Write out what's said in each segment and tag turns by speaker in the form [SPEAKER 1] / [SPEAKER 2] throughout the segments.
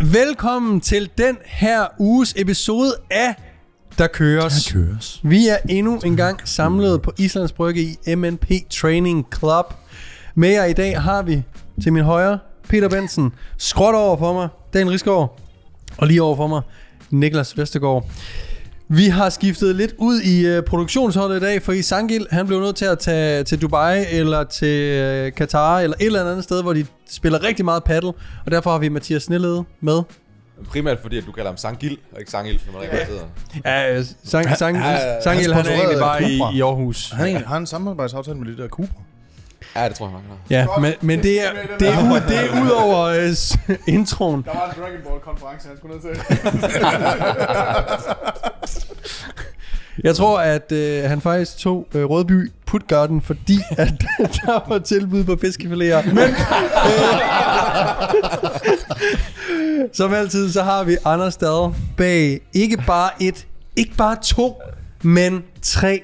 [SPEAKER 1] Velkommen til den her uges episode af Der Køres. Der
[SPEAKER 2] køres.
[SPEAKER 1] Vi er endnu en gang samlet på Islands Brygge i MNP Training Club. Med jer i dag har vi til min højre Peter Bensen, skråt over for mig, Dan Risgaard, og lige over for mig Niklas Vestergaard. Vi har skiftet lidt ud i øh, produktionsholdet i dag, for i Sangil, han blev nødt til at tage til Dubai eller til øh, Katar eller et eller andet sted, hvor de spiller rigtig meget paddle, og derfor har vi Mathias Snellede med.
[SPEAKER 3] Primært fordi, at du kalder ham Sangil, og ikke Sangil, når man rigtig sidder.
[SPEAKER 1] Ja, øh, sang, sang,
[SPEAKER 3] ja, ja.
[SPEAKER 1] Sangil, han er
[SPEAKER 2] sponsoreret
[SPEAKER 1] egentlig
[SPEAKER 2] af
[SPEAKER 1] bare
[SPEAKER 2] Cupra.
[SPEAKER 1] i, i Aarhus.
[SPEAKER 2] Han har en samarbejdsaftale med det der Cooper.
[SPEAKER 3] Ja, det tror jeg, han har.
[SPEAKER 1] Ja, men, men det, er, det, er, ud, det er ud over øh, s- introen.
[SPEAKER 4] Der var en Dragon Ball konference, han skulle ned til.
[SPEAKER 1] Jeg tror, at øh, han faktisk tog øh, Rødby Putgarden, fordi at der var tilbud på fiskefiléer. Men, øh, som altid, så har vi Anders Stad bag ikke bare et, ikke bare to, men tre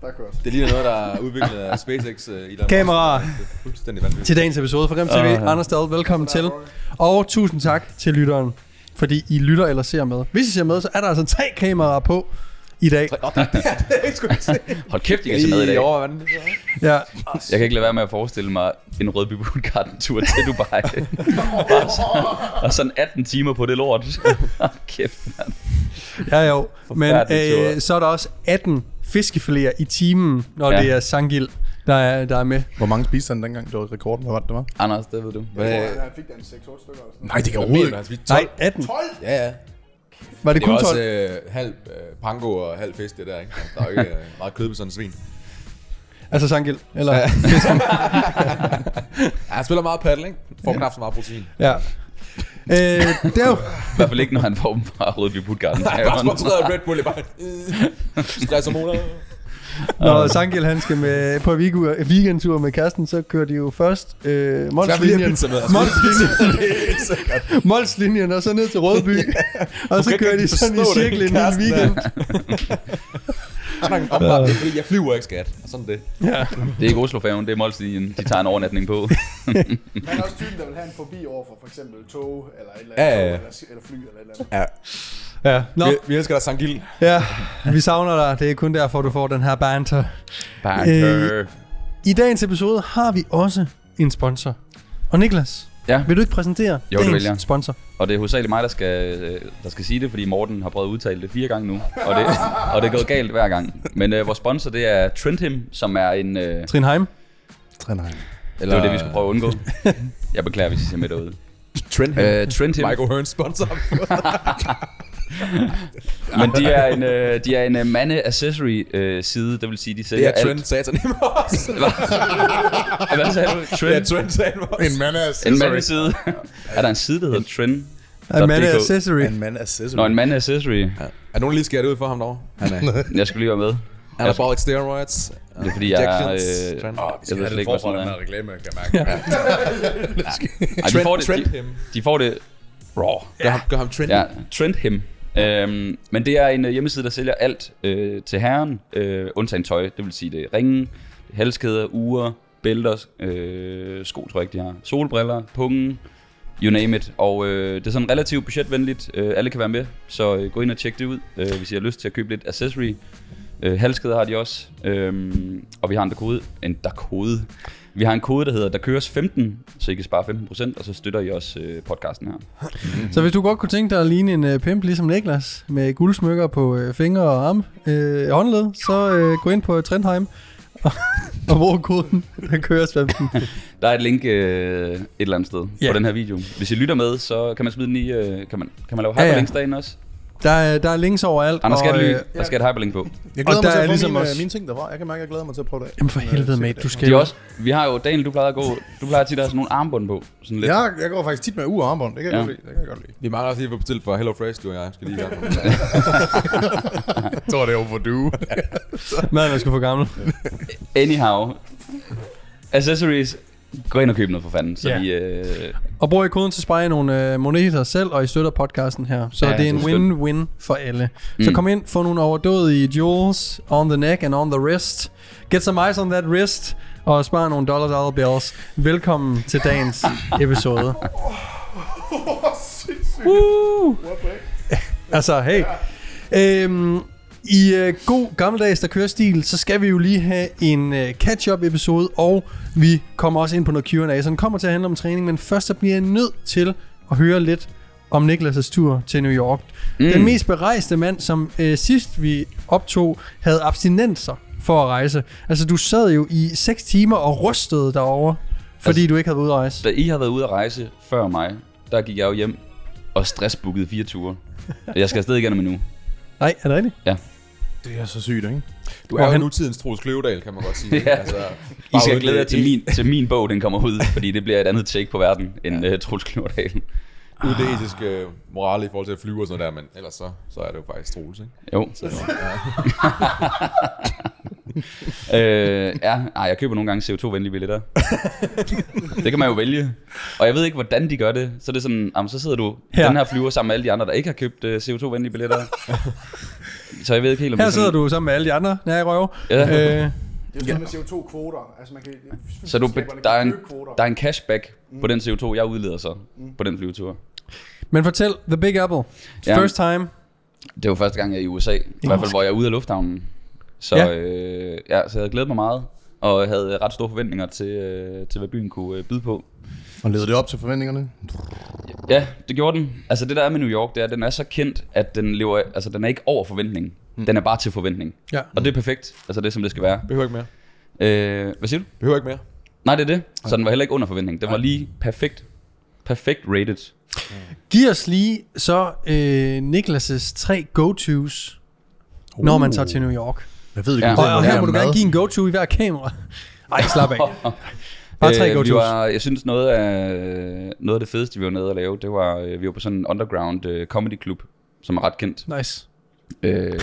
[SPEAKER 4] Der kører også.
[SPEAKER 3] Det ligner noget, der er udviklet af SpaceX øh, i Danmark.
[SPEAKER 1] kameraer
[SPEAKER 3] Det er fuldstændig vanvittigt.
[SPEAKER 1] til dagens episode fra Rem TV. Anders Stad, velkommen til. Og tusind tak til lytteren, fordi I lytter eller ser med. Hvis I ser med, så er der altså tre kameraer på i dag.
[SPEAKER 3] Åh, det er det, ikke skulle jeg sige.
[SPEAKER 5] Hold kæft, I kan se med i dag.
[SPEAKER 3] I overvejer, hvordan det er.
[SPEAKER 1] Ja,
[SPEAKER 5] Jeg kan ikke lade være med at forestille mig en rødby tur til Dubai. Bare sådan- og sådan 18 timer på det lort. Hold kæft, mand.
[SPEAKER 1] ja jo. Men
[SPEAKER 5] Forfærdelig tur.
[SPEAKER 1] øh, så er der også 18 fiskefiléer i timen, når ja.
[SPEAKER 5] Ja.
[SPEAKER 1] det er Sangil, der er, der er med.
[SPEAKER 2] Hvor mange spiste han dengang? Det var rekorden. Hvad var det, der var?
[SPEAKER 5] Anders, det ved du.
[SPEAKER 3] Hvad?
[SPEAKER 4] Han fik da en 6-8 stykker eller sådan noget.
[SPEAKER 2] Nej, det kan
[SPEAKER 3] Mener han spiste 12?
[SPEAKER 1] Nej, 18.
[SPEAKER 3] Ja, ja.
[SPEAKER 1] Var det,
[SPEAKER 3] Det var
[SPEAKER 1] kun 12?
[SPEAKER 3] også øh, halv øh, pango og halv fisk, det der, ikke? Der er jo ikke øh, meget kød på sådan en svin.
[SPEAKER 1] Altså Sangil? Eller? Ja.
[SPEAKER 3] Ja, han spiller meget paddle, ikke? Får knap så meget protein.
[SPEAKER 1] ja. Øh, det er jo,
[SPEAKER 5] I hvert fald ikke, når han får dem fra rødby Puttgarden.
[SPEAKER 3] Han er bare sponsoreret af Red Bull, det er bare... Øh. Stresshormoner.
[SPEAKER 1] når Sangil han skal med, på vigu- weekendtur med kæresten, så kører de jo først øh,
[SPEAKER 3] Så har vi lige
[SPEAKER 1] Molslinjen,
[SPEAKER 3] pizza med.
[SPEAKER 1] Molslinjen, Molslinjen og så ned til Rødby. og så
[SPEAKER 3] kan
[SPEAKER 1] kører
[SPEAKER 3] ikke
[SPEAKER 1] de sådan i
[SPEAKER 3] forstå det,
[SPEAKER 1] cirkel en hel
[SPEAKER 3] kæresten er.
[SPEAKER 1] weekend.
[SPEAKER 3] Omvart, det er fordi, jeg flyver ikke, skat. Og sådan det.
[SPEAKER 5] Det er ikke Oslofaven, det er Molslinjen. De tager en overnatning på.
[SPEAKER 4] Han er også typen, der vil have en forbi over for for eksempel tog, eller et eller andet,
[SPEAKER 3] Ja, ja,
[SPEAKER 4] tog,
[SPEAKER 3] ja.
[SPEAKER 4] eller, eller fly, eller et eller andet.
[SPEAKER 3] Ja.
[SPEAKER 1] Ja. Nå,
[SPEAKER 3] Vi, vi elsker dig, Sangil.
[SPEAKER 1] ja, vi savner dig. Det er kun derfor, du får den her banter.
[SPEAKER 5] Banker.
[SPEAKER 1] I dagens episode har vi også en sponsor. Og Niklas,
[SPEAKER 5] Ja,
[SPEAKER 1] vil du ikke præsentere
[SPEAKER 5] det
[SPEAKER 1] dagens
[SPEAKER 5] vil jeg.
[SPEAKER 1] sponsor?
[SPEAKER 5] og det er hovedsageligt mig, der skal, øh, der skal sige det, fordi Morten har prøvet at udtale det fire gange nu. Og det, og det er gået galt hver gang. Men øh, vores sponsor, det er Trendhim, som er en... Øh,
[SPEAKER 1] Trinheim.
[SPEAKER 2] Træner han.
[SPEAKER 5] det var det, vi skulle prøve at undgå. Jeg beklager, hvis I ser med derude.
[SPEAKER 3] Trend
[SPEAKER 5] Øh, Trendhim.
[SPEAKER 3] Michael Hearns sponsor.
[SPEAKER 5] Men de er en, øh, de er en øh, mande accessory øh, side, det vil sige, de
[SPEAKER 3] Det
[SPEAKER 5] sælger
[SPEAKER 3] er Trend,
[SPEAKER 5] alt.
[SPEAKER 3] sagde han i morges.
[SPEAKER 5] Hvad sagde du?
[SPEAKER 3] Det
[SPEAKER 5] Trend?
[SPEAKER 3] er Trend, sagde han i morges.
[SPEAKER 2] En mand af
[SPEAKER 5] en mande side. er der en side, der hedder Trend?
[SPEAKER 1] Af Mad
[SPEAKER 5] DK.
[SPEAKER 1] Accessory.
[SPEAKER 2] En mand af Cecil.
[SPEAKER 5] Nå, en mande accessory.
[SPEAKER 3] Er nogen der lige skært ud for ham derovre? Han er
[SPEAKER 5] Jeg skulle lige være med.
[SPEAKER 3] anabolic steroids.
[SPEAKER 5] Det er fordi, jeg er... Øh,
[SPEAKER 3] Injections. Trend.
[SPEAKER 5] åh, jeg ved slet ikke, hvad sådan noget er.
[SPEAKER 2] reklame, kan jeg mærke.
[SPEAKER 5] Ej, de, får det,
[SPEAKER 3] Trend
[SPEAKER 5] de,
[SPEAKER 3] him.
[SPEAKER 5] de får det raw.
[SPEAKER 3] Gør ham, gør ham trendy.
[SPEAKER 5] Ja, Trend him. Øhm, men det er en øh, hjemmeside, der sælger alt øh, til herren, øh, undtagen tøj. Det vil sige, det er ringe, halskæder, ure, bælter, øh, sko, tror jeg ikke, de har. Solbriller, pungen, you name it. Og øh, det er sådan relativt budgetvenligt. Øh, alle kan være med, så øh, gå ind og tjek det ud, øh, hvis I har lyst til at købe lidt accessory. Øh, halskæder har de også. Øhm, og vi har en kode. En der kode. Vi har en kode, der hedder, der køres 15, så I kan spare 15%, og så støtter I også øh, podcasten her.
[SPEAKER 1] Så hvis du godt kunne tænke dig at ligne en øh, pimp ligesom Niklas, med guldsmykker på øh, fingre og arm, øh, håndled, så øh, gå ind på Trendheim og, og brug koden, der kører 15.
[SPEAKER 5] Der er et link øh, et eller andet sted
[SPEAKER 1] Ja.
[SPEAKER 5] på den her video. Hvis I lytter med, så kan man smide den i... Øh, kan, man, kan man lave
[SPEAKER 1] Ja, ja.
[SPEAKER 5] hyperlinks ja, derinde også?
[SPEAKER 1] Der, er- der er links overalt.
[SPEAKER 5] Anders Skattely,
[SPEAKER 1] øh,
[SPEAKER 5] øh, der skal et hyperlink på.
[SPEAKER 2] Jeg glæder
[SPEAKER 1] Og
[SPEAKER 2] mig
[SPEAKER 1] der
[SPEAKER 2] til
[SPEAKER 1] er
[SPEAKER 2] at få
[SPEAKER 1] ligesom
[SPEAKER 2] mine,
[SPEAKER 1] også-
[SPEAKER 2] øh, mine ting derfra. Jeg kan mærke, at jeg glæder mig til at prøve det af.
[SPEAKER 1] Jamen for
[SPEAKER 2] Men, øh,
[SPEAKER 1] helvede,
[SPEAKER 2] se,
[SPEAKER 1] mate,
[SPEAKER 2] det
[SPEAKER 1] du
[SPEAKER 2] er-
[SPEAKER 1] skal
[SPEAKER 5] De er
[SPEAKER 1] jo...
[SPEAKER 5] også, vi har jo... Daniel, du plejer at gå... Du plejer tit at have sådan nogle armbånd på. Sådan lidt.
[SPEAKER 2] Ja, jeg går faktisk tit med uarmbånd. Det kan jeg
[SPEAKER 5] Ja.
[SPEAKER 2] godt lide. Det kan jeg godt lide.
[SPEAKER 3] Vi mangler også lige at få bestilt for Hello Fresh, du og jeg. Skal lige i gang.
[SPEAKER 2] Jeg tror, det er overdue.
[SPEAKER 1] Maden er sgu for gammel.
[SPEAKER 5] Anyhow. Accessories. Gå ind og køb noget for fanden, så
[SPEAKER 1] Ja.
[SPEAKER 5] yeah. vi... Øh,
[SPEAKER 1] Og bruger I koden, så sparer I nogle øh, moneter selv, og I støtter podcasten her. Så ja,
[SPEAKER 5] Ja,
[SPEAKER 1] det er en
[SPEAKER 5] det er skønt.
[SPEAKER 1] win-win for alle. Mm. Så
[SPEAKER 5] Mm.
[SPEAKER 1] kom ind, få nogle overdådige jewels on the neck and on the wrist. Get some eyes on that wrist, og spar nogle dollar dollar bills. Velkommen til dagens episode.
[SPEAKER 5] Woo!
[SPEAKER 1] Altså, hey. Øhm, I øh, god gammeldags der kører stil, så skal vi jo lige have en øh, catch-up episode, og vi kommer også ind på noget Q&A, så den kommer til at handle om træning, men først så bliver jeg nødt til at høre lidt om Niklas' tur til New York. Mm. Den mest berejste mand, som øh, sidst vi optog, havde abstinenser for at rejse. Altså, du sad jo i 6 timer og rystede derovre, fordi altså, du ikke havde været ude at rejse.
[SPEAKER 5] Da I har været ude at rejse før mig, der gik jeg jo hjem og stressbookede fire ture. Jeg skal afsted igen om en uge.
[SPEAKER 1] Nej, er det rigtigt?
[SPEAKER 3] Det er så sygt, ikke?
[SPEAKER 6] Du er
[SPEAKER 1] Og
[SPEAKER 6] jo
[SPEAKER 1] han-
[SPEAKER 6] nutidens Troels Kløvedal, kan man godt sige.
[SPEAKER 5] Ja.
[SPEAKER 3] Altså,
[SPEAKER 5] I
[SPEAKER 6] bare
[SPEAKER 5] skal
[SPEAKER 6] uden
[SPEAKER 5] glæde jer
[SPEAKER 1] øh,
[SPEAKER 5] til
[SPEAKER 6] det-
[SPEAKER 5] min, til min bog, den kommer ud, fordi det bliver et andet take på verden end ja. uh, Truls Klordal.
[SPEAKER 6] Ud det
[SPEAKER 3] øh,
[SPEAKER 6] etiske morale i forhold til at flyve og sådan noget der, men ellers så, så er det jo faktisk Troels, ikke?
[SPEAKER 5] Jo. øh, ja, ej, jeg køber nogle gange CO2-venlige billetter. det kan man jo vælge. Og jeg ved ikke, hvordan de gør det. Så er det sådan, jamen, så sidder du i
[SPEAKER 1] Ja.
[SPEAKER 5] den her flyver sammen med alle de andre, der ikke har købt uh, CO2-venlige billetter. så jeg ved ikke helt, om det
[SPEAKER 1] Her
[SPEAKER 5] er
[SPEAKER 1] sidder
[SPEAKER 5] sådan,
[SPEAKER 1] du sammen med alle de andre, nær i røv.
[SPEAKER 5] Ja.
[SPEAKER 1] Øh,
[SPEAKER 7] Det er jo sådan med CO2-kvoter. Altså man kan,
[SPEAKER 5] Så du,
[SPEAKER 7] selskaberne
[SPEAKER 5] der, er en,
[SPEAKER 7] kan købe kvoter.
[SPEAKER 5] der er en cashback mm. på den CO2, jeg udleder så mm. på den flyvetur.
[SPEAKER 1] Men fortæl, The Big Apple. It's
[SPEAKER 5] Ja.
[SPEAKER 1] First time.
[SPEAKER 5] Det var første gang, jeg er i USA. I hvert fald, hvor jeg er ude af lufthavnen. Så,
[SPEAKER 1] Ja.
[SPEAKER 5] ja. Øh, ja, så jeg havde glædet mig meget, og havde ret store forventninger til, øh, til hvad byen kunne øh, byde på.
[SPEAKER 3] Og leder det op til forventningerne?
[SPEAKER 5] Ja, det gjorde den. Altså det der er med New York, det er, at den er så kendt, at den, lever, altså, den er ikke over forventning. Den er bare til forventning.
[SPEAKER 1] Ja.
[SPEAKER 5] Og det er perfekt. Altså det er, som det skal være.
[SPEAKER 6] Behøver ikke mere.
[SPEAKER 5] Øh, hvad siger du?
[SPEAKER 6] Behøver ikke mere.
[SPEAKER 5] Nej, det er det. Så den var heller ikke under forventning. Den var lige perfekt. Perfekt rated.
[SPEAKER 1] Giv os lige så øh, Niklas' tre go-tos, uh. når man tager til New York.
[SPEAKER 3] Jeg ved ikke,
[SPEAKER 5] Ja.
[SPEAKER 3] om det
[SPEAKER 1] Og,
[SPEAKER 3] er
[SPEAKER 1] og her
[SPEAKER 3] noget
[SPEAKER 1] må du
[SPEAKER 3] med
[SPEAKER 1] gerne
[SPEAKER 3] mad.
[SPEAKER 1] give en go-to i hver kamera. Ej, slap af. Bare tre
[SPEAKER 5] Øh, vi
[SPEAKER 1] go-tos.
[SPEAKER 5] var, jeg synes, noget af, noget af det fedeste, vi var nede og lave, det var, øh, vi var på sådan en underground øh, comedy club, som er ret kendt.
[SPEAKER 1] Nice.
[SPEAKER 5] Øh,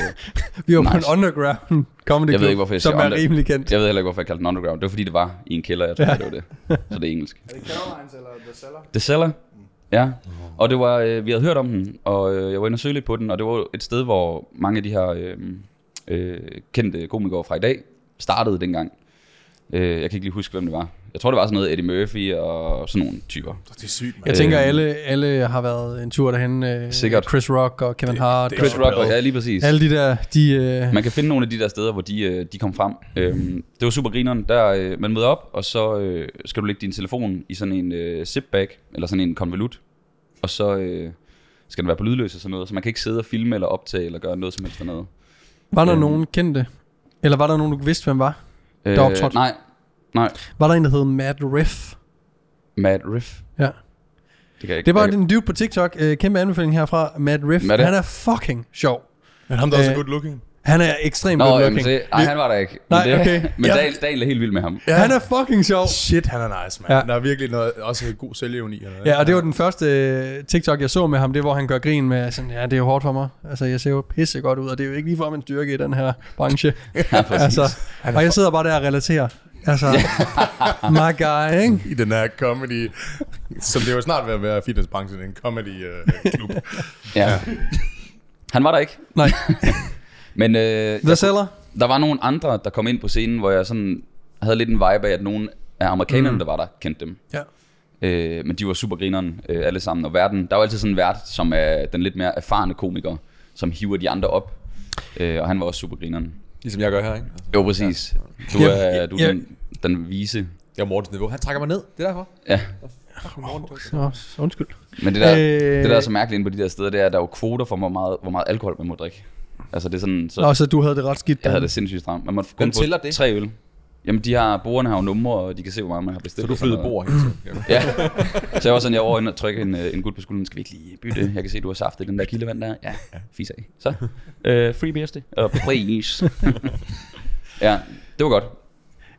[SPEAKER 1] Vi var på
[SPEAKER 5] Nice.
[SPEAKER 1] en underground comedy
[SPEAKER 5] jeg ved
[SPEAKER 1] club,
[SPEAKER 5] ikke, hvorfor jeg
[SPEAKER 1] som
[SPEAKER 5] siger
[SPEAKER 1] er
[SPEAKER 5] under-
[SPEAKER 1] rimelig kendt.
[SPEAKER 5] Jeg ved heller ikke, hvorfor jeg kaldte den underground. Det var, fordi det var i en kælder, jeg tror, det var det. Så det er engelsk.
[SPEAKER 7] Er det Carolines eller The Cellar?
[SPEAKER 5] The Cellar. Ja, og det var, øh, vi havde hørt om den, og øh, jeg var inde og søge lidt på den, og det var jo et sted, hvor mange af de her øh, øh, kendte komikere fra i dag startede dengang. Øh, jeg kan ikke lige huske, hvem det var. Jeg tror, det var sådan noget Eddie Murphy og sådan nogle typer.
[SPEAKER 3] Det er sygt, mand.
[SPEAKER 1] Jeg tænker, alle, alle har været en tur derhen. Øh,
[SPEAKER 5] Øh, Sikkert.
[SPEAKER 1] Chris Rock og Kevin Hart.
[SPEAKER 3] det er
[SPEAKER 1] og
[SPEAKER 5] Chris Rock,
[SPEAKER 3] Chappelle.
[SPEAKER 5] ja lige præcis.
[SPEAKER 1] alle de der, de... Øh,
[SPEAKER 5] Man kan finde nogle af de der steder, hvor de, øh, de kom frem. Øhm, det var super grineren. Der, øh, man møder op, og så øh, skal du lægge din telefon i sådan en øh, zipbag, eller sådan en konvolut. Og så øh, skal den være på lydløs og sådan noget. Så man kan ikke sidde og filme eller optage eller gøre noget som helst dernede.
[SPEAKER 1] var der
[SPEAKER 5] Øhm.
[SPEAKER 1] nogen kendte? Eller var der nogen, du vidste, hvem var?
[SPEAKER 5] Øh,
[SPEAKER 1] Der optrådte-
[SPEAKER 5] Nej, nej.
[SPEAKER 1] Var der en, der hed Matt Riff?
[SPEAKER 5] Matt Riff.
[SPEAKER 1] Ja.
[SPEAKER 5] Det kan jeg ikke.
[SPEAKER 1] Det var
[SPEAKER 5] jeg,
[SPEAKER 1] en dude på TikTok. Øh, kæmpe anbefaling herfra. Matt Riff.
[SPEAKER 5] Matt,
[SPEAKER 1] Matt,
[SPEAKER 5] ja.
[SPEAKER 1] han er fucking sjov.
[SPEAKER 3] Men ham, der også er
[SPEAKER 1] Øh,
[SPEAKER 3] good looking.
[SPEAKER 1] Han er ekstremt
[SPEAKER 5] Nå,
[SPEAKER 1] good
[SPEAKER 5] jamen,
[SPEAKER 1] looking.
[SPEAKER 5] se, nej, han var der ikke. Men,
[SPEAKER 1] Nej,
[SPEAKER 5] det,
[SPEAKER 1] okay.
[SPEAKER 5] men Daniel, Daniel er helt vild med ham.
[SPEAKER 1] Ja. Han er fucking sjov.
[SPEAKER 3] Shit, han er nice, mand.
[SPEAKER 1] Ja.
[SPEAKER 3] Ja. Der er virkelig noget, også god sælgeevni. eller hvad?
[SPEAKER 1] Ja, og det var den første øh, TikTok, jeg så med ham, det er, hvor han gør grin med sådan, ja, det er jo hårdt for mig. Altså, jeg ser jo pisse godt ud, og det er jo ikke lige for, at man styrke i den her branche.
[SPEAKER 5] Ja, præcis.
[SPEAKER 1] altså, og jeg sidder bare der og relaterer. Altså, my guy, ikke?
[SPEAKER 3] I den her comedy, som det er jo snart ved at være i fitnessbranchen, en øh, comedy-klub.
[SPEAKER 5] Ja. Han var der ikke.
[SPEAKER 1] Nej,
[SPEAKER 5] Men øh,
[SPEAKER 1] The Seller.
[SPEAKER 5] Der var nogle andre, der kom ind på scenen, hvor jeg sådan havde lidt en vibe af, at nogle af amerikanerne,
[SPEAKER 6] Mhm.
[SPEAKER 5] mm. der var der, kendte dem.
[SPEAKER 1] Ja.
[SPEAKER 5] Øh, men de var super grineren øh, alle sammen. Og verden, der var altid sådan en vært, som er den lidt mere erfarne komiker, som hiver de andre op. Øh, og han var også super grineren.
[SPEAKER 6] Ligesom jeg gør her, ikke? Altså,
[SPEAKER 5] Jo, præcis. Du er, du er den, den vise.
[SPEAKER 6] Jeg er Mortens niveau. Han trækker mig ned. Det er derfor.
[SPEAKER 5] Ja.
[SPEAKER 1] Nå, undskyld.
[SPEAKER 5] Men det der,
[SPEAKER 1] Øh.
[SPEAKER 5] øh... det der er så mærkeligt inde på de der steder, det er, at der er jo kvoter for, hvor meget, hvor meget alkohol man må drikke. Altså det er sådan, så
[SPEAKER 1] Nå, så du havde det ret skidt.
[SPEAKER 5] jeg havde
[SPEAKER 1] Dan.
[SPEAKER 5] det sindssygt stramt. Man må kun få
[SPEAKER 6] tæller det?
[SPEAKER 5] tre øl. Jamen de har, brugerne har jo numre, og de kan se, hvor meget man har bestilt.
[SPEAKER 6] Så du
[SPEAKER 5] og sådan
[SPEAKER 6] flyder
[SPEAKER 5] noget.
[SPEAKER 6] bord hele tiden.
[SPEAKER 5] Ja, så jeg var sådan, jeg var over inde og trykke en, øh, en gut på skulderen, skal vi ikke lige bytte? Jeg kan se, du har saftet den der kildevand der. Ja, fis af. Så, øh, free beers det. Og please. ja, det var godt.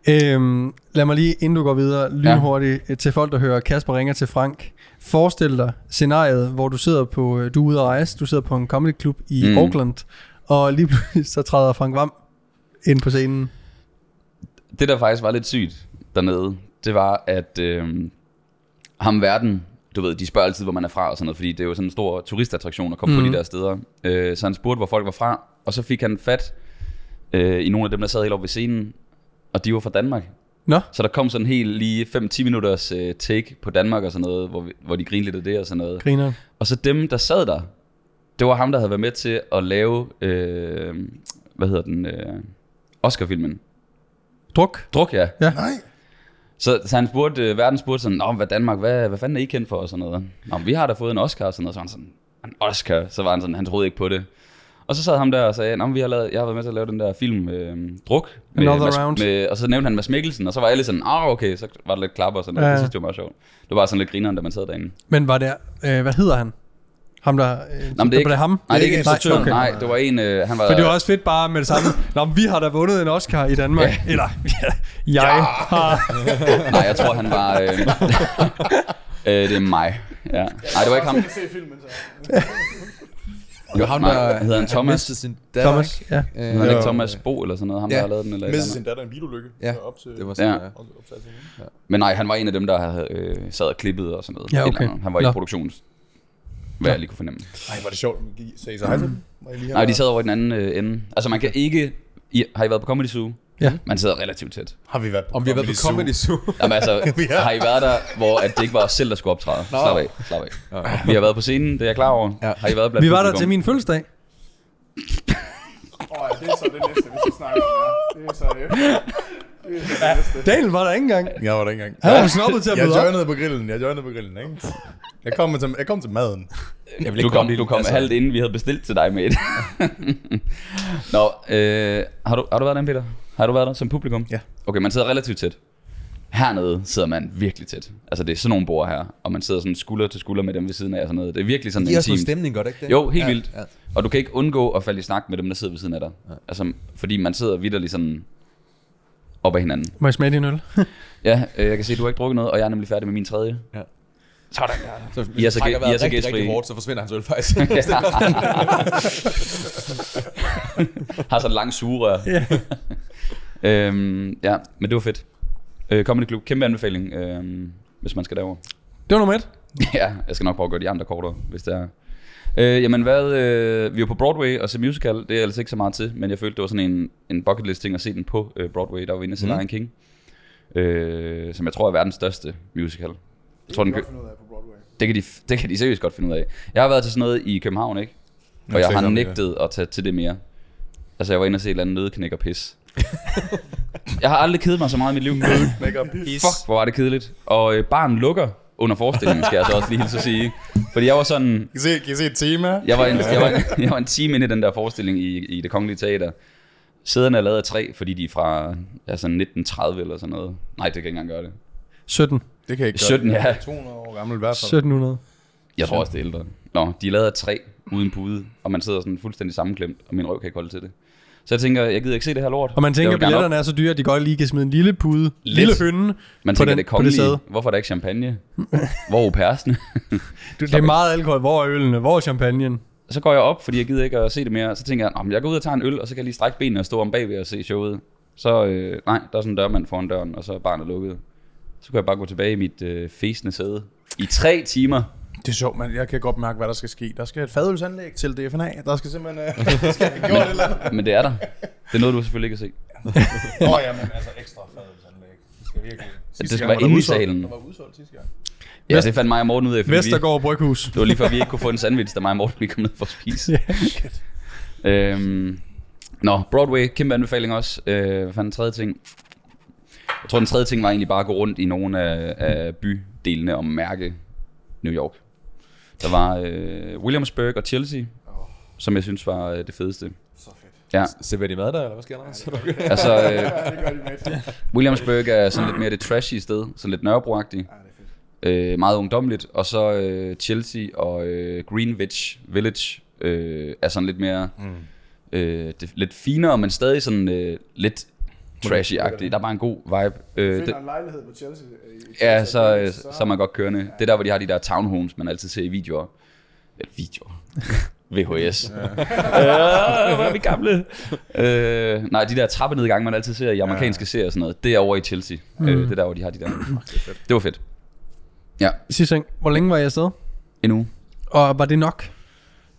[SPEAKER 1] Øhm, lad mig lige, inden du går videre, lynhurtigt ja. til folk, der hører Kasper ringer til Frank. Forestil dig scenariet, hvor du sidder på, øh, du er ude at rejse, du sidder på en comedy club i
[SPEAKER 5] Mm.
[SPEAKER 1] mm. Auckland, og lige pludselig så træder Frank Vam ind på scenen.
[SPEAKER 5] Det, der faktisk var lidt sygt dernede, det var, at øh, ham verden, du ved, de spørger altid, hvor man er fra og sådan noget, fordi det er jo sådan en stor turistattraktion at komme mm. på de der steder. Øh, så han spurgte, hvor folk var fra, og så fik han fat øh, i nogle af dem, der sad helt oppe ved scenen, og de var fra Danmark.
[SPEAKER 1] Nå,
[SPEAKER 5] Så der kom sådan helt lige 5-10 minutters øh, take på Danmark og sådan noget, hvor, vi, hvor de grinede lidt af det og sådan noget.
[SPEAKER 1] griner.
[SPEAKER 5] Og så dem, der sad der, det var ham, der havde været med til at lave, øh, hvad hedder den, øh, Oscar-filmen.
[SPEAKER 1] Druk.
[SPEAKER 5] Druk, ja.
[SPEAKER 1] Ja.
[SPEAKER 3] Nej.
[SPEAKER 5] Så, så han spurgte, øh, verden spurgte sådan, Nå, hvad Danmark, hvad, hvad fanden er I kendt for? Og sådan noget. Nå, men vi har da fået en Oscar og sådan noget. Så var han sådan, en Oscar? Så var han sådan, han troede ikke på det. Og så sad ham der og sagde, Nå, men vi har lavet, jeg har været med til at lave den der film, øh, Druk.
[SPEAKER 1] Another
[SPEAKER 5] Mads,
[SPEAKER 1] Round.
[SPEAKER 5] Med, og så nævnte han Mads Mikkelsen, og så var alle sådan, ah, okay, så var der lidt klapper og sådan noget.
[SPEAKER 1] Ja,
[SPEAKER 5] Ja.
[SPEAKER 1] ja.
[SPEAKER 5] Det synes jeg var meget sjovt. Det var sådan lidt grineren, da man sad derinde.
[SPEAKER 1] Men var det, øh, hvad hedder han? Ham der, øh,
[SPEAKER 5] Nå, men det er ikke,
[SPEAKER 1] var det ham?
[SPEAKER 5] Nej, det er ikke instruktøren.
[SPEAKER 1] okay.
[SPEAKER 5] Nej, det var en, øh, han var...
[SPEAKER 1] For det var også fedt bare med det samme. Nå, men vi har da vundet en Oscar i Danmark.
[SPEAKER 5] Ja.
[SPEAKER 1] Eller, jeg har.
[SPEAKER 5] Nej, jeg tror, han var... Øh, øh, det er mig. Ja. Nej, det var ikke ham.
[SPEAKER 7] Jeg se filmen, så.
[SPEAKER 6] Det var ham,
[SPEAKER 5] Nej,
[SPEAKER 6] der
[SPEAKER 5] hvad hedder han?
[SPEAKER 6] øh,
[SPEAKER 5] Thomas?
[SPEAKER 6] mistede sin datter,
[SPEAKER 1] Thomas,
[SPEAKER 6] ikke?
[SPEAKER 1] ja.
[SPEAKER 6] Øh,
[SPEAKER 5] Han er ikke
[SPEAKER 3] Ja.
[SPEAKER 5] Thomas Bo eller sådan noget, ham
[SPEAKER 6] Ja.
[SPEAKER 5] der har lavet den eller et eller
[SPEAKER 3] Mistede sin
[SPEAKER 5] andet.
[SPEAKER 3] datter i en bilulykke.
[SPEAKER 6] Ja,
[SPEAKER 3] Op til,
[SPEAKER 6] det var
[SPEAKER 5] Ja.
[SPEAKER 6] sådan, ja.
[SPEAKER 3] op- op til Asien.
[SPEAKER 5] Men nej, han var en af dem, der havde, øh, sad og klippede og sådan noget.
[SPEAKER 1] Ja,
[SPEAKER 5] Et eller
[SPEAKER 1] okay.
[SPEAKER 5] andet. Han var
[SPEAKER 1] Nå.
[SPEAKER 5] i produktions... Hvad jeg lige kunne fornemme.
[SPEAKER 3] Ej, var det sjovt. I Sagde I så hej til dem?
[SPEAKER 6] Mm.
[SPEAKER 3] Var I lige
[SPEAKER 5] Nej, de
[SPEAKER 3] hernede?
[SPEAKER 5] sad over i den anden øh, ende. Altså, man kan ikke... I, har I været på Comedy Zoo?
[SPEAKER 1] Ja.
[SPEAKER 5] Man sidder relativt tæt.
[SPEAKER 3] Har vi været på
[SPEAKER 6] Om vi har været på
[SPEAKER 3] Zoo?
[SPEAKER 6] Comedy Zoo.
[SPEAKER 5] Jamen altså,
[SPEAKER 3] Ja.
[SPEAKER 5] har I været der, hvor at det ikke var os selv, der skulle optræde? Slap af, slap af. Vi har været på scenen, det er jeg klar over.
[SPEAKER 6] Ja.
[SPEAKER 5] Har I været blandt
[SPEAKER 1] Vi var der
[SPEAKER 5] publikum?
[SPEAKER 1] til min fødselsdag.
[SPEAKER 7] Åh, ja, det er så det næste, vi skal snakke om. Ja. Det er så det. Det er så det næste.
[SPEAKER 1] Daniel var der ikke engang.
[SPEAKER 3] Jeg var der ikke engang.
[SPEAKER 1] Han var for snobbet til at
[SPEAKER 3] Jeg
[SPEAKER 1] møde op.
[SPEAKER 3] joinede på grillen, jeg joinede på grillen, ikke? Jeg kom til, jeg kom til maden.
[SPEAKER 6] Jeg vil
[SPEAKER 5] Du kom,
[SPEAKER 6] komme
[SPEAKER 5] du kom altså. halvt inden, vi havde bestilt til dig, mate. Nå, øh, har, du, har du været der, Peter? Har du været der som publikum?
[SPEAKER 3] Ja.
[SPEAKER 5] Okay, man sidder relativt tæt. Hernede sidder man virkelig tæt. Altså, det er sådan nogle bord her, og man sidder sådan skulder til skulder med dem ved siden af. og Sådan noget. Det er virkelig sådan
[SPEAKER 6] I har også noget
[SPEAKER 5] intimt.
[SPEAKER 6] stemning godt, ikke det?
[SPEAKER 5] Jo, helt
[SPEAKER 6] ja,
[SPEAKER 5] vildt.
[SPEAKER 6] Ja.
[SPEAKER 5] Og du kan ikke undgå at falde i snak med dem, der sidder ved siden af dig. Altså, fordi man sidder vidderligt sådan op ad hinanden.
[SPEAKER 1] Må jeg smage din øl?
[SPEAKER 5] Ja, øh, jeg kan se, at du har ikke drukket noget, og jeg er nemlig færdig med min tredje.
[SPEAKER 6] Ja.
[SPEAKER 5] Sådan der.
[SPEAKER 6] Så hvis
[SPEAKER 5] I er så
[SPEAKER 6] trækker
[SPEAKER 5] gæ-
[SPEAKER 6] vejret
[SPEAKER 5] I er så
[SPEAKER 6] rigtig,
[SPEAKER 5] gæstfri.
[SPEAKER 6] rigtig hårdt, så forsvinder hans øl faktisk.
[SPEAKER 5] Har sådan lang sugerør.
[SPEAKER 1] Ja.
[SPEAKER 5] øhm, ja, men det var fedt. Øh, Comedy Club, kæmpe anbefaling, øhm, hvis man skal derover.
[SPEAKER 1] Det var nummer et.
[SPEAKER 5] ja, jeg skal nok prøve at gøre de andre kortere, hvis det er. Øh, jamen hvad, øh, vi var på Broadway og se musical, det er jeg altså ikke så meget til, men jeg følte, det var sådan en, en bucket list ting at se den på øh, Broadway, der var vi inde og se Lion King. Øh, som jeg tror er verdens største musical. Jeg tror, den,
[SPEAKER 7] kan
[SPEAKER 5] kø-
[SPEAKER 7] godt finde ud af på Broadway.
[SPEAKER 5] det, kan de, det kan de seriøst godt finde ud af. Jeg har været til sådan noget i København, ikke? Og
[SPEAKER 3] Jeg
[SPEAKER 5] jeg
[SPEAKER 3] tænker
[SPEAKER 5] har
[SPEAKER 3] om det.
[SPEAKER 5] nægtet at tage til det mere. Altså, jeg var inde og se et eller andet nødeknæk og pis. jeg har aldrig kedet mig så meget i mit liv.
[SPEAKER 3] Makeup.
[SPEAKER 5] Fuck, hvor var det kedeligt. Og øh, barn lukker under forestillingen, skal jeg så også lige hilse at sige. Fordi jeg var sådan...
[SPEAKER 3] Kan I se, kan I se et tema?
[SPEAKER 5] Jeg var, en, jeg, var, jeg var en time inde i den der forestilling i, i det kongelige teater. Sæderne er lavet af træ, fordi de er fra altså 1930 eller sådan noget. Nej, det kan ikke engang gøre det.
[SPEAKER 1] 17.
[SPEAKER 3] Det kan jeg ikke
[SPEAKER 5] 17, ja.
[SPEAKER 3] 200 år gammel i hvert fald.
[SPEAKER 1] 1700.
[SPEAKER 5] Jeg tror også, det er ældre. Nå, de er lavet af træ uden pude, og man sidder sådan fuldstændig sammenklemt, og min røv kan ikke holde til det. Så jeg tænker, jeg gider ikke se det her lort.
[SPEAKER 1] Og man
[SPEAKER 5] Jeg
[SPEAKER 1] tænker,
[SPEAKER 5] vil
[SPEAKER 1] at
[SPEAKER 5] gerne op.
[SPEAKER 1] billetterne er så dyre, at de godt lige kan smide en lille pude, lille hønne
[SPEAKER 5] Man
[SPEAKER 1] på,
[SPEAKER 5] tænker,
[SPEAKER 1] den,
[SPEAKER 5] det er
[SPEAKER 1] på det
[SPEAKER 5] kongelige.
[SPEAKER 1] sæde.
[SPEAKER 5] Hvorfor er der ikke champagne? Hvor er au pairsene?
[SPEAKER 1] Det er meget alkohol. Hvor er ølene? Hvor er champagnen?
[SPEAKER 5] så går jeg op, fordi jeg gider ikke at se det mere. Så tænker jeg, "Nå, men jeg går ud og tager en øl, og så kan jeg lige strække benene og stå om bagved og se showet. Så, øh, nej, der er sådan en dørmand foran døren, og så er barnet lukket. Så kan jeg bare gå tilbage i mit øh, fæsende sæde. I tre timer.
[SPEAKER 3] Det er sjovt, men jeg kan godt mærke, hvad der skal ske. Der skal et fadølsanlæg til DFNA. Der skal simpelthen... Øh, der skal have gjort et eller andet.
[SPEAKER 5] Men det er der. Det er noget, du selvfølgelig ikke kan se.
[SPEAKER 3] Åh oh, ja, men altså ekstra fadølsanlæg. Det skal virkelig... Sidste gang
[SPEAKER 5] skal være
[SPEAKER 3] var der
[SPEAKER 5] inde i
[SPEAKER 3] udsolgt.
[SPEAKER 5] salen.
[SPEAKER 3] Der var udsolgt sidste gang.
[SPEAKER 5] Ja,
[SPEAKER 1] Vest-
[SPEAKER 5] det fandt mig og Morten ud af, fordi vi,
[SPEAKER 1] Vestergaard Bryghus.
[SPEAKER 5] det var lige før, vi ikke kunne få en sandwich, da mig og Morten lige kom ned for at spise. Øhm, Nå, Broadway, kæmpe anbefaling også. Øh, hvad fanden tredje ting? Jeg tror, den tredje ting var egentlig bare at gå rundt i nogle af, af bydelene og mærke New York. Der var øh, Williamsburg og Chelsea, oh. som jeg synes var øh, det fedeste.
[SPEAKER 7] Så fedt.
[SPEAKER 5] Ja,
[SPEAKER 6] Serverer de mad der, eller hvad sker der? Så er det-
[SPEAKER 5] altså øh,
[SPEAKER 7] Ja, det gør de med.
[SPEAKER 5] Williamsburg er sådan lidt mere det trashy sted, sådan lidt nørrebroagtigt,
[SPEAKER 7] Ja, Ah, det er fedt.
[SPEAKER 5] øh, meget ungdomligt. Og så øh, Chelsea og øh, Greenwich Village øh, er sådan lidt mere...
[SPEAKER 3] Mm.
[SPEAKER 5] øh, det, lidt finere, men stadig sådan øh, lidt trashy-agtigt. Der er bare en god vibe.
[SPEAKER 7] Du
[SPEAKER 5] Øh, det,
[SPEAKER 7] finder en lejlighed på Chelsea. øh, i Chelsea,
[SPEAKER 5] ja, så, øh,
[SPEAKER 7] så-
[SPEAKER 5] så er man godt kørende. Det er der, hvor de har de der townhomes, man altid ser i videoer. Eller videoer. VHS. Ja, hvor er vi gamle. Øh, nej, de der trappenedgange, man altid ser i amerikanske serier og sådan noget, det er over i Chelsea. Mm. Øh, det er der, hvor de har de der. Det var fedt. Ja,
[SPEAKER 1] Sidste ting. Hvor længe var jeg afsted?
[SPEAKER 5] en uge.
[SPEAKER 1] Og var det nok?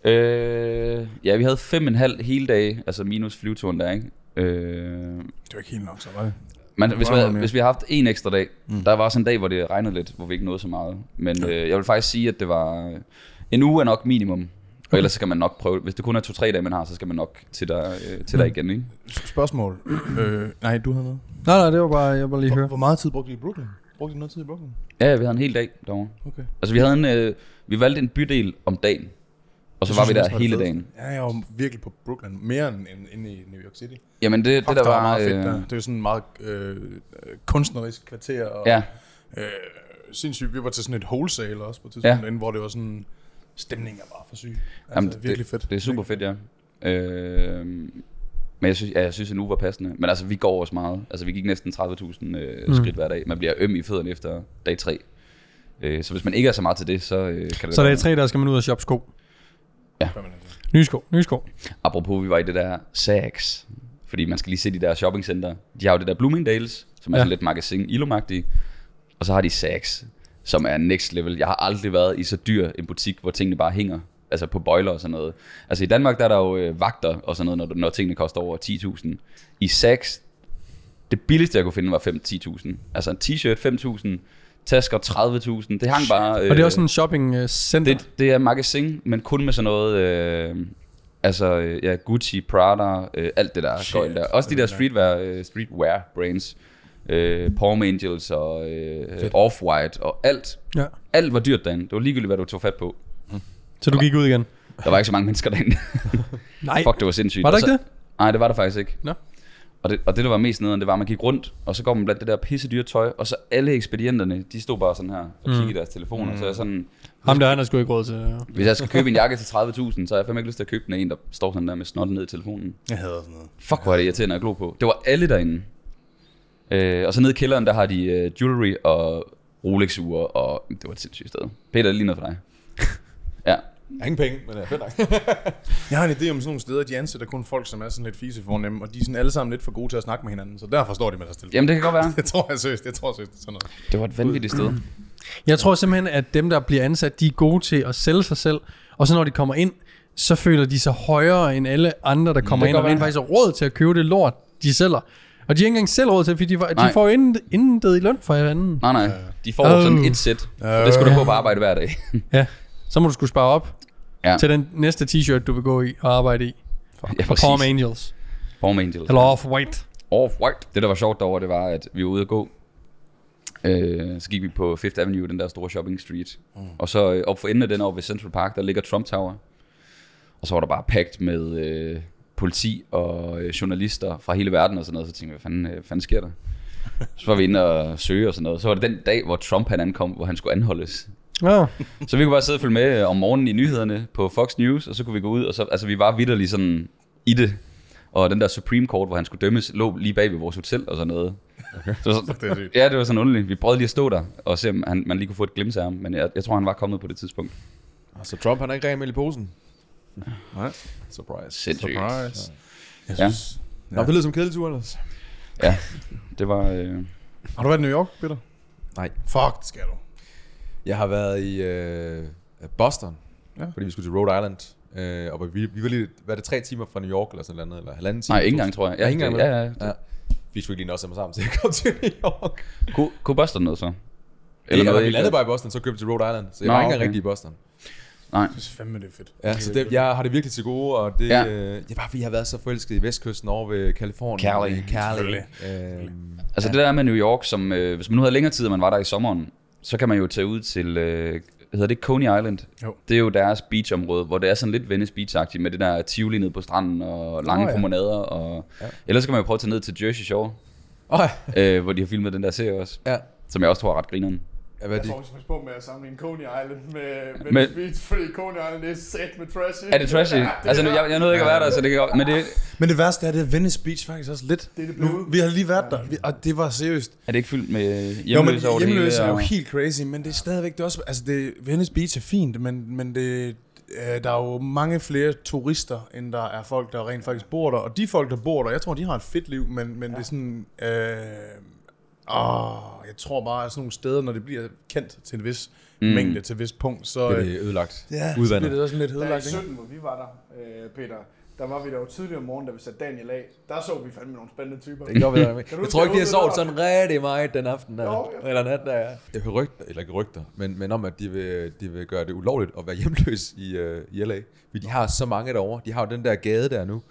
[SPEAKER 5] Øh, ja, vi havde fem og en halv hele dag, altså minus flyveturen der, ikke? Øh,
[SPEAKER 3] Det var ikke helt nok, så var det.
[SPEAKER 5] Men hvis, vi
[SPEAKER 3] meget
[SPEAKER 5] havde,
[SPEAKER 3] mere.
[SPEAKER 5] hvis vi havde haft en ekstra dag, mm. der var sådan en dag, hvor det regnede lidt, hvor vi ikke nåede så meget. Men øh, jeg vil faktisk sige, at det var øh, en uge er nok minimum. Og ellers skal man nok prøve, hvis det kun er to-tre dage, man har, så skal man nok til dig, øh, til dig
[SPEAKER 3] Mm.
[SPEAKER 5] igen, ikke?
[SPEAKER 3] Spørgsmål. øh, nej, du havde noget.
[SPEAKER 1] Nej, nej, det var bare, jeg vil bare lige
[SPEAKER 3] Hvor,
[SPEAKER 1] høre.
[SPEAKER 3] hvor meget tid brugte I i Brooklyn? Brugte I noget tid i Brooklyn?
[SPEAKER 5] Ja, ja, vi havde en hel dag derovre.
[SPEAKER 3] Okay.
[SPEAKER 5] Altså vi havde en, øh, vi valgte en bydel om dagen, og så
[SPEAKER 3] Det
[SPEAKER 5] var
[SPEAKER 3] synes
[SPEAKER 5] vi
[SPEAKER 3] jeg næsten
[SPEAKER 5] der
[SPEAKER 3] var det
[SPEAKER 5] hele
[SPEAKER 3] fedeste.
[SPEAKER 5] dagen.
[SPEAKER 3] Ja, jeg var virkelig på Brooklyn. Mere end, end, end i New York City. Det,
[SPEAKER 5] Jamen det, det der
[SPEAKER 3] var
[SPEAKER 5] var,
[SPEAKER 3] meget fedt der.
[SPEAKER 5] øh,
[SPEAKER 3] Det er jo sådan en meget øh, øh, kunstnerisk kvarter. Og,
[SPEAKER 5] ja,
[SPEAKER 3] Øh, sindssygt, vi var til sådan et wholesale også på et tidspunkt,
[SPEAKER 5] Ja.
[SPEAKER 3] ja. inden, hvor det var sådan, stemningen var for syg. Altså,
[SPEAKER 5] Jamen,
[SPEAKER 3] Jamen, virkelig fedt.
[SPEAKER 5] det er super fedt, ja. Øh, men jeg synes, ja, jeg synes, at en uge var passende. Men altså, vi går også meget. Altså, vi gik næsten 30.000
[SPEAKER 3] Mm.
[SPEAKER 5] øh, skridt hver dag. Man bliver øm i fødderne efter dag 3. Øh, så hvis man ikke er så meget til det, så øh, kan det
[SPEAKER 1] Så
[SPEAKER 5] være
[SPEAKER 1] dag 3, der skal man ud og shoppe sko.
[SPEAKER 3] Permanent.
[SPEAKER 1] Nye sko, nye sko.
[SPEAKER 5] Apropos, vi var i det der Saks. Fordi man skal lige se de der shoppingcenter. De har jo det der Bloomingdales, som er
[SPEAKER 1] Ja.
[SPEAKER 5] ja. sådan lidt magasin ilomagtige. Og så har de Saks, som er next level. Jeg har aldrig været i så dyr en butik, hvor tingene bare hænger. Altså på bøjler og sådan noget. Altså i Danmark, der er der jo øh, vagter og sådan noget, når, når tingene koster over 10.000. I Saks, det billigste jeg kunne finde var 5-10.000. Altså en t-shirt 5.000, tasker 30.000. Det hang bare... Øh,
[SPEAKER 1] Og det er også sådan en shopping øh, center.
[SPEAKER 5] det, det er magasin, men kun med sådan noget... Øh, altså, øh, ja, Gucci, Prada, øh, alt det der gøjl der. Også de der streetwear, øh, streetwear brands. Øh, Palm Angels og øh, Off-White og alt.
[SPEAKER 1] Ja.
[SPEAKER 5] Alt var dyrt derinde. Det var ligegyldigt, hvad du tog fat på.
[SPEAKER 1] Så du gik ud igen.
[SPEAKER 5] Der var ikke så mange mennesker derinde.
[SPEAKER 1] Nej.
[SPEAKER 5] Fuck, det var sindssygt.
[SPEAKER 1] Var der
[SPEAKER 5] Og så-
[SPEAKER 1] ikke det?
[SPEAKER 5] Nej, det var der faktisk ikke.
[SPEAKER 1] Nå.
[SPEAKER 5] Og det, og det, der var mest nederen, det var, at man gik rundt, og så går man blandt det der pissedyre tøj, og så alle ekspedienterne, de stod bare sådan her og
[SPEAKER 1] Mm.
[SPEAKER 5] kiggede i deres telefoner. Så jeg sådan,
[SPEAKER 1] Ham der, han har sgu ikke råd til. ja.
[SPEAKER 5] Hvis jeg skal købe en jakke til 30.000, så har jeg fandme ikke lyst til at købe den af en, der står sådan der med snotten ned i telefonen.
[SPEAKER 3] Jeg hader sådan noget.
[SPEAKER 5] Fuck, hvor er det irriterende at glo på. Det var alle derinde. Øh, og så nede i kælderen, der har de øh, jewelry og Rolex-ure, og det var et sindssygt sted. Peter, det ligner for dig. ja.
[SPEAKER 6] Ingen penge, men det er fedt nok.
[SPEAKER 3] Jeg har en idé om sådan nogle steder, de ansætter kun folk, som er sådan lidt fisefornemme, og de er sådan alle sammen lidt for gode til at snakke med hinanden, så derfor står de med deres telefon.
[SPEAKER 5] Jamen, det kan godt være.
[SPEAKER 3] Jeg tror jeg seriøst, jeg tror seriøst, det er sådan noget.
[SPEAKER 5] Det var et vanvittigt sted.
[SPEAKER 1] Jeg tror simpelthen, at dem, der bliver ansat, de er gode til at sælge sig selv. Og så når de kommer ind, så føler de sig højere end alle andre, der kommer
[SPEAKER 5] Mm, Det
[SPEAKER 1] ind
[SPEAKER 5] kan
[SPEAKER 1] og rent
[SPEAKER 5] være.
[SPEAKER 1] faktisk har råd til at købe det lort, de sælger. Og de har ikke engang selv råd til, fordi de, får- de
[SPEAKER 5] Nej.
[SPEAKER 1] får jo intet, intet i løn fra hinanden.
[SPEAKER 5] Nej, nej. De får oh. sådan
[SPEAKER 1] Øh.
[SPEAKER 5] et sæt. og Det skulle du gå på arbejde hver dag.
[SPEAKER 1] Ja. Så må du skulle spare op
[SPEAKER 5] ja.
[SPEAKER 1] til den næste t-shirt, du vil gå i og arbejde i.
[SPEAKER 5] ja,
[SPEAKER 1] På Palm Angels.
[SPEAKER 5] Palm Angels.
[SPEAKER 1] Eller Off-White.
[SPEAKER 5] Off-white. Det, der var sjovt derovre, det var, at vi var ude at gå. Øh, så gik vi på Fifth Avenue, den der store shopping street. Mm. Og så øh, op for enden af den over ved Central Park, der ligger Trump Tower. Og så var der bare packed med øh, politi og øh, journalister fra hele verden og sådan noget. Så tænkte jeg, hvad fanden, øh, hvad fanden sker der? Så var vi inde og søge og sådan noget. Så var det den dag, hvor Trump han ankom, hvor han skulle anholdes.
[SPEAKER 1] Ja.
[SPEAKER 5] Så vi kunne bare sidde og følge med øh, om morgenen i nyhederne på Fox News, og så kunne vi gå ud, og så, altså vi var vidderlig sådan i det. Og den der Supreme Court, hvor han skulle dømmes, lå lige bag ved vores hotel og sådan noget. Okay. Så, så,
[SPEAKER 3] Det er sygt.
[SPEAKER 5] ja, det var sådan underligt. Vi prøvede lige at stå der og se, om han, man lige kunne få et glimt af ham, men jeg, jeg tror, han var kommet på det tidspunkt.
[SPEAKER 6] Så Trump, han er ikke ren i posen? Nej. Surprise.
[SPEAKER 5] Sindssygt.
[SPEAKER 3] Surprise.
[SPEAKER 5] Ja,
[SPEAKER 6] Ja. Nå, det lyder som en kedelig tur ellers.
[SPEAKER 5] det var... Øh,
[SPEAKER 3] Har du været i New York, Peter?
[SPEAKER 6] Nej.
[SPEAKER 3] Fuck, det skal du.
[SPEAKER 6] Jeg har været i øh, Boston,
[SPEAKER 3] Ja.
[SPEAKER 6] ja. fordi vi skulle til Rhode Island. Øh, og vi, vi var lige, hvad er det, tre timer fra New York eller sådan noget andet, eller halvanden time?
[SPEAKER 5] nej, ikke engang, tror jeg.
[SPEAKER 6] Ja, ikke engang,
[SPEAKER 5] det-
[SPEAKER 6] vel?
[SPEAKER 5] ja, ja.
[SPEAKER 6] Ja. Vi skulle ikke lige nå sammen sammen, til jeg kom til New York.
[SPEAKER 5] Kunne, kunne Buster noget så?
[SPEAKER 6] Eller
[SPEAKER 5] noget,
[SPEAKER 6] når vi
[SPEAKER 5] ikke?
[SPEAKER 6] landede bare i Boston, så købte vi til Rhode Island. Så jeg
[SPEAKER 5] Nå,
[SPEAKER 6] var ikke engang
[SPEAKER 5] okay.
[SPEAKER 6] rigtig i Boston.
[SPEAKER 5] Nej.
[SPEAKER 3] Det er fandme det er fedt.
[SPEAKER 6] Ja, så det, jeg har det virkelig til gode, og det
[SPEAKER 5] Ja.
[SPEAKER 6] ja. øh, ja, bare fordi jeg har været så forelsket i vestkysten over ved Kalifornien.
[SPEAKER 5] Cali.
[SPEAKER 6] Øh, Cali.
[SPEAKER 3] Selvfølgelig.
[SPEAKER 6] Øh,
[SPEAKER 5] Altså ja. det der med New York, som øh, hvis man nu havde længere tid, og man var der i sommeren, så kan man jo tage ud til, øh, hedder det Coney Island?
[SPEAKER 3] Jo.
[SPEAKER 5] Det er jo deres beachområde, hvor det er sådan lidt Venice beach med det der tivoli nede på stranden og lange oh,
[SPEAKER 3] Nå,
[SPEAKER 5] ja.
[SPEAKER 3] ja.
[SPEAKER 5] promenader. Og... Ja. Ellers kan man jo prøve at tage ned til Jersey Shore,
[SPEAKER 6] Øj,
[SPEAKER 5] øh, hvor de har filmet den der serie også,
[SPEAKER 6] ja.
[SPEAKER 5] som jeg også tror er ret grineren.
[SPEAKER 6] Ja, hvad er
[SPEAKER 7] Jeg
[SPEAKER 6] de?
[SPEAKER 7] tror, vi skal passe på med at sammenligne Coney Island med
[SPEAKER 5] Men-
[SPEAKER 7] Venice Beach, fordi Coney Island er sat med trashy.
[SPEAKER 5] Er det trashy? Altså nu, jeg, jeg nåede ikke at være der, så det kan godt, men det,
[SPEAKER 3] Men det værste er, det er Venice Beach faktisk også lidt.
[SPEAKER 7] Det er det blevet.
[SPEAKER 3] Nu, vi har lige været der, vi, og det var seriøst.
[SPEAKER 5] er det ikke fyldt med
[SPEAKER 3] Jo, men
[SPEAKER 5] hjemløse over det
[SPEAKER 3] hjemløse
[SPEAKER 5] hele.
[SPEAKER 3] er jo
[SPEAKER 5] og-
[SPEAKER 3] helt crazy, men det er stadigvæk det er også... Altså, det, Venice Beach er fint, men, men det, øh, der er jo mange flere turister, end der er folk, der rent faktisk bor der. Og de folk, der bor der, jeg tror, de har et fedt liv, men, men ja. det er sådan... Øh, åh, jeg tror bare, at sådan nogle steder, når det bliver kendt til en vis mm. mængde, til et vis punkt, så...
[SPEAKER 6] Det
[SPEAKER 3] Øh,
[SPEAKER 6] er ødelagt.
[SPEAKER 3] ja, så bliver
[SPEAKER 6] Udvandet.
[SPEAKER 3] det også sådan lidt
[SPEAKER 7] Der i
[SPEAKER 3] hedelagt, ikke?
[SPEAKER 7] 17, hvor vi var der, øh, Peter, der var vi der jo tidligere om morgenen, da vi satte Daniel af. Der så vi fandme nogle spændende typer.
[SPEAKER 2] Det gjorde vi da.
[SPEAKER 7] Kan du
[SPEAKER 2] Jeg tror ikke, de har
[SPEAKER 7] huske,
[SPEAKER 2] sovet
[SPEAKER 7] det
[SPEAKER 2] sådan rigtig meget den aften der.
[SPEAKER 7] Jo, jo.
[SPEAKER 2] Eller nat der, ja.
[SPEAKER 6] Jeg hører rygter, eller ikke rygter, men, men om, at de vil, de vil gøre det ulovligt at være hjemløs i, øh, i LA. Fordi de har så mange derovre. De har jo den der gade der nu.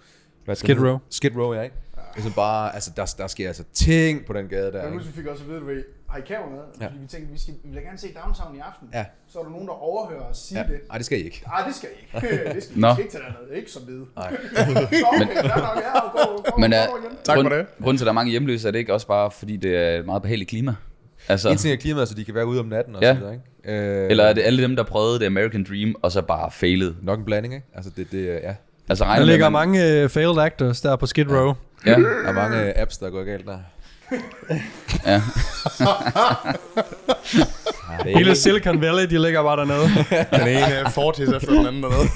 [SPEAKER 6] Hvad skal
[SPEAKER 1] Skid
[SPEAKER 6] den hedde?
[SPEAKER 1] Row.
[SPEAKER 6] Skid Row, ja, ikke? Det er sådan bare, altså, der, der sker altså ting på den gade der,
[SPEAKER 7] Jeg
[SPEAKER 6] ikke?
[SPEAKER 7] husker, vi fik også at vide, at vi har I kamera med,
[SPEAKER 6] Ja.
[SPEAKER 7] ja. fordi vi tænkte, vi, skal, vi vil da gerne se Downtown i aften.
[SPEAKER 6] Ja.
[SPEAKER 7] Så er der nogen, der overhører os sige
[SPEAKER 6] Ja.
[SPEAKER 7] det.
[SPEAKER 6] Ej, det skal I ikke.
[SPEAKER 7] Nej, det skal I ikke. det skal I
[SPEAKER 5] Nå.
[SPEAKER 7] no. ikke til dernede. Ikke som hvide.
[SPEAKER 6] Nej.
[SPEAKER 7] Så okay, fair nok, ja, gå, gå,
[SPEAKER 5] Men
[SPEAKER 7] gå,
[SPEAKER 5] er,
[SPEAKER 7] gå igen.
[SPEAKER 3] Tak for
[SPEAKER 5] grund,
[SPEAKER 3] det.
[SPEAKER 5] grunden til, at der er mange hjemløse, er det ikke også bare, fordi det er et meget behageligt klima? Altså,
[SPEAKER 6] En ting er klimaet, så de kan være ude om natten og
[SPEAKER 5] Ja.
[SPEAKER 6] ja. så videre, ikke? Øh,
[SPEAKER 5] eller er det alle dem, der prøvede det American Dream, og så bare failed?
[SPEAKER 6] Nok en blanding, ikke? Altså, det, det, øh, ja.
[SPEAKER 5] Altså, regner
[SPEAKER 1] Der
[SPEAKER 5] med,
[SPEAKER 1] ligger
[SPEAKER 5] man-
[SPEAKER 1] mange uh, failed actors der på Skid Row.
[SPEAKER 5] Ja,
[SPEAKER 6] Der er mange øh, apps, der er gået galt der.
[SPEAKER 5] ja.
[SPEAKER 1] Hele Silicon Valley, de ligger bare dernede.
[SPEAKER 3] Den ene fortis efter den anden dernede.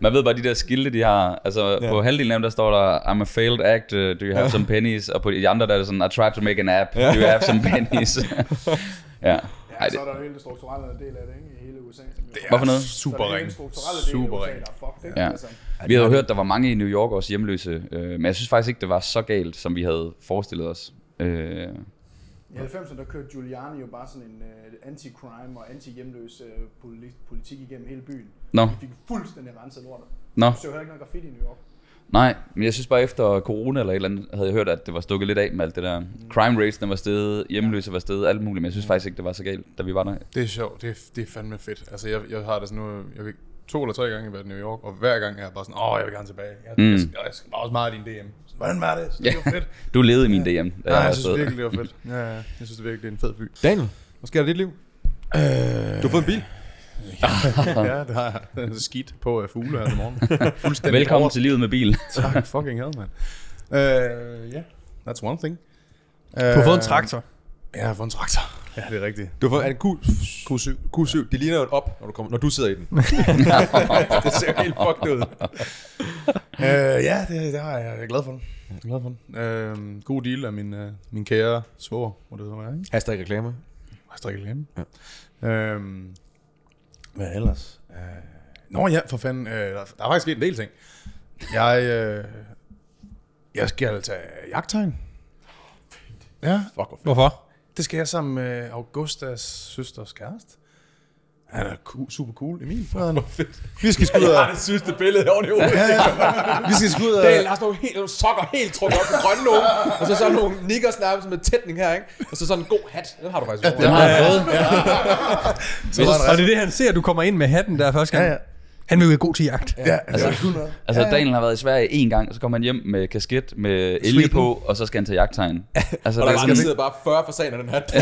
[SPEAKER 5] Man ved bare, de der skilte, de har. Altså, ja. på halvdelen af dem, der står der, I'm a failed act, uh, do you have some pennies? Og på de andre, der er det sådan, I tried to make an app, do you have some pennies? ja. Ej,
[SPEAKER 7] Ja,
[SPEAKER 5] det,
[SPEAKER 7] så er der jo hele den strukturelle del af det, ikke? I hele USA. Det
[SPEAKER 5] Hvad for noget?
[SPEAKER 7] så er
[SPEAKER 3] Super
[SPEAKER 7] det hele
[SPEAKER 3] ring.
[SPEAKER 7] den strukturelle del
[SPEAKER 3] Super
[SPEAKER 7] af USA,
[SPEAKER 3] ring.
[SPEAKER 7] der er fucked, ikke?
[SPEAKER 5] Ja.
[SPEAKER 7] Altså,
[SPEAKER 5] vi havde jo hørt, der var mange i New York også hjemløse, øh, men jeg synes faktisk ikke, det var så galt, som vi havde forestillet os. Øh,
[SPEAKER 7] I 90'erne, der kørte Giuliani jo bare sådan en uh, anti-crime og anti-hjemløs uh, politi- politik igennem hele byen.
[SPEAKER 5] Nå.
[SPEAKER 7] De fik fuldstændig renset lortet.
[SPEAKER 5] nå,
[SPEAKER 7] Du ser jo heller ikke noget graffiti i New York.
[SPEAKER 5] nej, men jeg synes bare efter corona eller et eller andet, havde jeg hørt, at det var stukket lidt af med alt det der. Crime rates, den var steget, hjemløse var steget, alt muligt, men jeg synes faktisk ikke, det var så galt, da vi var der.
[SPEAKER 3] Det er sjovt. Det er, det er fandme fedt. Altså, jeg, jeg har det sådan nu... Jeg fik to eller tre gange været i New York, og hver gang er jeg bare sådan, åh, jeg vil gerne tilbage. Jeg, mm.
[SPEAKER 5] Mm.
[SPEAKER 3] jeg, skal, jeg skal bare også meget i din DM. Så, Hvordan var det? Så det var fedt.
[SPEAKER 5] Du levede i min DM. da
[SPEAKER 3] Ja,
[SPEAKER 5] var
[SPEAKER 3] jeg synes
[SPEAKER 5] afsted.
[SPEAKER 3] virkelig, det var fedt. Ja, ja. jeg synes det virkelig, det er en fed by.
[SPEAKER 6] Daniel, hvad sker der i dit liv? Øh... Du har fået en bil.
[SPEAKER 3] ja, det har jeg. Den er skidt på uh, fugle her til morgen. Fuldstændig
[SPEAKER 5] Velkommen
[SPEAKER 3] over-
[SPEAKER 5] til livet med bil.
[SPEAKER 3] Tak, fucking hell, man. Ja, uh, yeah, that's one thing. Uh,
[SPEAKER 1] Du har fået en traktor.
[SPEAKER 3] Ja, jeg har fået en traktor. Ja, det er rigtigt.
[SPEAKER 6] Du har fået en Q... Q7. Q7. Det ligner jo et op, når du, kommer, når du sidder i den.
[SPEAKER 3] det ser jo helt fucked ud. øh, ja, det, det har jeg. Jeg er glad for den. Jeg er glad for den. Øh, god deal af min, øh, min kære svoger, hvor det så er, ikke?
[SPEAKER 6] Hashtag reklame.
[SPEAKER 3] Har jeg strikket hjemme? Ja. Øh, hvad ellers? Øh, nå ja, for fanden. Øh, der, der er faktisk sket en del ting. Jeg, øh, jeg skal tage jagttegn. Ja,
[SPEAKER 6] Fuck, hvor fedt.
[SPEAKER 1] Hvorfor?
[SPEAKER 3] det skal jeg sammen med Augustas søsters kæreste. Han er cool, super cool, Emil. Hvor fedt. Vi skal sgu ud og...
[SPEAKER 6] det sygeste billede oven i hovedet.
[SPEAKER 3] Ja, ja. Vi skal sgu ud og...
[SPEAKER 6] Daniel har sådan nogle, helt, nogle sokker helt trukket op på grønne nogen, og så sådan nogle knickers nærmest med tætning her, ikke? Og så sådan en god hat. Den har du faktisk.
[SPEAKER 5] Den har jeg fået.
[SPEAKER 1] Og det er det, han ser, du kommer ind med hatten der første gang.
[SPEAKER 3] Ja, ja.
[SPEAKER 1] Han vil jo være god til jagt.
[SPEAKER 3] Ja,
[SPEAKER 5] Altså,
[SPEAKER 3] det var
[SPEAKER 5] altså Daniel har været i Sverige en gang, og så kommer han hjem med kasket med elge på, og så skal han til jagttegn. Altså,
[SPEAKER 6] Og
[SPEAKER 5] der
[SPEAKER 6] der, skal
[SPEAKER 5] er sådan
[SPEAKER 6] sidder bare 40 fasaner i den hat.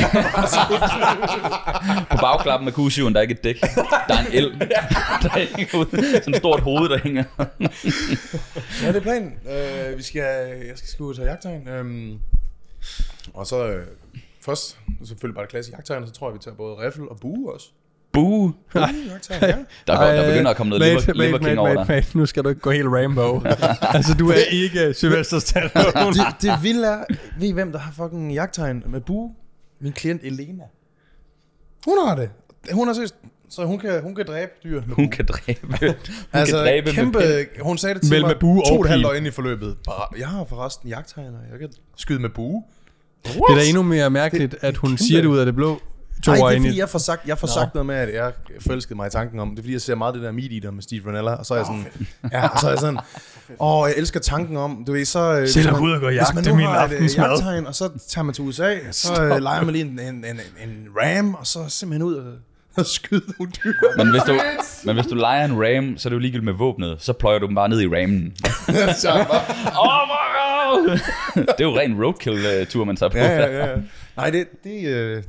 [SPEAKER 5] på bagklappen af Q7'en, der er ikke et dæk. Der er en el, der hænger ud. Sådan et stort hoved, der hænger.
[SPEAKER 3] Ja, det er planen. Øh, vi skal, jeg skal sgu ud og tage jagttegn. Øhm, og så øh, først, selvfølgelig bare det klasse jagttegn, og så tror jeg, vi tager både riffel og bue også.
[SPEAKER 5] Boo!
[SPEAKER 3] Bue, jagttegn, ja.
[SPEAKER 5] Der, går, der begynder at komme noget
[SPEAKER 1] mate,
[SPEAKER 5] liver, liver
[SPEAKER 1] mate,
[SPEAKER 5] king
[SPEAKER 1] mate,
[SPEAKER 5] over
[SPEAKER 1] mate,
[SPEAKER 5] dig.
[SPEAKER 1] mate, Nu skal du ikke gå helt Rambo. altså, du er ikke Sylvester Stallone.
[SPEAKER 3] det, det vilde er, ved I hvem, der har fucking jagttegn med bue? Min klient Elena. Hun har det. Hun har seriøst, så hun kan, hun kan dræbe dyr. med
[SPEAKER 5] Hun
[SPEAKER 3] bue.
[SPEAKER 5] kan dræbe. Hun kan dræbe
[SPEAKER 3] kæmpe,
[SPEAKER 5] med
[SPEAKER 3] hun sagde det til
[SPEAKER 1] Vel
[SPEAKER 3] mig
[SPEAKER 1] med bue
[SPEAKER 3] to
[SPEAKER 1] og
[SPEAKER 3] og et halvt
[SPEAKER 1] pil.
[SPEAKER 3] år inde i forløbet. Bare, jeg har forresten jagttegn, og jeg kan skyde med bue.
[SPEAKER 1] Det er da endnu mere mærkeligt, at hun
[SPEAKER 3] kæmpe-
[SPEAKER 1] siger det ud af det blå. To
[SPEAKER 3] Nej,
[SPEAKER 1] år
[SPEAKER 3] det er
[SPEAKER 1] ind
[SPEAKER 3] fordi,
[SPEAKER 1] i.
[SPEAKER 3] jeg får sagt, jeg får sagt noget med, at jeg forelskede mig i tanken om, det er fordi, jeg ser meget det der Meat Eater med Steve Ranella, og så er jeg sådan, ja, og så er jeg sådan, åh, jeg elsker tanken om, du ved, så... øh,
[SPEAKER 1] Selv
[SPEAKER 3] hvis
[SPEAKER 1] at
[SPEAKER 3] man-
[SPEAKER 1] gå ud og gå i
[SPEAKER 3] hvis
[SPEAKER 1] jagt,
[SPEAKER 3] man
[SPEAKER 1] det er
[SPEAKER 3] nu
[SPEAKER 1] min
[SPEAKER 3] har et, øh,
[SPEAKER 1] aftensmad.
[SPEAKER 3] jagttegn, Og så tager man til USA, så øh, leger man lige en, en, en, en ram, og så simpelthen ud og, og skyde nogle dyr.
[SPEAKER 5] Men hvis, du, men hvis du leger en ram, så er det jo ligegyldigt med våbnet. Så pløjer du dem bare ned i rammen.
[SPEAKER 3] Så jeg bare-
[SPEAKER 5] Åh, wow! det er jo ren roadkill-tur, man tager på.
[SPEAKER 3] ja, ja, ja. Nej, det, det, øh,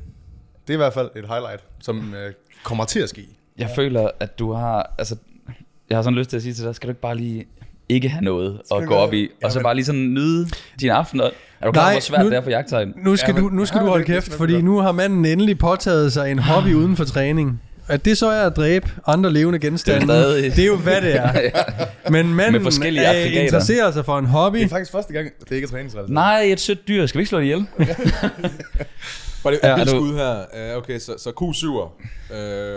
[SPEAKER 3] det er i hvert fald et highlight, som øh, kommer til at ske.
[SPEAKER 5] Jeg føler, at du har... Altså, jeg har sådan lyst til at sige til dig, skal du ikke bare lige ikke have noget at gå op i, og så
[SPEAKER 3] men-
[SPEAKER 5] bare lige sådan nyde din aften. og- Er du klar, over,
[SPEAKER 1] Nej,
[SPEAKER 5] hvor svært
[SPEAKER 1] nu-
[SPEAKER 5] det er for jagttegn?
[SPEAKER 1] Nu skal,
[SPEAKER 3] Ja,
[SPEAKER 1] du,
[SPEAKER 3] men-
[SPEAKER 1] nu skal du
[SPEAKER 3] Ja,
[SPEAKER 1] holde
[SPEAKER 3] det- det
[SPEAKER 1] kæft,
[SPEAKER 3] smager
[SPEAKER 1] fordi
[SPEAKER 3] godt.
[SPEAKER 1] nu har manden endelig påtaget sig en hobby uden for træning. At det så er at dræbe andre levende genstande,
[SPEAKER 5] Ah. Det er stadig-
[SPEAKER 1] det er jo hvad det er. Men manden
[SPEAKER 5] Med forskellige
[SPEAKER 1] er-
[SPEAKER 5] aggregater.
[SPEAKER 1] interesserer sig for en hobby.
[SPEAKER 3] Det er faktisk første gang, det er ikke er træningsrelateret.
[SPEAKER 5] Nej, et sødt dyr. Skal vi ikke slå det ihjel?
[SPEAKER 6] Bare lige
[SPEAKER 5] Ja,
[SPEAKER 6] ja, et
[SPEAKER 5] er du-
[SPEAKER 6] skud her. Uh, okay, så, så Q7'er. Uh,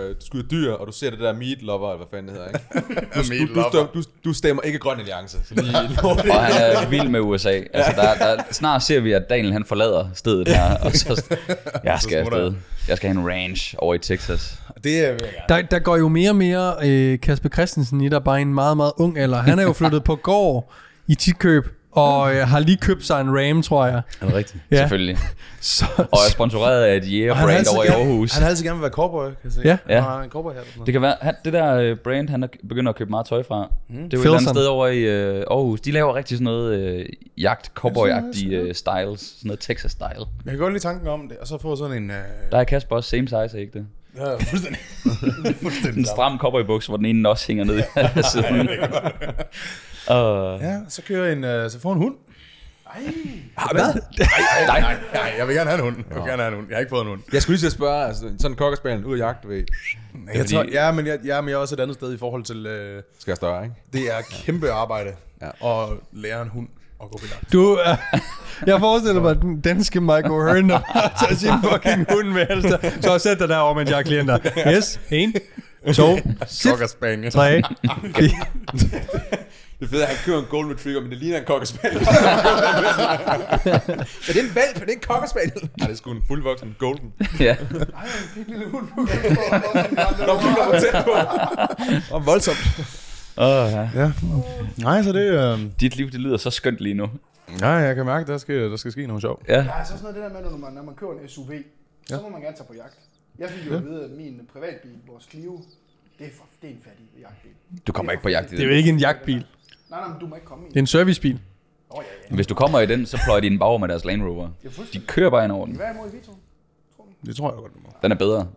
[SPEAKER 6] du skyder dyr, og du ser det der meat lover, eller hvad fanden det hedder, ikke? Du, du, du, stem- du, du stemmer ikke grøn alliance. Så lige lort.
[SPEAKER 5] Og han er vild med USA. Altså, der, der, snart ser vi, at Daniel han forlader stedet her. Og så, jeg skal
[SPEAKER 3] smutter
[SPEAKER 5] afsted. Jeg skal have en ranch over i Texas.
[SPEAKER 3] Det er, vil jeg gerne.
[SPEAKER 1] Der, der går jo mere og mere øh, Kasper Christensen i der bare i en meget, meget ung alder. Han er jo flyttet på gård i Tikøb, og øh, har lige købt sig en Ram, tror jeg.
[SPEAKER 5] Er det rigtigt?
[SPEAKER 1] Ja.
[SPEAKER 5] Ja. Selvfølgelig.
[SPEAKER 1] Så,
[SPEAKER 5] Og er sponsoreret af et
[SPEAKER 3] Og han har
[SPEAKER 5] jægerbrand
[SPEAKER 3] altid
[SPEAKER 5] over i
[SPEAKER 3] gerne-
[SPEAKER 5] Aarhus.
[SPEAKER 3] Han har altid gerne vil være cowboy, kan jeg se.
[SPEAKER 1] Ja.
[SPEAKER 5] Ja.
[SPEAKER 3] Han har en cowboy her.
[SPEAKER 5] Det kan være, han, det der øh, brand, han er- begynder at købe meget tøj fra, mm. det er jo et eller andet
[SPEAKER 1] Filson.
[SPEAKER 5] sted over i øh, Aarhus. De laver rigtig sådan noget øh, jagt, cowboy-agtige øh, styles, sådan noget Texas-style.
[SPEAKER 3] Jeg kan godt lide tanken om det, og så få sådan en... Øh,
[SPEAKER 5] Der er Kasper også same size, ikke det?
[SPEAKER 3] ja, fuldstændig. fuldstændig
[SPEAKER 5] En stram cowboybuks, hvor den ene også hænger ned i siden. Og,
[SPEAKER 3] Ja, så kører en... Øh, så får en hund.
[SPEAKER 5] nej, nej.
[SPEAKER 3] Nej, jeg vil gerne have en hund. Jeg vil gerne have en hund. Jeg har ikke fået en hund.
[SPEAKER 6] Jeg skulle lige til at spørge, altså, sådan en kokkerspaniel ud af jagt, du ved,
[SPEAKER 3] Jeg tror, ja, men jeg, ja, men jeg er også et andet sted i forhold til... Øh,
[SPEAKER 6] skal jeg større, ikke?
[SPEAKER 3] det er kæmpe arbejde
[SPEAKER 6] Ja.
[SPEAKER 3] at lære en hund at gå på jagt.
[SPEAKER 1] du, øh, jeg forestiller mig den danske Michael Hearn, der tager sin fucking hund med. Altså. Så sæt dig derovre, mens jeg er klienter. Yes, en, to, sit,
[SPEAKER 3] Cocker Spaniel.
[SPEAKER 1] tre, fire.
[SPEAKER 6] Det er fedt, at han kører en golden retriever, men det ligner en kokkerspaniel. men det er en valp, det er en kokkerspaniel. Nej, det er sgu en fuldvoksen golden.
[SPEAKER 5] ja.
[SPEAKER 6] Når du kommer tæt på. Og voldsomt.
[SPEAKER 5] Oh, ja.
[SPEAKER 3] Ja. Nej, så det... Øh,
[SPEAKER 5] Dit liv, det lyder så skønt lige nu.
[SPEAKER 3] nej, jeg kan mærke, der skal, der skal ske noget sjovt.
[SPEAKER 5] Ja.
[SPEAKER 7] Der er altså også noget af det der med, når man, når man køber en SUV, så må man gerne tage på jagt. Jeg fik jo at vide, at min privatbil, vores Clio, det er, for, det er en fattig jagtbil.
[SPEAKER 5] Du kommer ikke på jagt i
[SPEAKER 1] Det er jo
[SPEAKER 5] den.
[SPEAKER 1] ikke en jagtbil.
[SPEAKER 7] Nej, nej, men du må ikke komme i
[SPEAKER 1] Det er
[SPEAKER 7] den.
[SPEAKER 1] en servicebil.
[SPEAKER 7] Åh, ja, ja.
[SPEAKER 5] Hvis du kommer i den, så pløjer de den bagover med deres Land Rover.
[SPEAKER 7] Det er
[SPEAKER 5] De
[SPEAKER 7] fuldstændig.
[SPEAKER 5] kører bare ind over den.
[SPEAKER 7] Hvad er imod i Vito?
[SPEAKER 3] Det tror jeg godt, du må.
[SPEAKER 5] Den er bedre.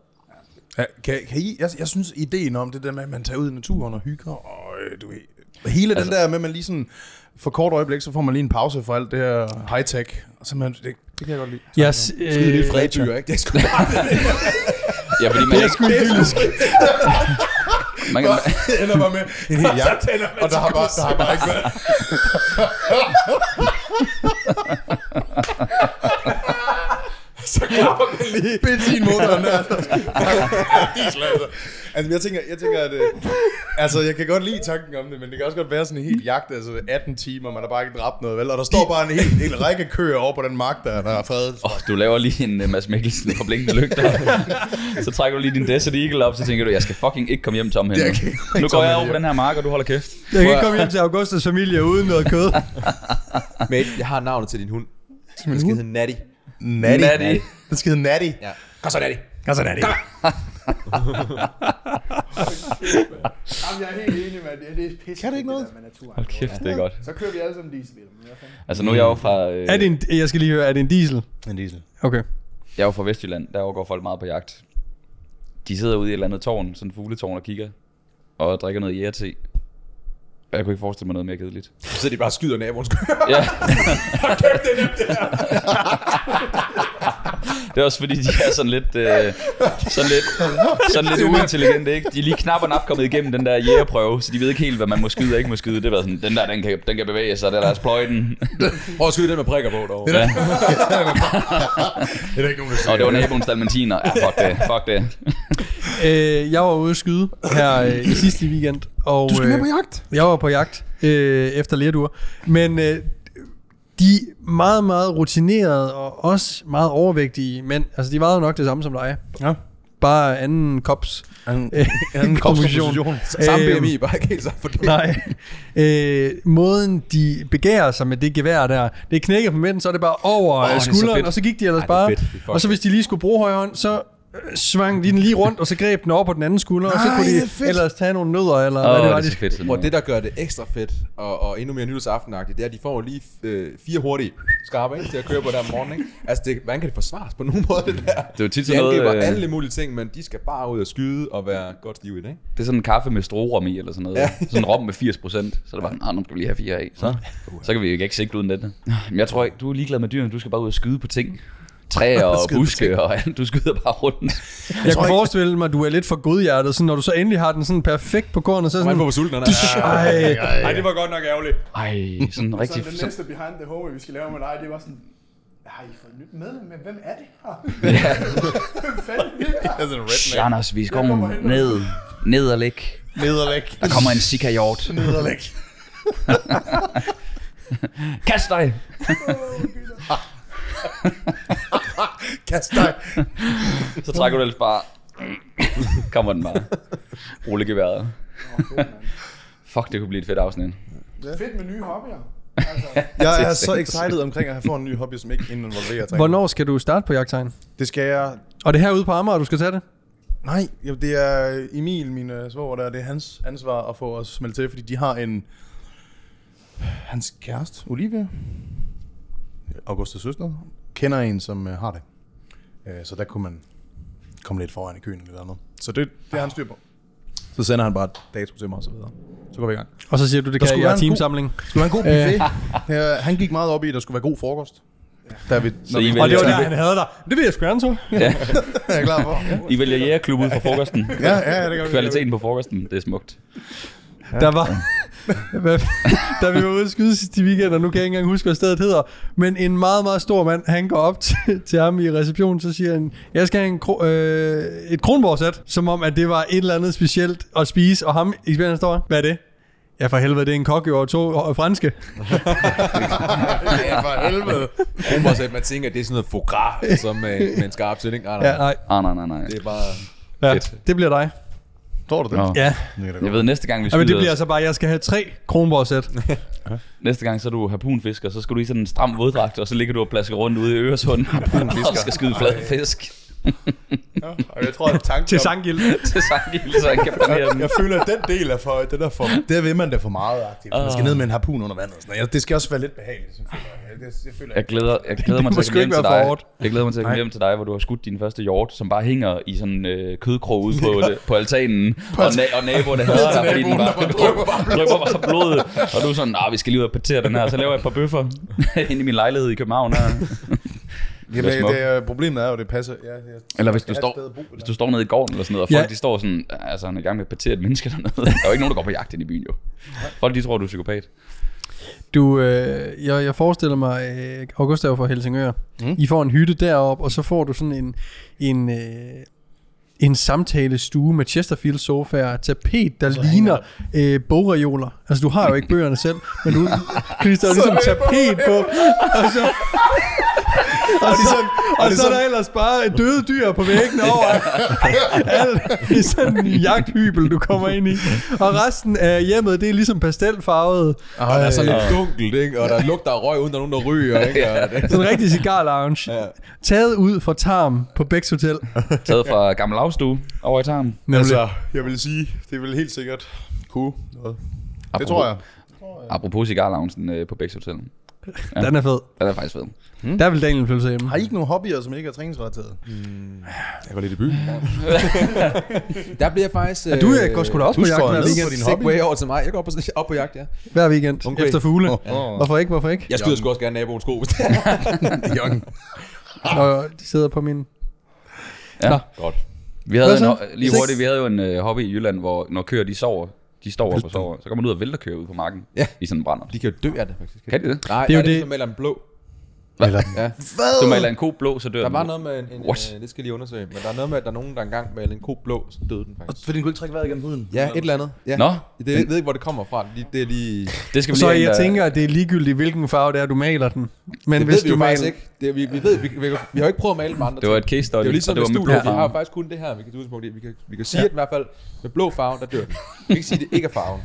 [SPEAKER 3] Ja, kan, kan I, jeg, jeg synes, ideen om det der med, at man tager ud i naturen og hygger, og øh, du ved, hele altså, den der med, at man lige sådan, for kort øjeblik, så får man lige en pause for alt det her high-tech, og så man, det, det kan jeg godt lide.
[SPEAKER 1] Jeg,
[SPEAKER 6] Det er lidt
[SPEAKER 1] øh,
[SPEAKER 6] freddyr, ikke? Det er sgu
[SPEAKER 5] Ja, fordi man, ikke,
[SPEAKER 1] idyllisk.
[SPEAKER 5] man, kan,
[SPEAKER 3] Det ender bare med en hel jagt, og der har bare, der har bare ikke været... så klapper den lige bitte i motoren der. Diesel, altså. altså, jeg tænker, jeg tænker at, øh, altså, jeg kan godt lide tanken om det, men det kan også godt være sådan en helt jagt, altså 18 timer, man har bare ikke dræbt noget, vel? Og der står bare en hel, hel række køer over på den mark, der, der er fredet.
[SPEAKER 5] Åh, du laver lige en uh, Mads Mikkelsen på blinkende lygter. så trækker du lige din Desert Eagle op, så tænker du, jeg skal fucking ikke komme hjem tom
[SPEAKER 3] Jeg
[SPEAKER 5] Henrik.
[SPEAKER 3] kan ikke komme
[SPEAKER 5] Nu går jeg
[SPEAKER 3] tomhændet
[SPEAKER 5] over på
[SPEAKER 3] hjem.
[SPEAKER 5] den her mark, og du holder kæft.
[SPEAKER 1] Jeg kan ikke komme hjem til Augustas familie uden noget kød.
[SPEAKER 6] Mate, jeg har navnet til din hund. Den skal hedde Natty.
[SPEAKER 3] Natty.
[SPEAKER 5] Natty.
[SPEAKER 3] Den skal hedde Natty.
[SPEAKER 6] Ja. Kom så, Natty.
[SPEAKER 3] Og så Natty.
[SPEAKER 7] Jamen, jeg er helt enig, mand. Det, det er pisse.
[SPEAKER 3] Kan det ikke noget?
[SPEAKER 7] der med naturen.
[SPEAKER 5] Hold kæft, det er godt.
[SPEAKER 7] Så kører vi alle sammen dieselbiler. Men hvad fanden?
[SPEAKER 5] Altså nu er jeg jo fra, øh,
[SPEAKER 1] Er det en, jeg skal lige høre, er det en diesel?
[SPEAKER 3] En diesel.
[SPEAKER 1] Okay.
[SPEAKER 5] jeg er jo fra Vestjylland, der går folk meget på jagt. De sidder ude i et eller andet tårn, sådan en fugletårn og kigger, og drikker noget jægerte. Og jeg kunne ikke forestille mig noget mere kedeligt.
[SPEAKER 6] Så sidder de bare og skyder naboens køer.
[SPEAKER 5] Ja. det er også fordi, de er sådan lidt, øh, sådan lidt, sådan lidt uintelligente, ikke? De er lige knap og nap kommet igennem den der jægerprøve, så de ved ikke helt, hvad man må skyde og ikke må skyde. Det er bare sådan, den der, den kan, den kan bevæge sig, den der er spløjten.
[SPEAKER 6] Prøv at skyde den med prikker på derovre.
[SPEAKER 5] Ja.
[SPEAKER 3] Det er der ikke nogen, der siger.
[SPEAKER 5] Og det var naboens dalmatiner. Ja, fuck det, fuck det.
[SPEAKER 1] Øh, jeg var ude at skyde her øh, i sidste weekend. Og, øh, du skal med på jagt? Jeg var på jagt øh, efter lerduer. Men øh, de meget, meget rutinerede og også meget overvægtige mænd, altså de var jo nok det samme som dig.
[SPEAKER 3] Ja.
[SPEAKER 1] Bare anden kops.
[SPEAKER 3] En,
[SPEAKER 1] anden komposition.
[SPEAKER 6] Samme
[SPEAKER 1] Øhm,
[SPEAKER 6] BMI, bare ikke helt samme fordel.
[SPEAKER 1] Nej. Øh, måden de begærer sig med det gevær der, det knækker på midten, så er det bare over
[SPEAKER 6] det
[SPEAKER 1] oh,
[SPEAKER 6] er så
[SPEAKER 1] skulderen,
[SPEAKER 6] fedt.
[SPEAKER 1] og så gik de ellers
[SPEAKER 6] Ej, det er
[SPEAKER 1] bare.
[SPEAKER 6] fedt. Det er fucking
[SPEAKER 1] og så hvis de lige skulle bruge højre hånd, så øh, svang de den lige rundt, og så greb den over på den anden skulder, og så
[SPEAKER 3] Ej,
[SPEAKER 1] kunne
[SPEAKER 3] det er
[SPEAKER 1] de
[SPEAKER 3] fedt.
[SPEAKER 1] ellers tage nogle nødder, eller
[SPEAKER 5] Åh,
[SPEAKER 1] hvad det
[SPEAKER 5] det
[SPEAKER 1] var,
[SPEAKER 5] er
[SPEAKER 1] de
[SPEAKER 5] så fedt sådan
[SPEAKER 6] Og det,
[SPEAKER 5] noget.
[SPEAKER 6] der gør det ekstra fedt, og, og endnu mere nyhedsaftenagtigt, det er, at de får lige øh, fire hurtige skarpe ikke, til at køre på der om morgenen. Ikke? Altså, det, hvordan kan det forsvares på nogen måde, det der?
[SPEAKER 5] Det er jo tit
[SPEAKER 6] De
[SPEAKER 5] sådan
[SPEAKER 6] angriber
[SPEAKER 5] noget, øh,
[SPEAKER 6] alle mulige ting, men de skal bare ud og skyde og være godt stive i det, ikke?
[SPEAKER 5] Det er sådan en kaffe med strorum i, eller sådan noget. Ja. Sådan en rom med 80 procent. Så er det var, nej, nu skal vi lige have fire af. Så, så kan vi jo ikke sigte uden den. Men jeg tror ikke, du er ligeglad med dyrene. Du skal bare ud og skyde på ting. træer og
[SPEAKER 1] Skyde på ting.
[SPEAKER 5] buske og alt. Du skyder bare rundt.
[SPEAKER 1] Jeg kunne forestille mig, at du er lidt for godhjertet, så når du så endelig har den sådan perfekt på kornet, så er
[SPEAKER 6] Man
[SPEAKER 1] sådan...
[SPEAKER 6] på, hvor sulten han er.
[SPEAKER 1] Ej,
[SPEAKER 6] Ej, det var godt nok ærgerligt.
[SPEAKER 5] Ej, sådan
[SPEAKER 7] Så
[SPEAKER 5] rigtig...
[SPEAKER 7] den næste behind the home, vi skal lave med dig, det var sådan, har I fået nyt medlem med? Hvem er det her?
[SPEAKER 5] ja.
[SPEAKER 7] Hvem fanden er det her?
[SPEAKER 3] Altså en redneck.
[SPEAKER 5] Anders, vi skal ned. Ned og ligge.
[SPEAKER 3] Nederlæg.
[SPEAKER 5] Der kommer en sikkerhjort.
[SPEAKER 3] Nederlæg.
[SPEAKER 5] Kast dig!
[SPEAKER 3] Kast dig.
[SPEAKER 5] Så trækker du ellers bare... kommer den bare. Rullegeværet.
[SPEAKER 7] Nå, fedt, mand.
[SPEAKER 5] Fuck, det kunne blive et fedt afsnit.
[SPEAKER 7] Fedt med nye hobbyer. Altså,
[SPEAKER 3] Jeg er så excited omkring, at jeg får en ny hobby, som ikke involverer træning.
[SPEAKER 1] Hvornår skal du starte på jagttegn?
[SPEAKER 3] Det skal jeg...
[SPEAKER 1] Og det er herude på Amager, du skal tage det?
[SPEAKER 3] Nej, jamen, det er Emil, min øh, svoger, der. Det er hans ansvar at få os smeltet til, fordi de har en... Hans kæreste, Olivia. Augustas søster. Kender en, som øh, har det. Øh, så der kunne man komme lidt foran i køen eller noget. Så det, det er han styr på. Så sender han bare et dato til mig og så videre. Så går vi i gang.
[SPEAKER 1] Og så siger du, det
[SPEAKER 3] Der
[SPEAKER 1] kan
[SPEAKER 3] skulle
[SPEAKER 1] jeg
[SPEAKER 3] være
[SPEAKER 1] i
[SPEAKER 3] en god-
[SPEAKER 1] teamsamling.
[SPEAKER 3] Skulle være en god buffet. ja, han gik meget op i, at der skulle være god frokost. Der vi,
[SPEAKER 5] Så I
[SPEAKER 3] vi-
[SPEAKER 5] vælger,
[SPEAKER 1] Og det var
[SPEAKER 5] I,
[SPEAKER 1] der, han havde dig. Det vil jeg sgu gerne, så.
[SPEAKER 3] er jeg klar for. Ja,
[SPEAKER 5] vælger, I vælger jægerklub ud fra frokosten.
[SPEAKER 3] ja, ja det gør vi.
[SPEAKER 5] Kvaliteten på frokosten, det er smukt.
[SPEAKER 1] Der var... Hvad- da vi var ude at skyde sidste weekend, og nu kan jeg ikke engang huske, hvad stedet hedder, men en meget, meget stor mand, han går op til, til ham i receptionen, så siger han, jeg skal have en kro- øh, et kronborgsat, som om, at det var et eller andet specielt at spise, og ham i spændende står, hvad er det? Ja, for helvede, det er en kokke og to og franske.
[SPEAKER 3] Ja, for helvede.
[SPEAKER 6] Kronborgsæt, man tænker, at det er sådan noget foie gras, som med, med en skarp sætning. Nej,
[SPEAKER 1] Ja,
[SPEAKER 6] nej,
[SPEAKER 1] nej.
[SPEAKER 5] Ah, nej, nej, nej.
[SPEAKER 6] det er bare...
[SPEAKER 1] Ja,
[SPEAKER 5] Fedt.
[SPEAKER 1] det bliver dig.
[SPEAKER 3] Tror du det?
[SPEAKER 5] Nå.
[SPEAKER 1] Ja,
[SPEAKER 3] Det kan da
[SPEAKER 5] Jeg ved, næste gang vi
[SPEAKER 1] ja
[SPEAKER 5] skyder,
[SPEAKER 1] men det bliver altså bare, jeg skal have tre kronborgsæt.
[SPEAKER 5] næste gang så er du harpunfisker, så skal du i sådan en stram våddragt, og så ligger du og plasker rundt ude i Øresund og skal skyde flad fisk
[SPEAKER 3] Ja, og jeg tror, at tanken
[SPEAKER 1] til
[SPEAKER 3] om-
[SPEAKER 1] Sangild.
[SPEAKER 5] til Sankt så han kan planere den.
[SPEAKER 3] jeg føler, at den del er for, den er for, der vil man da for meget aktivt. Man skal ned med en harpun under vandet og sådan noget. Jeg- Det skal også være lidt behageligt, så føler jeg. Jeg, jeg føler
[SPEAKER 5] Jeg glæder, jeg glæder mig til at
[SPEAKER 1] sgu
[SPEAKER 5] komme
[SPEAKER 1] ikke
[SPEAKER 5] hjem til
[SPEAKER 1] være for
[SPEAKER 5] dig.
[SPEAKER 1] hårdt.
[SPEAKER 5] Jeg glæder mig til at komme hjem til dig, hvor du har skudt din første hjort, som bare hænger i sådan en øh, kødkrog ude på, det, på altanen. og, na- og naboerne hader dig, fordi den
[SPEAKER 3] naboen,
[SPEAKER 5] bare
[SPEAKER 3] der bare
[SPEAKER 5] drøber drøber bare blod. Og du er sådan, nej, vi skal lige ud og partere den her. Så laver jeg et par bøffer ind i min lejlighed i København. Her.
[SPEAKER 3] Jamen,
[SPEAKER 5] Det er smukt.
[SPEAKER 3] det, er- problemet er jo, det passer. Ja, jeg,
[SPEAKER 5] Eller hvis
[SPEAKER 3] jeg er
[SPEAKER 5] du,
[SPEAKER 3] et sted
[SPEAKER 5] står,
[SPEAKER 3] at bo,
[SPEAKER 5] hvis
[SPEAKER 3] eller?
[SPEAKER 5] du står nede i gården eller sådan noget, og folk
[SPEAKER 1] Ja.
[SPEAKER 5] ja. de står sådan, altså han er i gang med at partere et menneske dernede. Der er jo ikke nogen, der går på jagt ind i byen jo. Folk de tror, du er psykopat.
[SPEAKER 1] Du, øh, jeg, jeg forestiller mig, øh, August er jo fra Helsingør. Mm. I får en hytte deroppe, og så får du sådan en, en, øh, en samtalestue med Chesterfield sofaer, tapet, der ligner øh, bogreoler. Altså, du har jo ikke bøgerne selv, men du klister jo ligesom tapet på, og så... Og så, og så er der ellers bare døde dyr på væggen over alt i sådan en jagthybel, du kommer ind i. Og resten af hjemmet, det er ligesom pastelfarvet.
[SPEAKER 6] Og der er sådan lidt dunkelt, ikke? Og der lugter af røg, uden der er nogen, der ryger, ikke? Og det,
[SPEAKER 1] Sådan en rigtig cigar lounge. Ja. Taget ud fra Tarm på Bæks Hotel.
[SPEAKER 5] Taget fra gammel lavstue over i tarmen.
[SPEAKER 1] Nemlig.
[SPEAKER 3] Altså, jeg vil sige, det vil helt sikkert kunne noget. Det tror jeg.
[SPEAKER 5] Apropos cigarloungen øh, på Bæks Hotel.
[SPEAKER 1] Ja. Den er fed.
[SPEAKER 5] Den er faktisk fed.
[SPEAKER 1] Der vil Daniel føle sig hjemme.
[SPEAKER 3] Har I ikke nogen hobbyer, som ikke er træningsrelateret?
[SPEAKER 6] jeg var lidt i byen. der bliver jeg faktisk... Øh,
[SPEAKER 1] Du øh, går sgu da også på jagt
[SPEAKER 3] tuskåret
[SPEAKER 1] hver
[SPEAKER 3] ned
[SPEAKER 1] weekend.
[SPEAKER 3] på din hobby.
[SPEAKER 6] Segway over til mig. Jeg går op på, op på jagt, ja.
[SPEAKER 1] Hver weekend.
[SPEAKER 6] Okay.
[SPEAKER 1] Efter fugle.
[SPEAKER 3] Åh, åh.
[SPEAKER 1] Hvorfor ikke, hvorfor ikke?
[SPEAKER 6] Jeg skyder sgu også gerne naboens sko, hvis det er.
[SPEAKER 3] Young.
[SPEAKER 1] Når de sidder på min...
[SPEAKER 6] Godt.
[SPEAKER 5] Vi havde
[SPEAKER 1] Hvad
[SPEAKER 5] en,
[SPEAKER 1] så?
[SPEAKER 5] ho- lige
[SPEAKER 1] Seks?
[SPEAKER 5] hurtigt, vi havde jo en øh, hobby i Jylland, hvor når køer de sover, de står op og sover, så kommer man ud og vælter køer ud på marken
[SPEAKER 6] Ja.
[SPEAKER 5] i sådan en brænder.
[SPEAKER 6] De kan jo dø af det, faktisk.
[SPEAKER 5] Kan de det?
[SPEAKER 6] Nej,
[SPEAKER 1] Det er jo
[SPEAKER 6] det ligesom
[SPEAKER 1] det-
[SPEAKER 6] er melder en blå.
[SPEAKER 3] Eller,
[SPEAKER 6] Ja.
[SPEAKER 5] Hvis du maler en ko blå, så dør
[SPEAKER 6] Der
[SPEAKER 5] den.
[SPEAKER 6] var noget med en... en
[SPEAKER 5] What?
[SPEAKER 6] øh, det skal jeg lige undersøge. Men der er noget med, at der er nogen, der engang malede en ko blå, så døde den faktisk.
[SPEAKER 3] fordi den kunne ikke trække vejret igennem huden.
[SPEAKER 6] Ja, et eller andet. Ja.
[SPEAKER 5] Nå.
[SPEAKER 6] Det, jeg ved ikke, hvor det kommer fra. Det, det er lige...
[SPEAKER 5] Det skal vi lige
[SPEAKER 1] Så
[SPEAKER 5] have en, øh,
[SPEAKER 1] jeg
[SPEAKER 5] der-
[SPEAKER 1] tænker, at det er ligegyldigt, hvilken farve det er, du maler den. Men
[SPEAKER 6] Det
[SPEAKER 1] hvis
[SPEAKER 6] ved vi
[SPEAKER 1] du
[SPEAKER 6] jo faktisk
[SPEAKER 1] maler...
[SPEAKER 6] ikke. Det, vi, vi, ved, vi, vi, vi har jo ikke prøvet at male med andre
[SPEAKER 5] Det var
[SPEAKER 6] ting.
[SPEAKER 5] et case study,
[SPEAKER 6] Det er jo
[SPEAKER 5] og
[SPEAKER 6] ligesom
[SPEAKER 5] det var
[SPEAKER 6] med
[SPEAKER 5] med
[SPEAKER 6] studiet. Vi
[SPEAKER 5] blå
[SPEAKER 6] har jo
[SPEAKER 5] farve.
[SPEAKER 6] faktisk kun det her, vi kan tage udgangspunkt i. Vi kan, vi kan sige, ja. at i hvert fald med blå farve, der dør den. Vi kan ikke sige, at det ikke er farven.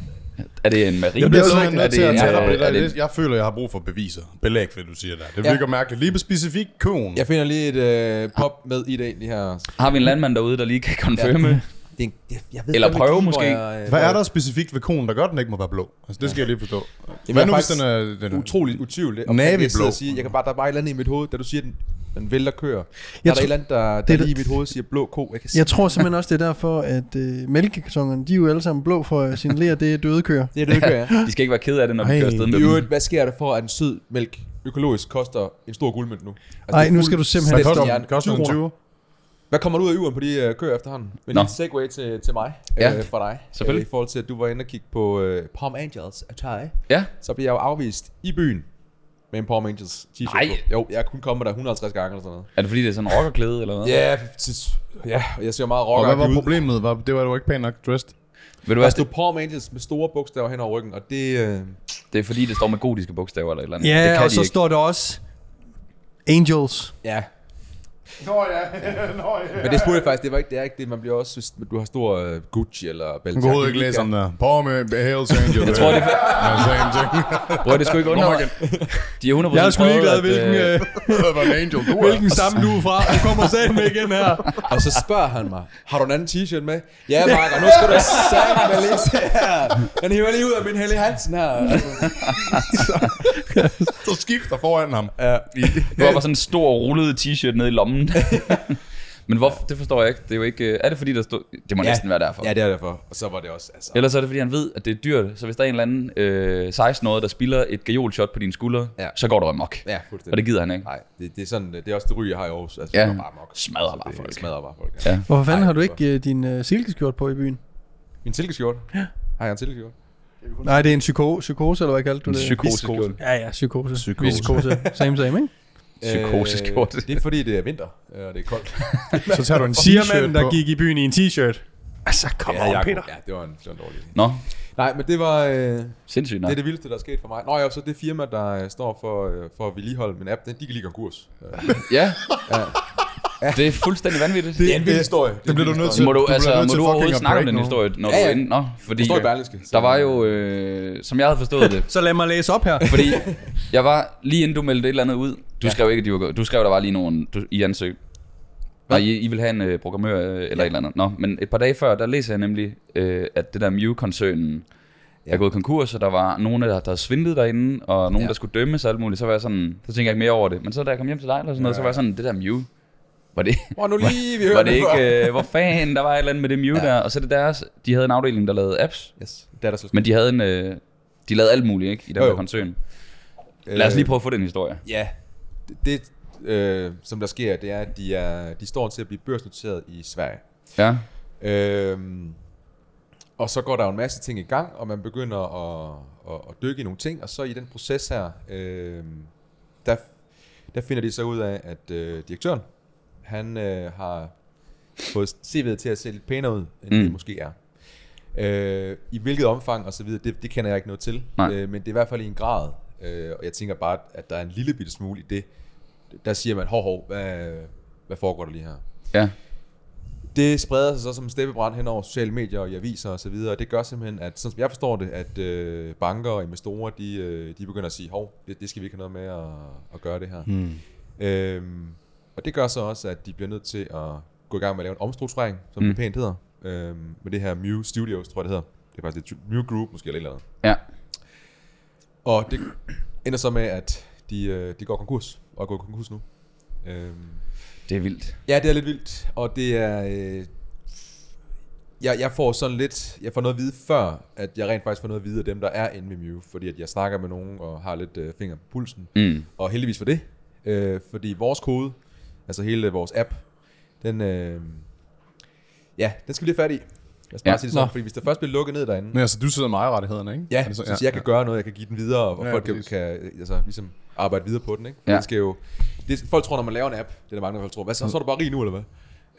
[SPEAKER 5] Er det en marine?
[SPEAKER 3] Jeg bliver simpelthen
[SPEAKER 5] Er
[SPEAKER 3] nødt til at
[SPEAKER 5] en-
[SPEAKER 3] tage dig på det
[SPEAKER 5] er
[SPEAKER 3] der.
[SPEAKER 5] det
[SPEAKER 3] Det- Jeg føler, jeg har brug for beviser. Belæg for det, du siger der. Det
[SPEAKER 6] Ja.
[SPEAKER 3] virker mærkeligt. Lige på specifikt konen.
[SPEAKER 6] Jeg finder lige et øh, pop med i dag, lige her.
[SPEAKER 5] Har vi en landmand derude, der lige kan konfirme?
[SPEAKER 6] Det er en, jeg, jeg ved
[SPEAKER 5] Eller
[SPEAKER 6] fandme
[SPEAKER 5] prøve
[SPEAKER 6] ikke,
[SPEAKER 5] måske.
[SPEAKER 6] hvor jeg, øh,
[SPEAKER 3] Hvad er der specifikt ved konen, der gør, at den ikke må være blå? Altså, det skal jeg lige forstå.
[SPEAKER 6] Jamen,
[SPEAKER 3] Hvad
[SPEAKER 6] jeg
[SPEAKER 3] nu,
[SPEAKER 6] er
[SPEAKER 3] hvis
[SPEAKER 6] faktisk
[SPEAKER 3] den er... Den er
[SPEAKER 6] utroligt utvivlet.
[SPEAKER 3] Naviblå.
[SPEAKER 6] Jeg, sidder og siger, jeg kan bare, der er bare et eller andet i mit hoved, da du siger, den, den vælter kører. Jeg der
[SPEAKER 1] Jeg
[SPEAKER 6] er der et
[SPEAKER 1] tror-
[SPEAKER 6] eller andet, der, der
[SPEAKER 1] det er
[SPEAKER 6] lige i
[SPEAKER 1] det-
[SPEAKER 6] mit hoved siger blå ko. Jeg kan sige,
[SPEAKER 1] Jeg tror simpelthen også, det er derfor, at øh, mælkekartongerne, de er jo alle sammen blå for at signalere, det er døde køer.
[SPEAKER 6] det er det, ikke, jeg.
[SPEAKER 5] De skal ikke være ked af det, når vi
[SPEAKER 3] Ej,
[SPEAKER 5] kører afsted med
[SPEAKER 6] I
[SPEAKER 5] dem.
[SPEAKER 6] øvrigt, hvad sker der for, at en sød mælk økologisk koster en stor guldmønt nu. Altså,
[SPEAKER 1] Nej,
[SPEAKER 6] det er
[SPEAKER 1] nu skal du simpelthen...
[SPEAKER 6] fuld-
[SPEAKER 3] koster,
[SPEAKER 6] Ja,
[SPEAKER 3] den koster
[SPEAKER 6] 20
[SPEAKER 3] en
[SPEAKER 6] kroner.
[SPEAKER 3] 20.
[SPEAKER 6] Hvad kommer der ud af uren på de øh, køer efterhånden? Men
[SPEAKER 5] Nå.
[SPEAKER 6] Nå. en segue til, til mig
[SPEAKER 5] Ja,
[SPEAKER 6] ja, øh, fra dig.
[SPEAKER 5] selvfølgelig.
[SPEAKER 6] Øh, I forhold til, at du var inde og kigge på øh, Palm Angels af Thai.
[SPEAKER 5] Ja,
[SPEAKER 6] Så blev jeg jo afvist i byen med en Palm Angels t-shirt
[SPEAKER 5] Nej.
[SPEAKER 6] på. Jo, jeg kunne komme der 150 gange eller sådan noget.
[SPEAKER 5] er det fordi, det er sådan en rockerklæde eller hvad?
[SPEAKER 6] Ja, tis- ja og jeg ser jo meget
[SPEAKER 3] Og
[SPEAKER 6] rocker
[SPEAKER 3] hvad var problemet? Var, det var, at du var ikke pænt nok dressed.
[SPEAKER 5] Ved du
[SPEAKER 6] Der
[SPEAKER 5] hvad,
[SPEAKER 6] stod Palm Angels med store bogstaver hen over ryggen, og det... Øh,
[SPEAKER 5] det er fordi, det står med gotiske bogstaver eller et eller andet.
[SPEAKER 1] Ja,
[SPEAKER 5] det kan
[SPEAKER 1] og
[SPEAKER 5] de
[SPEAKER 1] så
[SPEAKER 5] ikke.
[SPEAKER 1] står der også... Angels.
[SPEAKER 6] ja,
[SPEAKER 7] Nå ja, nå ja.
[SPEAKER 6] men det spurgte jeg faktisk, det var ikke det, er ikke det. Man bliver også, hvis du har stor øh, Gucci eller Balenciaga.
[SPEAKER 3] Du kunne overhovedet ikke læse om det. Paul med Hells Angel. jeg
[SPEAKER 5] tror, det er-
[SPEAKER 3] er same thing.
[SPEAKER 5] Bro, det skulle ikke undre mig. De er 100%
[SPEAKER 1] Jeg er sgu
[SPEAKER 5] prøvet,
[SPEAKER 1] ligeglad,
[SPEAKER 5] at,
[SPEAKER 1] hvilken,
[SPEAKER 5] øh,
[SPEAKER 1] øh,
[SPEAKER 3] Det var en angel. Du er.
[SPEAKER 1] hvilken stamme du er fra. Du kommer sammen med igen her.
[SPEAKER 6] Og så spørger han mig, har du en anden t-shirt med? Ja, Mark, og nu skal du sammen med læse her. Han hiver lige ud af min Helle Hansen her.
[SPEAKER 3] Du skifter foran ham. Ja.
[SPEAKER 5] Du har bare sådan en stor rullet t-shirt nede i lommen. Men hvorfor, det forstår jeg ikke. Det er jo ikke... øh, Er det fordi, der stod... Det må ja. næsten være derfor.
[SPEAKER 6] Ja, det er derfor. Og så var det også, altså...
[SPEAKER 5] Ellers er det fordi, han ved, at det er dyrt. Så hvis der er en eller anden øh, 16-årig, der spiller et gajolshot på dine skuldre, ja.
[SPEAKER 6] Ja.
[SPEAKER 5] så går du amok.
[SPEAKER 6] Ja,
[SPEAKER 5] Og det
[SPEAKER 6] fuldstændig.
[SPEAKER 5] gider han ikke.
[SPEAKER 6] Nej, det, det, er sådan, det er også det ryg, jeg har i Aarhus. Altså,
[SPEAKER 5] Ja.
[SPEAKER 6] det er bare mok.
[SPEAKER 5] Smadrer
[SPEAKER 6] Så
[SPEAKER 5] bare
[SPEAKER 6] det
[SPEAKER 5] folk.
[SPEAKER 6] Smadrer bare folk,
[SPEAKER 5] Ja.
[SPEAKER 6] ja.
[SPEAKER 1] Hvorfor fanden
[SPEAKER 6] Ej,
[SPEAKER 1] har du
[SPEAKER 6] det
[SPEAKER 1] ikke øh, din øh, silkeskjort på i byen?
[SPEAKER 6] Min silkeskjorte. Ja. Har jeg en silkeskjorte?
[SPEAKER 1] Nej, det er en psyko psykose, eller hvad kaldte du det?
[SPEAKER 5] Psykotisk
[SPEAKER 6] Viskose.
[SPEAKER 5] skjorte.
[SPEAKER 1] ja, ja, psykose.
[SPEAKER 3] Psykose.
[SPEAKER 1] Psykose. Same, same, ikke?
[SPEAKER 5] Psykoseskjorte.
[SPEAKER 6] Øh, det er fordi, det er vinter, øh, og det er koldt.
[SPEAKER 3] Så tager du en
[SPEAKER 1] Siger
[SPEAKER 3] t-shirt
[SPEAKER 1] manden, der
[SPEAKER 3] på.
[SPEAKER 1] gik i byen i en t-shirt. Altså, kom on,
[SPEAKER 6] Jacob.
[SPEAKER 1] Peter.
[SPEAKER 6] Ja, det var en, det var en dårlig idé.
[SPEAKER 5] Nå,
[SPEAKER 6] Nej, men det var... Øh,
[SPEAKER 5] sindssygt nok.
[SPEAKER 6] det er det vildeste, der er sket for mig. Nå ja, så det firma, der øh, står for, øh, for at vedligeholde min app, den, de kan lige konkurs. Øh, Det
[SPEAKER 5] Ja. ja. Det er fuldstændig vanvittigt.
[SPEAKER 6] er en vild historie. Det,
[SPEAKER 3] bliver du nødt til.
[SPEAKER 5] må du,
[SPEAKER 3] bliver
[SPEAKER 5] altså,
[SPEAKER 3] nødt
[SPEAKER 5] må
[SPEAKER 3] til
[SPEAKER 5] du
[SPEAKER 3] fucking
[SPEAKER 5] overhovedet
[SPEAKER 3] at
[SPEAKER 5] snakke om
[SPEAKER 3] break
[SPEAKER 5] den
[SPEAKER 3] nu.
[SPEAKER 5] historie, når
[SPEAKER 6] Ja,
[SPEAKER 5] du er
[SPEAKER 6] ja.
[SPEAKER 5] inde? Nå, fordi
[SPEAKER 6] står i
[SPEAKER 5] øh,
[SPEAKER 6] Berlingske, så-
[SPEAKER 5] der var jo, øh, som jeg havde forstået det,
[SPEAKER 1] Så lad mig læse op her.
[SPEAKER 5] Fordi jeg var lige inden du meldte et eller andet ud. Du ja. skrev ikke, at de var gået. Du skrev, der var lige nogen, du, I ansøgte. Nej, I, I vil have en øh, programmør øh, eller ja. et eller andet. Nå, men et par dage før, der læser jeg nemlig, øh, at det der Mew-koncernen ja. er gået konkurs, og der var nogen, der, der havde svindlet derinde, og nogen, ja.
[SPEAKER 6] Ja.
[SPEAKER 5] der skulle dømmes og alt muligt. Så var jeg sådan, så tænker jeg ikke mere over det. Men så da jeg kom hjem til dig eller sådan noget, så var jeg sådan, det der Mew, var det,
[SPEAKER 6] Åh, nu lige, vi
[SPEAKER 5] var
[SPEAKER 6] hørte
[SPEAKER 5] det ikke, øh, hvor fanden, der var et eller andet med det Mew ja. der. Og så er det deres, de havde en afdeling, der lavede apps,
[SPEAKER 6] Yes, det er der så.
[SPEAKER 5] men de havde en, øh, de lavede alt muligt, ikke, i den
[SPEAKER 6] Jo,
[SPEAKER 5] her
[SPEAKER 6] jo.
[SPEAKER 5] koncern. Lad os lige prøve at få den historie.
[SPEAKER 6] Øh, Ja, det, det øh, som der sker, det er, at de, er, de står til at blive børsnoteret i Sverige.
[SPEAKER 5] Ja.
[SPEAKER 6] Øhm, og så går der jo en masse ting i gang, og man begynder at, at, at dykke i nogle ting, og så i den proces her, øhm, der, der finder de så ud af, at øh, direktøren, han øh, har fået CV'et til at se lidt pænere ud, end mm.
[SPEAKER 5] Mm.
[SPEAKER 6] det måske er. Øh, I hvilket omfang og så videre, det, det kender jeg ikke noget til,
[SPEAKER 5] Nej.
[SPEAKER 6] øh, men det er i hvert fald i en grad, øh, og jeg tænker bare, at der er en lille bitte smule i det, der siger man, hov, hov, hvad, hvad foregår der lige her?
[SPEAKER 5] Ja.
[SPEAKER 6] Det spreder sig så som en steppebrand hen over sociale medier og i aviser og så videre, og det gør simpelthen, at sådan som jeg forstår det, at øh, banker og investorer, de, øh, de begynder at sige, hov, det, det skal vi ikke have noget med at, at gøre det her. Hmm. Øhm, og det gør så også, at de bliver nødt til at gå i gang med at lave en omstrukturering, som mm. det pænt hedder, øhm, med det her Mew Studios, tror jeg det hedder. Det er faktisk det, Mew Group måske, eller et eller andet.
[SPEAKER 5] Ja.
[SPEAKER 6] Og det ender så med, at de, øh, de går konkurs, og er gået konkurs nu. Øhm,
[SPEAKER 5] Det er vildt.
[SPEAKER 6] Ja, det er lidt vildt, og det er... Øh, jeg, jeg får sådan lidt... Jeg får noget at vide før, at jeg rent faktisk får noget at vide af dem, der er inde med Mew, fordi at jeg snakker med nogen og har lidt øh, finger på pulsen.
[SPEAKER 5] Mm.
[SPEAKER 6] Og heldigvis for det, øh, fordi vores kode, altså hele vores app, den... Øh, ja, den skal vi lige have fat i. Lad os
[SPEAKER 5] Ja.
[SPEAKER 6] bare ja. sige det sådan,
[SPEAKER 1] Nå.
[SPEAKER 6] fordi hvis der først bliver lukket ned derinde,
[SPEAKER 3] Men altså, du sidder med ejerrettighederne, ikke?
[SPEAKER 6] Ja,
[SPEAKER 3] altså,
[SPEAKER 6] så, så jeg kan gøre noget, jeg kan give den videre, og
[SPEAKER 3] Ja,
[SPEAKER 6] ja, folk kan,
[SPEAKER 3] præcis.
[SPEAKER 6] kan øh, altså, ligesom arbejde videre på den. Ikke?
[SPEAKER 5] Ja.
[SPEAKER 6] Ja. Det skal jo, det, folk tror, når man laver en app, det er der mange, der folk tror, hvad så, så er du bare rig nu, eller hvad?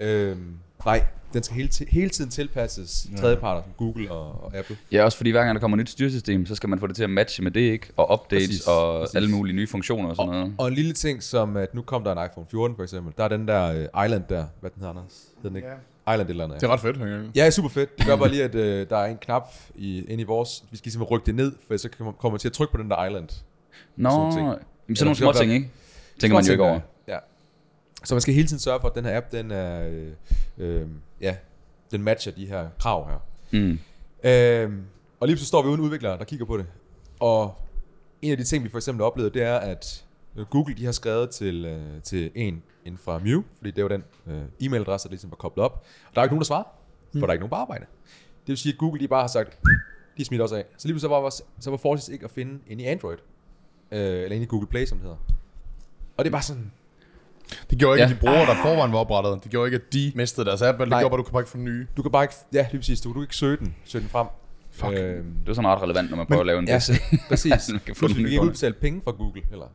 [SPEAKER 6] Øhm, nej, den skal hele, ti- hele tiden tilpasses tredjeparter, som Google og, og Apple.
[SPEAKER 5] Ja, også fordi hver gang der kommer et nyt styresystem, så skal man få det til at matche med det, ikke? Og updates præcis,
[SPEAKER 6] Præcis,
[SPEAKER 5] og præcis.
[SPEAKER 6] præcis.
[SPEAKER 5] alle mulige nye funktioner og sådan noget.
[SPEAKER 6] Og en lille ting som, at nu kom der en iPhone 14 for eksempel, der er den der øh, Island der, hvad den hedder, Anders? Hed den ikke? Ja. Island et eller andet.
[SPEAKER 3] Det er ret fedt, ikke?
[SPEAKER 6] Ja, super fedt. Det gør bare lige, at øh, der er en knap i, inde i vores, vi skal ligesom rykke det ned, for så kommer kommer man til at trykke på den der Island.
[SPEAKER 5] Nå,
[SPEAKER 6] sådan ting.
[SPEAKER 5] jamen,
[SPEAKER 6] Ja,
[SPEAKER 5] sådan nogle små
[SPEAKER 6] der skal
[SPEAKER 5] ting,
[SPEAKER 6] være-
[SPEAKER 5] ikke? Tænker man jo ikke over.
[SPEAKER 6] Ja. Så man skal hele tiden sørge for, at den her app, den er, øh, øh, ja, den matcher de her krav her.
[SPEAKER 5] Mm.
[SPEAKER 6] Øh, og lige så står vi uden udviklere, der kigger på det. Og en af de ting, vi for eksempel oplevede, det er, at øh, Google de har skrevet til, øh, til en inden fra Mew, fordi det var den øh, e-mailadresse, der ligesom var koblet op. Og der er ikke nogen, der svarer,
[SPEAKER 5] Mm.
[SPEAKER 6] for der er ikke nogen på arbejde. Det vil sige, at Google de bare har sagt, de smider os af. Så lige pludselig så var, vores- så var Forces ikke at finde inde i Android. Øh, eller egentlig Google Play, som det hedder. Og det er bare sådan,
[SPEAKER 3] Det gjorde ikke,
[SPEAKER 5] Ja.
[SPEAKER 3] at de brugere, der forvejen var oprettet. Det gjorde ikke, at de mistede deres app, men det
[SPEAKER 6] Nej.
[SPEAKER 3] gjorde bare, at du kan bare ikke få nye.
[SPEAKER 6] du kan bare ikke, ja, lige præcis, du, du kan ikke søge den, søge den frem.
[SPEAKER 3] Fuck.
[SPEAKER 6] Øh,
[SPEAKER 5] Det er sådan ret relevant, når man prøver at lave en
[SPEAKER 6] ja,
[SPEAKER 5] pc.
[SPEAKER 6] præcis.
[SPEAKER 5] Man kan få
[SPEAKER 6] Pludselig
[SPEAKER 5] den
[SPEAKER 6] vi kan
[SPEAKER 5] nye
[SPEAKER 6] ikke udbetale penge fra Google, eller.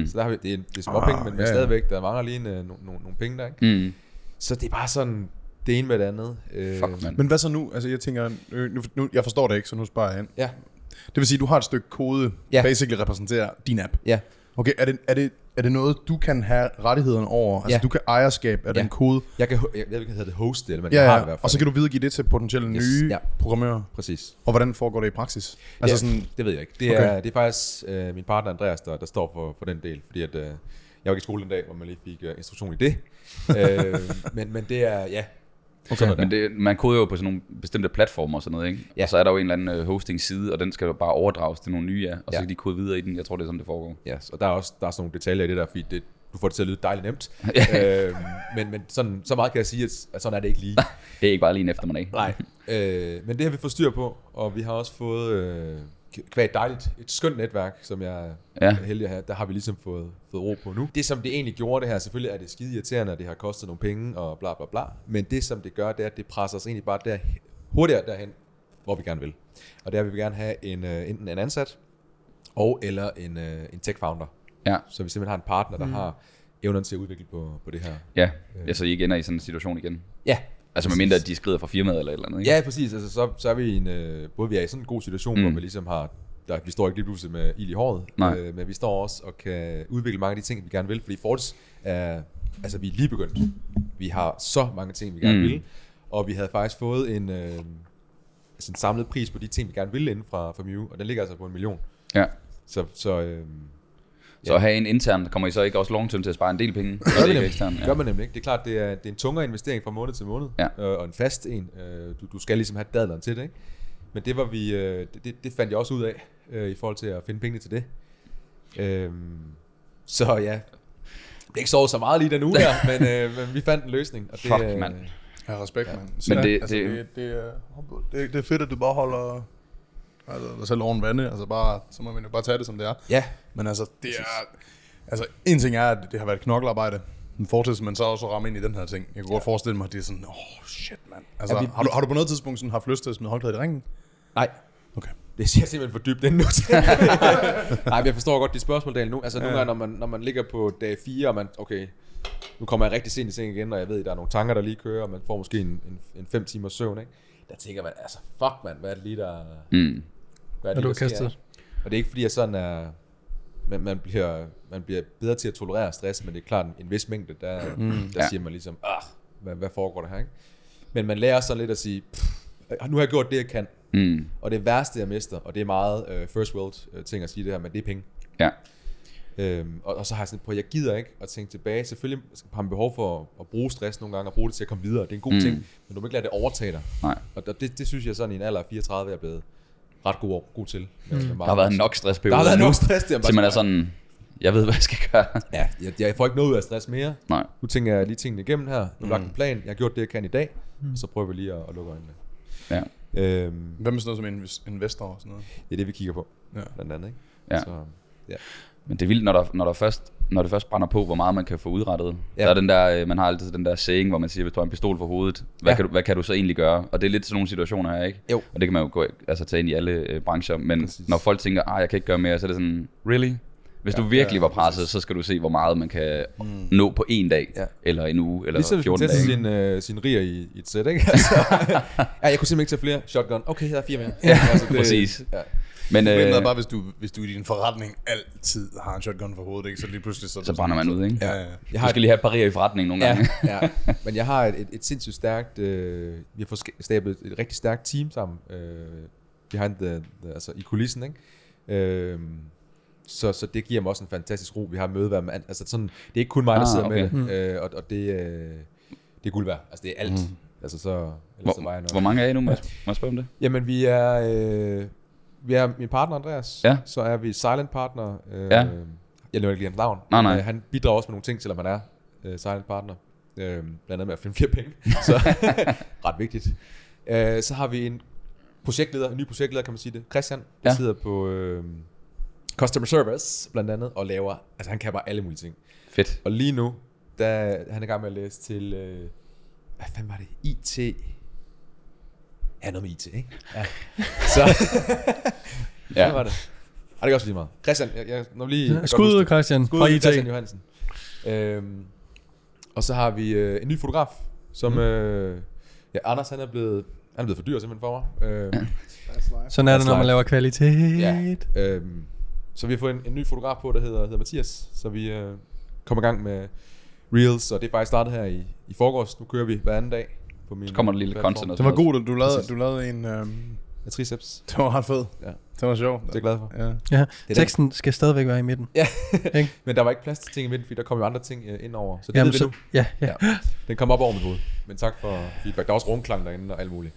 [SPEAKER 5] Mm.
[SPEAKER 6] Så der har vi, det er, det er små penge, men, men
[SPEAKER 3] Ah, ja, ja.
[SPEAKER 6] stadigvæk, der mangler lige en, øh, nogle no, no penge der, ikke?
[SPEAKER 5] Mm.
[SPEAKER 6] Så det er bare sådan, det ene med det andet. Øh,
[SPEAKER 5] Fuck, mand.
[SPEAKER 3] Men hvad så nu? Altså, jeg tænker, øh, nu, nu, jeg forstår det ikke, så nu spørger jeg ind.
[SPEAKER 6] Ja,
[SPEAKER 3] Det vil sige, du har et stykke kode,
[SPEAKER 6] Ja.
[SPEAKER 3] ja. basically repræsenterer din app.
[SPEAKER 6] ja.
[SPEAKER 3] Okay, er det, er, det, er det noget, du kan have rettighederne over? Altså,
[SPEAKER 6] Ja.
[SPEAKER 3] ja. du kan ejerskab af
[SPEAKER 6] Ja.
[SPEAKER 3] den kode?
[SPEAKER 6] Jeg, kan, jeg, jeg ved ikke, hvad hedder det, hoste, eller men
[SPEAKER 3] Ja,
[SPEAKER 6] jeg har
[SPEAKER 3] ja,
[SPEAKER 6] det i hvert fald.
[SPEAKER 3] og så kan du videregive det til potentielle
[SPEAKER 6] Yes,
[SPEAKER 3] nye
[SPEAKER 6] ja.
[SPEAKER 3] programmører.
[SPEAKER 6] Præcis.
[SPEAKER 3] Og hvordan foregår det i praksis?
[SPEAKER 6] Altså
[SPEAKER 3] Altså
[SPEAKER 6] ja,
[SPEAKER 3] sådan,
[SPEAKER 6] sådan, det ved jeg ikke. Det, okay. er,
[SPEAKER 3] Okay.
[SPEAKER 6] det er faktisk øh, min partner Andreas, der, der står for, for den del, fordi at, øh, jeg var i skole den dag, hvor man lige fik øh, instruktion i det. øh, men, men det er, ja. Okay.
[SPEAKER 5] Men det, man koder jo på sådan nogle bestemte platformer og sådan noget, ikke?
[SPEAKER 6] Ja.
[SPEAKER 5] Ja. Og så er der jo en eller anden øh, hosting-side, og den skal jo bare overdrages til nogle nye, ja. Og så
[SPEAKER 6] Ja.
[SPEAKER 5] kan de kode videre i den. Jeg tror, det er sådan, det foregår.
[SPEAKER 6] Ja, yes, og der er også der er sådan nogle detaljer i det der, fordi det, du får det til at lyde dejligt nemt. øh, men men sådan, så meget kan jeg sige, at, at sådan er det ikke lige.
[SPEAKER 5] Det er ikke bare lige en eftermiddag.
[SPEAKER 6] Nej. Øh, men det har vi fået styr på, og vi har også fået øh, kvad et dejligt, et skønt netværk, som jeg ja.
[SPEAKER 5] Ja.
[SPEAKER 6] er heldig at have. Der har vi ligesom fået, fået ro på nu. Det som det egentlig gjorde det her, selvfølgelig er det skide irriterende, at det har kostet nogle penge og bla bla bla. Men det som det gør, det er, at det presser os egentlig bare der, hurtigere derhen, hvor vi gerne vil. Og der vil vi gerne have en, øh, enten en ansat, og eller en, øh, en tech founder.
[SPEAKER 5] Ja.
[SPEAKER 6] Så vi simpelthen har en partner, der mm. har evnerne til at udvikle på, på det her.
[SPEAKER 5] Ja. ja, så I ikke ender i sådan en situation igen.
[SPEAKER 6] Ja,
[SPEAKER 5] Altså
[SPEAKER 6] Præcis.
[SPEAKER 5] medmindre, at de skrider fra firmaet eller et eller andet, ikke?
[SPEAKER 6] Ja, præcis. Altså, så, så er vi i en, øh, både vi er i sådan en god situation, mm. hvor vi ligesom har, der, vi står ikke lige pludselig med ild i håret,
[SPEAKER 5] Nej.
[SPEAKER 6] Øh, men vi står også og kan udvikle mange af de ting, vi gerne vil, fordi Fortis er, altså vi er lige begyndt. Vi har så mange ting, vi gerne mm.
[SPEAKER 5] Mm.
[SPEAKER 6] vil, og vi havde faktisk fået en, øh, altså en samlet pris på de ting, vi gerne ville inden fra, fra Mew, og den ligger altså på en million.
[SPEAKER 5] ja.
[SPEAKER 6] Så, så øh,
[SPEAKER 5] Så at have en intern, kommer I så ikke også long term til at spare en del penge? Gør
[SPEAKER 6] gør,
[SPEAKER 5] det
[SPEAKER 6] man
[SPEAKER 5] ikke
[SPEAKER 6] nemlig,
[SPEAKER 5] ekstern? Ja.
[SPEAKER 6] gør man nemlig ikke. Det er klart, det er, det er en tungere investering fra måned til måned,
[SPEAKER 5] Ja.
[SPEAKER 6] øh, og en fast en. Øh, du, du skal ligesom have dadleren til det, ikke? Men det var vi, øh, det- det, det fandt jeg også ud af, øh, i forhold til at finde pengene til det. Øhm, så ja, det er ikke sovet så meget lige den uge her, men, øh, men vi fandt en løsning. Og det,
[SPEAKER 5] Fuck,
[SPEAKER 6] øh,
[SPEAKER 5] mand.
[SPEAKER 3] ja, respekt, ja. mand.
[SPEAKER 5] Men det-
[SPEAKER 3] altså,
[SPEAKER 5] det-
[SPEAKER 3] det, det, er- det, det er fedt, at du bare holder altså, dig selv oven vande. Altså, bare, så må man jo bare tage det, som det er.
[SPEAKER 6] Ja,
[SPEAKER 3] Men altså, det er... Altså, en ting er, at det har været et knoklearbejde. En fortids, men så også at ramme ind i den her ting. Jeg kan godt forestille mig, at det er sådan, åh, oh, shit, mand. Altså,
[SPEAKER 6] Ja,
[SPEAKER 3] ja,
[SPEAKER 6] vi-
[SPEAKER 3] vi, har, du, har du på noget tidspunkt sådan haft lyst til at smide håndklædet i ringen?
[SPEAKER 6] nej,
[SPEAKER 3] Okay.
[SPEAKER 6] det ser simpelthen for dybt ind nu. nej, men jeg forstår godt de spørgsmål, Daniel, nu. Altså nogle gange, når man, når man ligger på dag 4, og man, okay, nu kommer jeg rigtig sent i seng igen, og jeg ved, at der er nogle tanker, der lige kører, og man får måske en, en, en fem timers søvn, ikke? Der tænker man, altså fuck mand, hvad er det lige, der...
[SPEAKER 5] Mm.
[SPEAKER 6] Hvad er
[SPEAKER 1] Er
[SPEAKER 6] det,
[SPEAKER 1] du
[SPEAKER 6] lige, der sker,
[SPEAKER 1] kastet?
[SPEAKER 6] ikke? Og det er ikke fordi, jeg sådan er... Man, man, bliver, man bliver bedre til at tolerere stress, men det er klart, en vis mængde, der, mm, der ja.
[SPEAKER 5] Ja.
[SPEAKER 6] siger man ligesom, ah, hvad, hvad foregår der her, ikke? Men man lærer sådan lidt at sige, "Pff, nu har jeg gjort det, jeg kan.
[SPEAKER 5] Mm.
[SPEAKER 6] Og det værste, jeg mister, og det er meget øh, first world øh, ting at sige det her, men det er penge.
[SPEAKER 5] Ja.
[SPEAKER 6] Øhm, og, og, så har jeg sådan på, jeg gider ikke at tænke tilbage. Selvfølgelig har man behov for at, at bruge stress nogle gange, og bruge det til at komme videre. Det er en god mm.
[SPEAKER 5] Mm.
[SPEAKER 6] ting, men du må ikke lade det overtage dig.
[SPEAKER 5] Nej.
[SPEAKER 6] Og, og det, det, synes jeg sådan i en alder af 34, jeg er blevet ret god, over- god til. Mm.
[SPEAKER 5] Der har været nok
[SPEAKER 6] der
[SPEAKER 5] stressperioder
[SPEAKER 6] har været
[SPEAKER 5] nu,
[SPEAKER 6] nok stress, det er bare
[SPEAKER 5] til man er sådan, jeg ved, hvad jeg skal gøre.
[SPEAKER 6] Ja, jeg, jeg får ikke noget ud af stress mere.
[SPEAKER 5] Nej.
[SPEAKER 6] Nu tænker jeg lige tingene igennem her. Nu har jeg
[SPEAKER 5] Mm.
[SPEAKER 6] lagt en plan. Jeg har gjort det, jeg kan i dag. Og så prøver vi lige at, at lukke øjnene.
[SPEAKER 5] Ja.
[SPEAKER 6] Øhm,
[SPEAKER 3] Hvad med sådan noget som invest- investor og sådan noget?
[SPEAKER 6] det er det, vi kigger på.
[SPEAKER 3] Ja.
[SPEAKER 6] Blandt andet, ikke?
[SPEAKER 5] Ja.
[SPEAKER 6] Så, ja.
[SPEAKER 5] Men det er vildt, når, der, når, der først, når det først brænder på, hvor meget man kan få udrettet.
[SPEAKER 6] Ja.
[SPEAKER 5] Ja. Der er den der, øh, man har altid den der saying, hvor man siger, hvis du har en pistol for hovedet, hvad,
[SPEAKER 6] Ja.
[SPEAKER 5] ja. kan, du, hvad kan du så egentlig gøre? Og det er lidt sådan nogle situationer her, ikke?
[SPEAKER 6] Jo.
[SPEAKER 5] Og det kan man jo gå, altså, tage ind i alle øh, brancher, men
[SPEAKER 6] Præcis.
[SPEAKER 5] præcis. når folk tænker, ah, jeg kan ikke gøre mere, så er det sådan, really? Hvis ja, du virkelig
[SPEAKER 3] ja,
[SPEAKER 5] ja, var presset, så skal du se, hvor meget man kan mm. nå på en dag,
[SPEAKER 6] Ja.
[SPEAKER 5] ja. eller en uge, eller
[SPEAKER 6] Ligesom hvis
[SPEAKER 5] 14
[SPEAKER 6] man
[SPEAKER 5] dage.
[SPEAKER 6] tester
[SPEAKER 5] Sin...
[SPEAKER 6] sin, øh, sin riger i, i et sæt, ikke? Altså, ja, jeg kunne simpelthen ikke tage flere. Shotgun. Okay, her er fire mere. Ja, altså,
[SPEAKER 5] præcis.
[SPEAKER 6] Ja.
[SPEAKER 5] Men
[SPEAKER 3] Øh,
[SPEAKER 5] øh,
[SPEAKER 3] er bare, hvis du, hvis du i din forretning altid har en shotgun for hovedet, ikke? så lige pludselig... Så, er du
[SPEAKER 5] så brænder man ud, ikke?
[SPEAKER 3] sådan- Ja, ja.
[SPEAKER 6] Jeg
[SPEAKER 5] Du
[SPEAKER 6] har
[SPEAKER 5] skal lige have et par rier i forretningen nogle gange.
[SPEAKER 6] Ja, ja. Men jeg har et, et, et sindssygt stærkt, øh, vi har fået ska- stablet et rigtig stærkt team sammen, øh, behind the, the, altså i kulissen, ikke? Øh, så, så det giver mig også en fantastisk ro. Vi har møde hver mand. Altså sådan, det er ikke kun mig, der
[SPEAKER 5] Ah,
[SPEAKER 6] sidder med
[SPEAKER 5] okay.
[SPEAKER 6] det, øh, og, og det, øh, det er guld værd. Altså det er alt. Mm. Altså så, ellers så var
[SPEAKER 5] Hvor,
[SPEAKER 6] jeg nok.
[SPEAKER 5] hvor mange er I nu? Må jeg, må jeg spørge om det?
[SPEAKER 6] Jamen vi er, øh, vi er min partner Andreas,
[SPEAKER 5] Ja.
[SPEAKER 6] så er vi silent partner. Øh,
[SPEAKER 5] Ja.
[SPEAKER 6] Jeg nævner ikke lige hans navn.
[SPEAKER 5] Nej, nej.
[SPEAKER 6] Øh, Han bidrager også med nogle ting, selvom han er øh, silent partner. Øh, blandt andet med at finde flere penge. Så ret vigtigt. Øh, så har vi en projektleder, en ny projektleder kan man sige det. Christian, der ja.
[SPEAKER 5] Ja.
[SPEAKER 6] sidder på øh, customer service blandt andet, og laver, altså han kan bare alle mulige ting.
[SPEAKER 5] Fedt.
[SPEAKER 6] Og lige nu, der han er i gang med at læse til, øh, hvad fanden var det, IT? Ja, noget med IT, ikke? Ja. Så,
[SPEAKER 5] Ja.
[SPEAKER 6] ja. var det. Ej, det er også lige meget. Christian, jeg, jeg når lige... godt
[SPEAKER 1] Skud
[SPEAKER 6] huske
[SPEAKER 1] ud,
[SPEAKER 6] det.
[SPEAKER 1] Christian,
[SPEAKER 6] Skud
[SPEAKER 1] fra
[SPEAKER 6] ud til
[SPEAKER 1] IT.
[SPEAKER 6] Christian Johansen. Øhm, og så har vi øh, en ny fotograf, som... Mm. Øh, ja, Anders, han er blevet, han er blevet for dyr simpelthen for mig. Øhm,
[SPEAKER 7] That's life.
[SPEAKER 1] Sådan er det, når man
[SPEAKER 6] Slags.
[SPEAKER 1] laver kvalitet.
[SPEAKER 6] Ja. Øhm, så vi har fået en, en ny fotograf på, der hedder, hedder Mathias. Så vi øh, kommer i gang med Reels, og det er faktisk startet her i, i forgårs. Nu kører vi hver anden dag på min
[SPEAKER 5] Så kommer der lille
[SPEAKER 6] platform.
[SPEAKER 5] content også.
[SPEAKER 3] Det var god, at du lavede,
[SPEAKER 6] Præcis.
[SPEAKER 3] du lavede en... Øhm,
[SPEAKER 6] Ja, triceps.
[SPEAKER 3] det var ret fed.
[SPEAKER 6] Ja.
[SPEAKER 3] Det var sjov.
[SPEAKER 6] Det er jeg glad for.
[SPEAKER 3] Ja.
[SPEAKER 1] ja.
[SPEAKER 6] det.
[SPEAKER 1] Teksten skal stadigvæk være i midten.
[SPEAKER 6] Ja,
[SPEAKER 1] Ikke?
[SPEAKER 6] men der var ikke plads til ting i midten, fordi der kom jo andre ting øh, ind over. Så det
[SPEAKER 1] Jamen,
[SPEAKER 6] Jamen, ved vi
[SPEAKER 1] så,
[SPEAKER 6] nu.
[SPEAKER 1] ja, ja.
[SPEAKER 6] Ja. Den kom op over mit hoved. Men tak for feedback. Der er også rumklang derinde og alt muligt.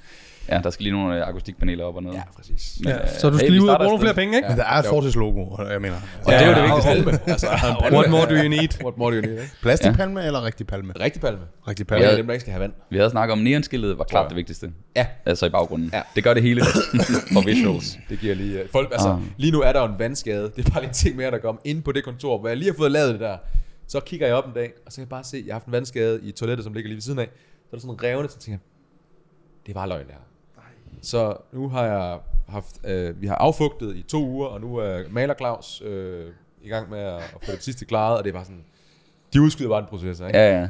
[SPEAKER 5] Ja, der skal lige nogle øh, akustikpaneler op og ned.
[SPEAKER 6] præcis.
[SPEAKER 5] Men,
[SPEAKER 1] ja.
[SPEAKER 5] øh,
[SPEAKER 1] Så du skal
[SPEAKER 5] hey, vi
[SPEAKER 1] lige ud og bruge
[SPEAKER 5] starter
[SPEAKER 1] nogle flere
[SPEAKER 5] afsted.
[SPEAKER 1] penge, ikke?
[SPEAKER 3] Men der er et
[SPEAKER 6] Ja.
[SPEAKER 3] fortidslogo, jeg mener.
[SPEAKER 6] Og det er jo
[SPEAKER 1] Ja.
[SPEAKER 6] det vigtigste. Palme. Altså,
[SPEAKER 1] What more do you need?
[SPEAKER 6] What more do you need? Ikke?
[SPEAKER 3] Plastikpalme eller rigtig palme?
[SPEAKER 6] Rigtig palme.
[SPEAKER 3] Rigtig
[SPEAKER 6] Palme
[SPEAKER 3] palme.
[SPEAKER 6] er
[SPEAKER 5] Ja.
[SPEAKER 6] dem, der ikke skal have vand.
[SPEAKER 5] Vi havde snakket om neonskiltet var klart
[SPEAKER 6] jeg.
[SPEAKER 5] det vigtigste.
[SPEAKER 6] Ja,
[SPEAKER 5] Altså i baggrunden.
[SPEAKER 6] Ja.
[SPEAKER 5] Det gør det hele for visuals.
[SPEAKER 6] Det giver lige... øh, Folk, altså,
[SPEAKER 5] Ah.
[SPEAKER 6] lige nu er der jo en vandskade. Det er bare lige en ting mere, der kommer ind på det kontor, hvor jeg lige har fået lavet det der. Så kigger jeg op en dag, og så kan jeg bare se, at jeg har haft en vandskade i toilettet, som ligger lige ved siden af. Så er der sådan en revne, så tænker jeg, det er bare løgn, det her. Så nu har jeg haft, øh, vi har affugtet i to uger, og nu er maler Claus øh, i gang med at, at få det sidste klaret, og det er bare sådan, de udskyder bare en proces, ikke?
[SPEAKER 5] Ja, ja.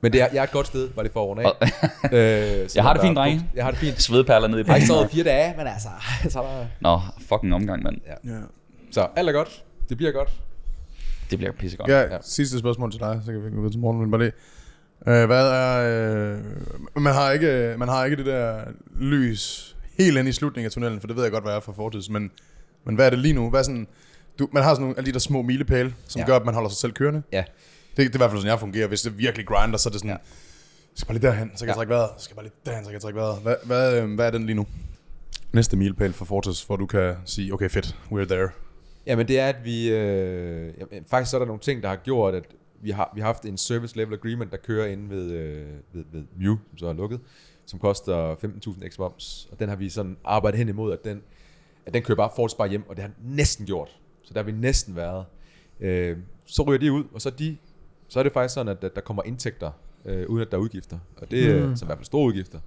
[SPEAKER 6] Men det er, jeg er et godt sted, var det for at runde af. øh, så
[SPEAKER 5] Jeg har det
[SPEAKER 6] der er
[SPEAKER 5] fint, drenge.
[SPEAKER 6] fugt- Jeg har det fint.
[SPEAKER 5] Svedperler ned i
[SPEAKER 6] Jeg har
[SPEAKER 5] baggrunden.
[SPEAKER 6] ikke sovet fire dage, men altså, så er der...
[SPEAKER 5] Nå, fucking omgang, mand.
[SPEAKER 3] Ja.
[SPEAKER 6] Så alt er godt. Det bliver godt.
[SPEAKER 5] Det bliver pissegodt. Ja.
[SPEAKER 3] Ja,
[SPEAKER 6] Ja.
[SPEAKER 3] sidste spørgsmål til dig, så kan vi gå videre til morgen, men bare det. Øh, hvad er... Øh, man, har ikke, øh, man har ikke det der lys helt inde i slutningen af tunnelen, for det ved jeg godt, hvad er fra fortids, men, men hvad er det lige nu? Hvad er sådan, du, man har sådan nogle af de der små milepæle, som
[SPEAKER 6] Ja.
[SPEAKER 3] ja. gør, at man holder sig selv kørende.
[SPEAKER 6] Ja.
[SPEAKER 3] Det, det er i hvert fald sådan, jeg fungerer. Hvis det virkelig grinder, så er det sådan... Ja. Jeg skal bare lige derhen, så kan ja. jeg
[SPEAKER 6] Ja.
[SPEAKER 3] trække vejret. Jeg skal bare lige derhen, så kan jeg trække vejret. Hvad, hvad, øh, hvad er den lige nu? Næste milepæl for Fortis, hvor du kan sige, okay fedt, we're there.
[SPEAKER 6] Jamen det er, at vi... Øh, jamen, faktisk så er der nogle ting, der har gjort, at vi har, vi har haft en service level agreement, der kører inde ved, øh, ved, ved Mew, som så er lukket, som koster 15.000 x moms, og den har vi sådan arbejdet hen imod, at den, at den kører bare forholds bare hjem, og det har den næsten gjort. Så der har vi næsten været. Øh, så ryger de ud, og så er de, så er det faktisk sådan, at, at der kommer indtægter, øh, uden at der er udgifter, og det mm. som i hvert fald store udgifter.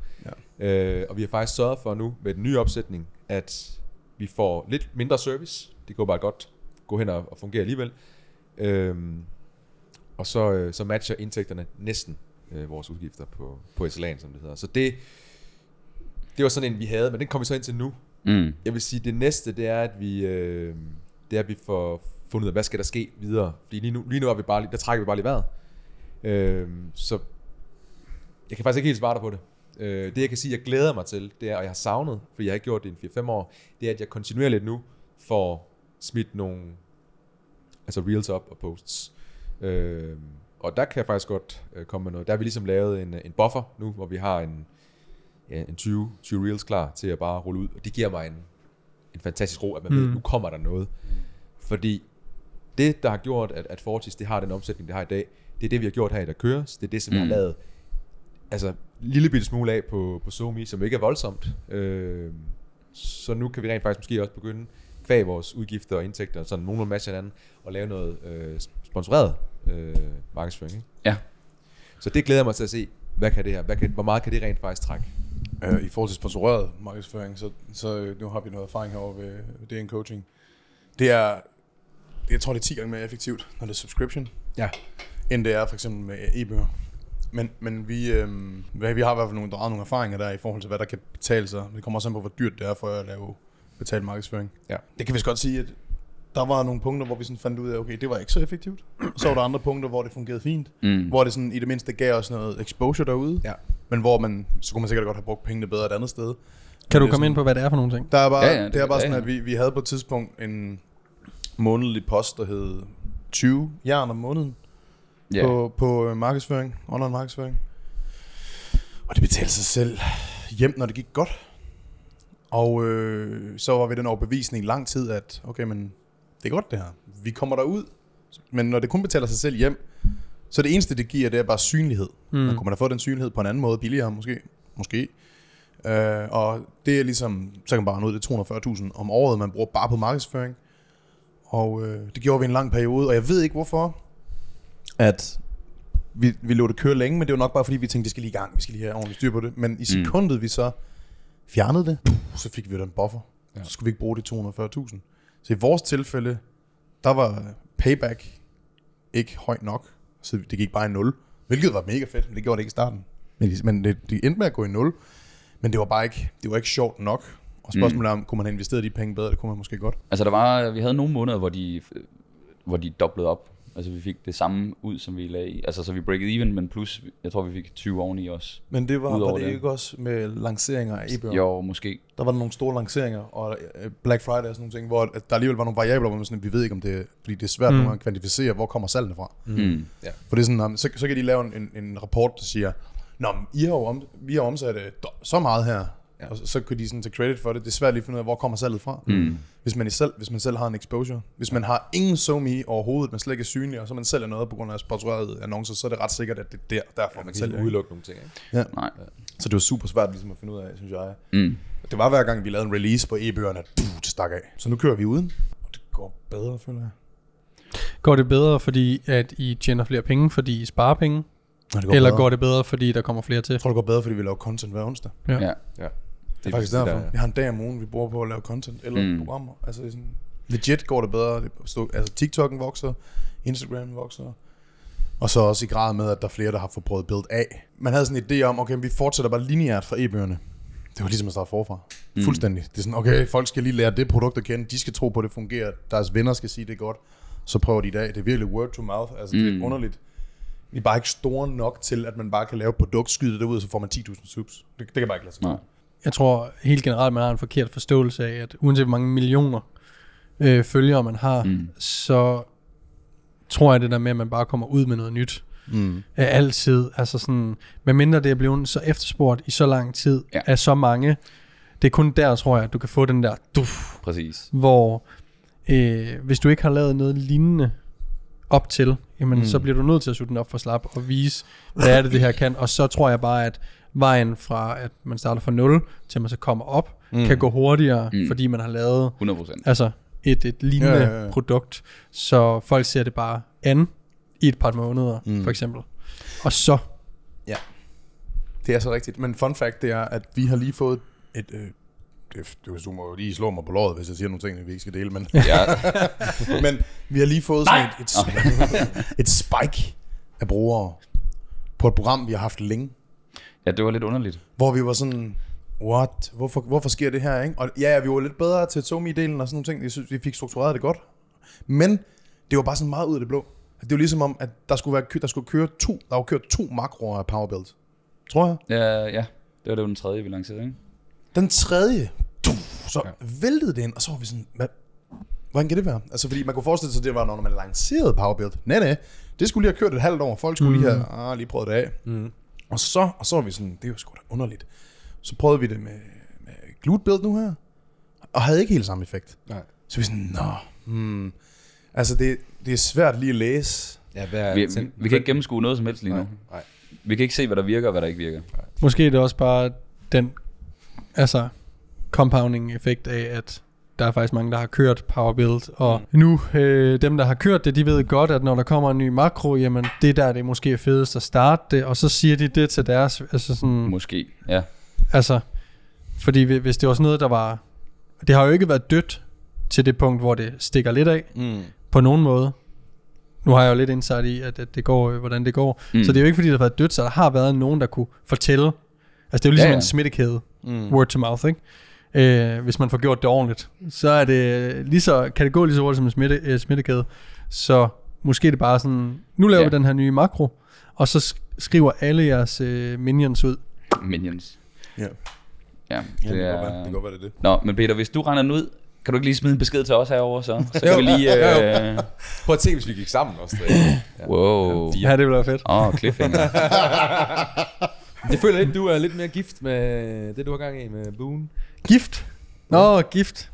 [SPEAKER 6] Ja. Øh, og vi har faktisk sørget for nu, med den nye opsætning, at vi får lidt mindre service. Det går bare godt gå hen og, og fungere alligevel. Øhm, og så, øh, så matcher indtægterne næsten øh, vores udgifter på, på SLA'en, som det hedder. Så det, det var sådan en, vi havde, men den kom vi så ind til nu.
[SPEAKER 5] Mm.
[SPEAKER 6] Jeg vil sige, det næste, det er, at vi, øh, det er, at vi får fundet ud af, hvad skal der ske videre. Fordi lige nu, lige nu er vi bare, lige- der trækker vi bare lige vejret. Øh, så jeg kan faktisk ikke helt svare dig på det. Øh, det jeg kan sige, jeg glæder mig til, det er, og jeg har savnet, fordi jeg har ikke gjort det i en 4-5 år, det er, at jeg kontinuerligt nu får smidt nogle altså reels op og posts. Øh, og der kan jeg faktisk godt øh, komme med noget. Der har vi ligesom lavet en, øh, en buffer nu, hvor vi har en, ja, en 20, 20 reels klar til at bare rulle ud. Og det giver mig en, en fantastisk ro, at man mm. ved, nu kommer der noget. Fordi det, der har gjort, at, at Fortis det har den omsætning, det har i dag, det er det, vi har gjort her i Der Køres. Det er det, som mm. jeg har lavet altså, en lille bitte smule af på, på Zomi, som ikke er voldsomt. Øh, så nu kan vi rent faktisk måske også begynde, kvæg vores udgifter og indtægter, sådan nogenlunde matche hinanden, og lave noget øh, sponsoreret øh, markedsføring. Ikke?
[SPEAKER 5] Ja.
[SPEAKER 6] Så det glæder jeg mig til at se, hvad kan det her, hvad kan, hvor meget kan det rent faktisk trække?
[SPEAKER 3] Øh, I forhold til sponsoreret markedsføring, så, så øh, nu har vi noget erfaring herovre ved ved DN Coaching. Det er, jeg tror det er 10 gange mere effektivt, når det er subscription,
[SPEAKER 6] Ja.
[SPEAKER 3] end det er for eksempel med e-bøger. Men, men vi, øh, vi har i hvert fald nogle, draget nogle erfaringer der i forhold til, hvad der kan betale sig. Men Det kommer også an på, hvor dyrt det er for at lave betalt markedsføring.
[SPEAKER 6] Ja.
[SPEAKER 3] Det kan vi godt sige, at der var nogle punkter, hvor vi sådan fandt ud af, okay, det var ikke så effektivt. Og så var der andre punkter, hvor det fungerede fint.
[SPEAKER 5] Mm.
[SPEAKER 3] Hvor det sådan i det mindste gav os noget exposure derude.
[SPEAKER 6] Ja.
[SPEAKER 3] Men hvor man, så kunne man sikkert godt have brugt pengene bedre et andet sted.
[SPEAKER 1] Kan du
[SPEAKER 3] Det
[SPEAKER 1] komme
[SPEAKER 3] er sådan-
[SPEAKER 1] ind på, hvad det er for nogle ting?
[SPEAKER 3] Der er bare,
[SPEAKER 5] Ja,
[SPEAKER 3] ja,
[SPEAKER 5] ja,
[SPEAKER 3] ja, det,
[SPEAKER 5] det-
[SPEAKER 3] det er bare
[SPEAKER 5] ja,
[SPEAKER 3] sådan,
[SPEAKER 5] ja.
[SPEAKER 3] at vi, vi havde på et tidspunkt en månedlig post, der hed 20 jern om måneden
[SPEAKER 5] Ja.
[SPEAKER 3] yeah. på, på øh, markedsføring, online markedsføring. Og det betalte sig selv hjem, når det gik godt. Og øh, så var vi den overbevisning i lang tid, at okay, men det er godt det her. Vi kommer derud, men når det kun betaler sig selv hjem, så det eneste, det giver, det er bare synlighed. Mm. Man kunne man have fået den synlighed på en anden måde, billigere måske. Måske. Øh, og det er ligesom, så kan man bare nå ud til 240.000 om året, man bruger bare på markedsføring. og øh, det gjorde vi en lang periode, og jeg ved ikke hvorfor, at vi, vi lå det køre længe, men det var nok bare fordi, vi tænkte, det skal lige i gang, vi skal lige have ordentligt styr på det. Men i sekundet, mm. vi så fjernede det, så fik vi den buffer. Ja. Så skulle vi ikke bruge de 240.000. Så i vores tilfælde, der var payback ikke højt nok, så det gik bare i 0, hvilket var mega fedt, men det gjorde det ikke i starten. Men, det- men det, det endte med at gå i 0, men det var bare ikke, det var ikke sjovt nok. Og spørgsmålet er, om kunne man have investeret de penge bedre, det kunne man måske godt.
[SPEAKER 5] Altså der var, vi havde nogle måneder, hvor de, hvor de doblede op. Altså vi fik det samme ud, som vi lagde i. Altså så vi breakede even, men plus, jeg tror vi fik 20 oveni også.
[SPEAKER 3] Men det var,
[SPEAKER 5] Udover
[SPEAKER 3] var det
[SPEAKER 5] det.
[SPEAKER 3] ikke også med lanceringer af e-bøger?
[SPEAKER 5] Jo, måske.
[SPEAKER 3] Der var der nogle store lanceringer, og øh, Black Friday og sådan nogle ting, hvor at der alligevel var nogle variabler, hvor man sådan, vi ved ikke, om det, fordi det er svært mm. nogle gange at kvantificere, hvor kommer salgene fra. Mm.
[SPEAKER 5] Mm.
[SPEAKER 3] For det er sådan, om- så, så kan de lave en, en, en rapport, der siger, Nå, men I har jo om, vi har omsat øh, do- så meget her, ja. og så, så kan de sådan tage credit for det. Det er svært lige at finde ud af, hvor kommer salget fra. Mm. Hvis, man i selv, hvis man selv har en exposure. Hvis man har ingen somi overhovedet, man slet ikke er synlig, og så man sælger noget på grund af sponsorerede annoncer, så er det ret sikkert, at det er der, derfor man,
[SPEAKER 6] Man
[SPEAKER 3] man
[SPEAKER 6] kan helt
[SPEAKER 3] sælger.
[SPEAKER 6] udelukke nogle ting, ikke?
[SPEAKER 5] Nej.
[SPEAKER 3] Så det var super svært ligesom at finde ud af, synes jeg.
[SPEAKER 5] Mm.
[SPEAKER 3] Det var hver gang, vi lavede en release på e-bøgerne, at det stak af. Så nu kører vi uden. Og det går bedre, føler jeg.
[SPEAKER 1] Går det bedre, fordi at I tjener flere penge, fordi I sparer penge?
[SPEAKER 3] Nej, det
[SPEAKER 1] Eller
[SPEAKER 3] bedre.
[SPEAKER 1] går det bedre, fordi der kommer flere til?
[SPEAKER 3] Jeg tror, det går bedre, fordi vi laver content hver onsdag. Det
[SPEAKER 1] Ja.
[SPEAKER 5] Ja.
[SPEAKER 6] Ja.
[SPEAKER 3] er faktisk derfor. Der, ja. Vi har en dag om ugen, vi bruger på at lave content eller mm.
[SPEAKER 5] Mm.
[SPEAKER 3] programmer. Altså det er sådan, legit går det bedre. Det stod, altså TikTok'en vokser, Instagram vokser. Og så også i grad med, at der er flere, der har fået prøvet build af. Man havde sådan en idé om, okay, vi fortsætter bare lineært fra e-bøgerne. Det var ligesom at starte forfra. Mm. Fuldstændig. Det er sådan, okay, folk skal lige lære det produkt at kende. De skal tro på, at det fungerer. Deres venner skal sige, det er godt. Så prøver de i dag. Det er virkelig word to mouth. Altså, mm. det er underligt. Vi er bare ikke store nok til, at man bare kan lave et produkt, skyde det ud, og så får man 10.000 subs. Det, det kan bare ikke lade sig gøre.
[SPEAKER 5] Nej.
[SPEAKER 1] Jeg tror helt generelt, man har en forkert forståelse af, at uanset hvor mange millioner øh, følgere man har, mm. så tror jeg det der med, at man bare kommer ud med noget nyt. Mm. Er altid, altså sådan, medmindre det er blevet så efterspurgt i så lang tid
[SPEAKER 5] Ja.
[SPEAKER 1] ja. af så mange, det er kun der, tror jeg, at du kan få den der duf,
[SPEAKER 5] Præcis.
[SPEAKER 1] hvor øh, hvis du ikke har lavet noget lignende op til, jamen mm. så bliver du nødt til at sutte den op for slap og vise, hvad er det, det her kan. Og så tror jeg bare, at vejen fra, at man starter fra 0, til man så kommer op, mm. kan gå hurtigere, mm. fordi man har lavet
[SPEAKER 5] 100 procent.
[SPEAKER 1] altså et, et lignende
[SPEAKER 3] Ja, ja,
[SPEAKER 1] ja,
[SPEAKER 3] ja.
[SPEAKER 1] ja. produkt, så folk ser det bare an i et par måneder, mm. for eksempel. Og så,
[SPEAKER 3] Det er så rigtigt. Men fun fact, det er, at vi har lige fået et... Øh, det, du, du må jo lige slå mig på låret, hvis jeg siger nogle ting, vi ikke skal dele, men...
[SPEAKER 5] Ja,
[SPEAKER 3] Men vi har lige fået sådan et, et, et spike af brugere på et program, vi har haft længe,
[SPEAKER 5] ja, det var lidt underligt.
[SPEAKER 3] hvor vi var sådan, what, hvorfor, hvorfor sker det her, ikke? Og ja, ja, vi var lidt bedre til Tomi-delen og sådan nogle ting, jeg synes, vi fik struktureret det godt, men det var bare sådan meget ud af det blå. Det var ligesom om, at der skulle, være, kø- der skulle køre to, der var kørt to makroer af Powerbuilt, tror jeg.
[SPEAKER 5] Ja, ja. Det var det var den tredje, vi lancerede, ikke?
[SPEAKER 3] Den tredje, du, så ja. væltede det ind, og så var vi sådan, hvad, hvordan kan det være? Altså, fordi man kunne forestille sig, at det var, når man lancerede Powerbuild. Nej, nej, det skulle lige have kørt et halvt år. Folk skulle mm. lige
[SPEAKER 5] Mhm.
[SPEAKER 3] have ah, lige prøvet det af. Mm. Og, så, og så var vi sådan, det er jo sgu da underligt. Så prøvede vi det med, med glute build nu her, og havde ikke helt samme effekt.
[SPEAKER 6] Nej.
[SPEAKER 3] Så vi sådan, nå, hmm. Altså, det, det er svært lige at læse.
[SPEAKER 6] Ja, hvad er
[SPEAKER 5] Vi,
[SPEAKER 6] tænd-
[SPEAKER 5] vi kan ikke gennemskue noget som helst lige nu.
[SPEAKER 6] Nej.
[SPEAKER 5] Vi kan ikke se, hvad der virker og hvad der ikke virker.
[SPEAKER 1] måske er det også bare den, altså compounding-effekt af, at der er faktisk mange, der har kørt Powerbuild, og nu øh, dem, der har kørt det, de ved godt, at når der kommer en ny makro, jamen det er der, det er måske er fedest at starte det, og så siger de det til deres, altså sådan,
[SPEAKER 5] Måske. Ja.
[SPEAKER 1] Altså, fordi hvi- hvis det var sådan noget, der var... Det har jo ikke været dødt til det punkt, hvor det stikker lidt af, mm. på nogen måde. Nu har jeg jo lidt insight i, at, at det går, øh, hvordan det går. Mm. Så det er jo ikke, fordi det har været dødt, så der har været nogen, der kunne fortælle. Altså, det er jo ligesom ja,
[SPEAKER 5] Ja, ja.
[SPEAKER 1] ja. en smittekæde. Mm. Word to mouth, ikke? Øh, hvis man får gjort det ordentligt, så er det lige så, kan det gå lige så hurtigt som en smitte, øh, smittekæde. Så måske er det bare sådan, nu laver
[SPEAKER 5] Ja.
[SPEAKER 1] ja. vi den her nye makro, og så sk- skriver alle jeres øh, minions ud.
[SPEAKER 5] Minions.
[SPEAKER 3] Ja,
[SPEAKER 5] Ja,
[SPEAKER 3] det,
[SPEAKER 5] det
[SPEAKER 3] det, kan godt være, det
[SPEAKER 5] er...
[SPEAKER 3] kan godt være, det er det.
[SPEAKER 5] Nå, men Peter, hvis du render den ud, kan du ikke lige smide en besked til os herover så? Så kan vi lige... Øh...
[SPEAKER 6] Prøv at tænke, hvis vi gik sammen også. Det, ja.
[SPEAKER 5] Wow.
[SPEAKER 1] Ja, det ville være fedt.
[SPEAKER 5] Åh, oh, cliffhanger.
[SPEAKER 6] Jeg føler lidt, du er lidt mere gift med det, du har gang i med Boone.
[SPEAKER 1] Gift? Nå, gift.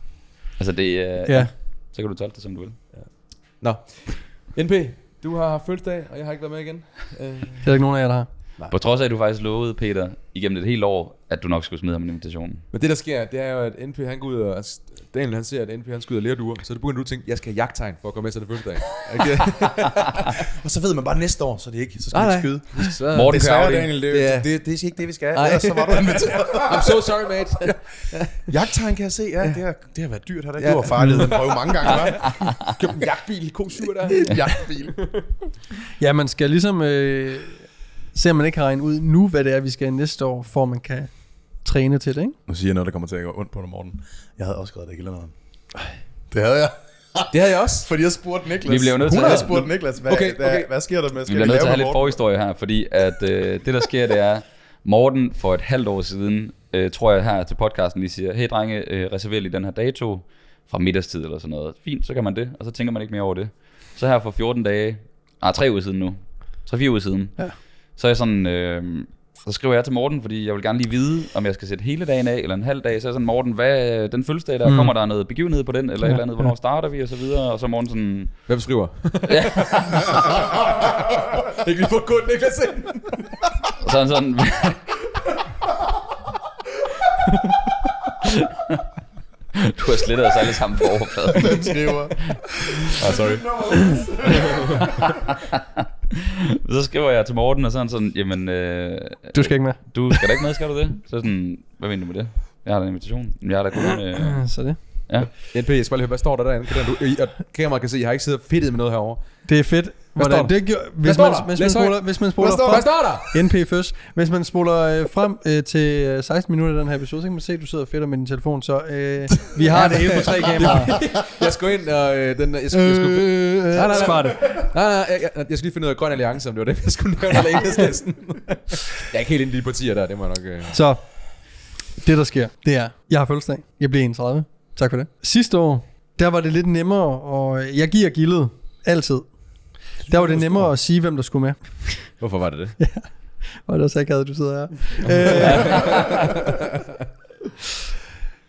[SPEAKER 5] altså det... Øh...
[SPEAKER 1] Ja.
[SPEAKER 5] Så kan du tolke det, som du vil.
[SPEAKER 6] Nå. NP, du har haft fødselsdag, og jeg har ikke været med igen. Øh,
[SPEAKER 1] Det er der ikke nogen af jer, der har.
[SPEAKER 5] På trods af, at du faktisk lovede, Peter, igennem et helt år, at du nok skulle smide ham en invitation.
[SPEAKER 6] Men det der sker, det er jo, at NP han går ud og... altså, Daniel han ser, at NP han skal ud og lærduer, så det begynder du at tænke, jeg skal have jagttegn for at komme med til det fødselsdag. Okay?
[SPEAKER 3] Og så ved man bare næste år, så er det ikke. Så skal man ikke skyde.
[SPEAKER 6] så,
[SPEAKER 5] Morten
[SPEAKER 3] Det er
[SPEAKER 5] Crowley.
[SPEAKER 3] Daniel. Det,
[SPEAKER 6] Ja.
[SPEAKER 3] det, det, det, er ikke det, vi skal.
[SPEAKER 6] Nej.
[SPEAKER 3] Ellers så var du inviteret.
[SPEAKER 6] I'm so sorry, mate.
[SPEAKER 3] Jagttegn kan jeg se. Ja, det har, det har været dyrt. Har der ikke?
[SPEAKER 6] Ja.
[SPEAKER 3] Du har fejlet den prøve mange gange, hva'?
[SPEAKER 6] Køb en jagtbil, K7 der.
[SPEAKER 3] Jagtbil.
[SPEAKER 1] Ja, man skal ligesom øh, se, om man ikke har regnet ud nu, hvad det er, vi skal næste år, for man kan træne til det, ikke?
[SPEAKER 3] Nu siger jeg noget, der kommer til at gå ondt på dig, Morten. Jeg havde også skrevet det i kalenderen. Det havde jeg.
[SPEAKER 6] Det havde jeg også.
[SPEAKER 3] Fordi jeg spurgte Niklas.
[SPEAKER 5] Vi bliver jo nødt til
[SPEAKER 3] Hun havde
[SPEAKER 5] at-
[SPEAKER 3] spurgt Niklas, hvad, okay,
[SPEAKER 6] Okay, okay.
[SPEAKER 3] okay. Hvad, hvad sker der med?
[SPEAKER 5] Vi bliver nødt til at have lidt forhistorie her, fordi at øh, det der sker, det er, Morten for et halvt år siden, øh, tror jeg her til podcasten lige siger, hey drenge, øh, reserver lige den her dato fra middagstid eller sådan noget. Fint, så kan man det, og så tænker man ikke mere over det. Så her for 14 dage, nej, tre uger siden nu, 3-4 uger siden, ja. så er jeg sådan, øh, så skriver jeg til Morten, fordi jeg vil gerne lige vide, om jeg skal sætte hele dagen af, eller en halv dag. Så er jeg sådan, Morten, hvad, den fødselsdag der, mm. kommer der noget begivenhed på den, eller ja, et eller andet, hvornår starter vi, og så videre. Og så er Morten sådan,
[SPEAKER 6] Hvem skriver? ikke lige få kun Niklas ind.
[SPEAKER 5] Og så er han sådan... du har slettet os alle sammen på overfladen.
[SPEAKER 3] Den skriver. Ah, sorry.
[SPEAKER 5] Så skriver jeg til Morten, og så er han sådan, jamen, øh,
[SPEAKER 1] Du skal ikke med.
[SPEAKER 5] du skal da ikke med, skal du det? Så er jeg sådan, hvad mener du med det? Jeg har da en invitation. "Jamen, Jeg har da kun... Øh,
[SPEAKER 1] Så det.
[SPEAKER 5] ja.
[SPEAKER 6] NP, jeg skal bare lige høre, hvad står der derinde? Kan du, I- og kameraet kan se, jeg har ikke siddet og fedtet med noget herovre.
[SPEAKER 1] Det er fedt.
[SPEAKER 6] står
[SPEAKER 1] Hvordan,
[SPEAKER 6] der?
[SPEAKER 1] det gjorde, hvis,
[SPEAKER 6] står
[SPEAKER 1] man,
[SPEAKER 6] der?
[SPEAKER 1] hvis, man
[SPEAKER 6] Læs højt.
[SPEAKER 1] spoler, hvis man spoler
[SPEAKER 6] Hvad står, hvad
[SPEAKER 1] frem,
[SPEAKER 6] står der?
[SPEAKER 1] NP først. Hvis man spoler øh, frem øh, til øh, 16 minutter i den her episode, så kan man se, at du sidder og fedter med din telefon, så øh, vi har det hele på tre kameraer.
[SPEAKER 6] Jeg skal ind og... Øh, den, jeg, skal, jeg, skulle,
[SPEAKER 1] Øh,
[SPEAKER 6] nej, nej.
[SPEAKER 1] Spar det.
[SPEAKER 6] nej, nej, jeg, jeg, jeg skal lige finde ud af Grøn Alliance, om det var det, jeg skulle nævne eller enhedslisten. jeg er ikke helt inde i de partier der, det må jeg nok... Øh.
[SPEAKER 1] Så det der sker, det er, jeg har fødselsdag. Jeg bliver 31. Tak for det. Sidste år, der var det lidt nemmere, og jeg giver gildet altid. Der var det nemmere at sige, hvem der skulle med.
[SPEAKER 6] Hvorfor var det det?
[SPEAKER 1] Og det er så akavet, du sidder her. Øh,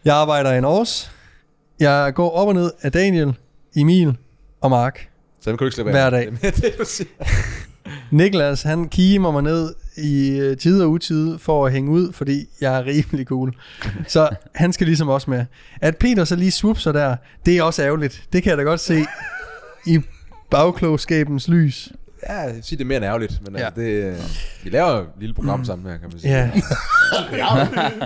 [SPEAKER 1] jeg arbejder i en års. Jeg går op og ned af Daniel, Emil og Mark.
[SPEAKER 6] Så den kunne du ikke slippe
[SPEAKER 1] Hver
[SPEAKER 6] af.
[SPEAKER 1] dag.
[SPEAKER 6] Det er det, du siger.
[SPEAKER 1] Niklas, han kimer mig ned i øh, tide og utide for at hænge ud, fordi jeg er rimelig cool. Så han skal ligesom også med. At Peter så lige swoopser der, det er også ærgerligt. Det kan jeg da godt se i bagklogskabens lys.
[SPEAKER 6] Ja, sig det er mere end ærgerligt, men ja.
[SPEAKER 1] Ja.
[SPEAKER 6] altså, det, øh, vi laver jo et lille program sammen her, kan man sige.
[SPEAKER 1] Ja,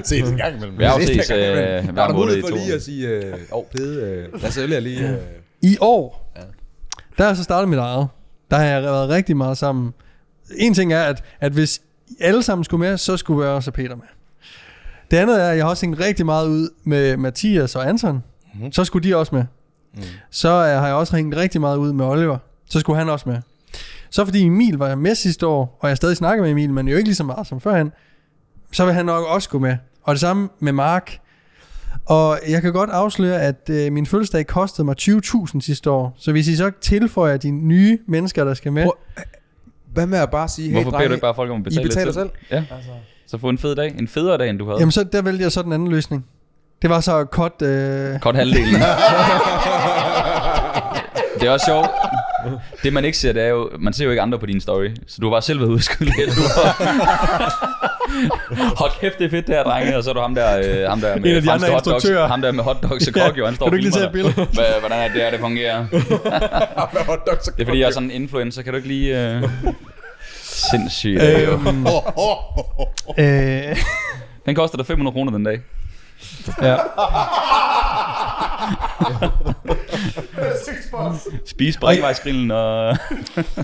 [SPEAKER 3] Se det en gang imellem.
[SPEAKER 5] Vi afses øh,
[SPEAKER 6] gang, men Der
[SPEAKER 5] hver
[SPEAKER 6] er der
[SPEAKER 5] måned i
[SPEAKER 6] mulighed for
[SPEAKER 5] to.
[SPEAKER 6] lige at sige, øh, åh, pede, øh, lad os ælge lige. Øh.
[SPEAKER 1] I år, der er jeg så startet mit eget. Der har jeg været rigtig meget sammen. En ting er, at, at hvis I alle sammen skulle med, så skulle jeg også have Peter med. Det andet er, at jeg har også hængt rigtig meget ud med Mathias og Anton. Mm-hmm. Så skulle de også med. Mm. Så øh, har jeg også hængt rigtig meget ud med Oliver. Så skulle han også med. Så fordi Emil var med sidste år, og jeg stadig snakker med Emil, men jo ikke lige så meget som førhen, så vil han nok også gå med. Og det samme med Mark. Og jeg kan godt afsløre, at øh, min fødselsdag kostede mig 20.000 sidste år. Så hvis I så tilføjer de nye mennesker, der skal med...
[SPEAKER 6] Prøv- Hvad med at bare sige, hey,
[SPEAKER 5] Hvorfor beder du
[SPEAKER 6] drenge,
[SPEAKER 5] ikke bare folk om at
[SPEAKER 6] I
[SPEAKER 5] betale
[SPEAKER 6] betaler
[SPEAKER 5] lidt
[SPEAKER 6] selv? Altså.
[SPEAKER 5] Ja. Så få en fed dag. En federe dag, end du havde.
[SPEAKER 1] Jamen så der vælger jeg så den anden løsning. Det var så kort... Øh,
[SPEAKER 5] Kort halvdelen. det er også sjovt. Det man ikke ser, det er jo, man ser jo ikke andre på din story, så du har bare selv været udskyldt lidt. Du har... Hold kæft, det er fedt det her, drenge, og så er du ham der, øh, ham der med
[SPEAKER 1] En af de
[SPEAKER 5] franske
[SPEAKER 1] andre
[SPEAKER 5] hotdogs,
[SPEAKER 1] instruktører.
[SPEAKER 5] ham der med hotdogs og kok, jo, han står
[SPEAKER 1] kan du ikke lige
[SPEAKER 5] og filmer
[SPEAKER 1] tage et
[SPEAKER 5] dig. Hva- Hvordan er det her, det fungerer? det
[SPEAKER 6] hotdog, så
[SPEAKER 5] er fordi, jeg er sådan en influencer, kan du ikke lige... Øh... Sindssygt. Øh.
[SPEAKER 1] øhm, øh,
[SPEAKER 5] Den koster dig 500 kroner den dag.
[SPEAKER 1] ja.
[SPEAKER 5] Spis brækvejsgrillen og...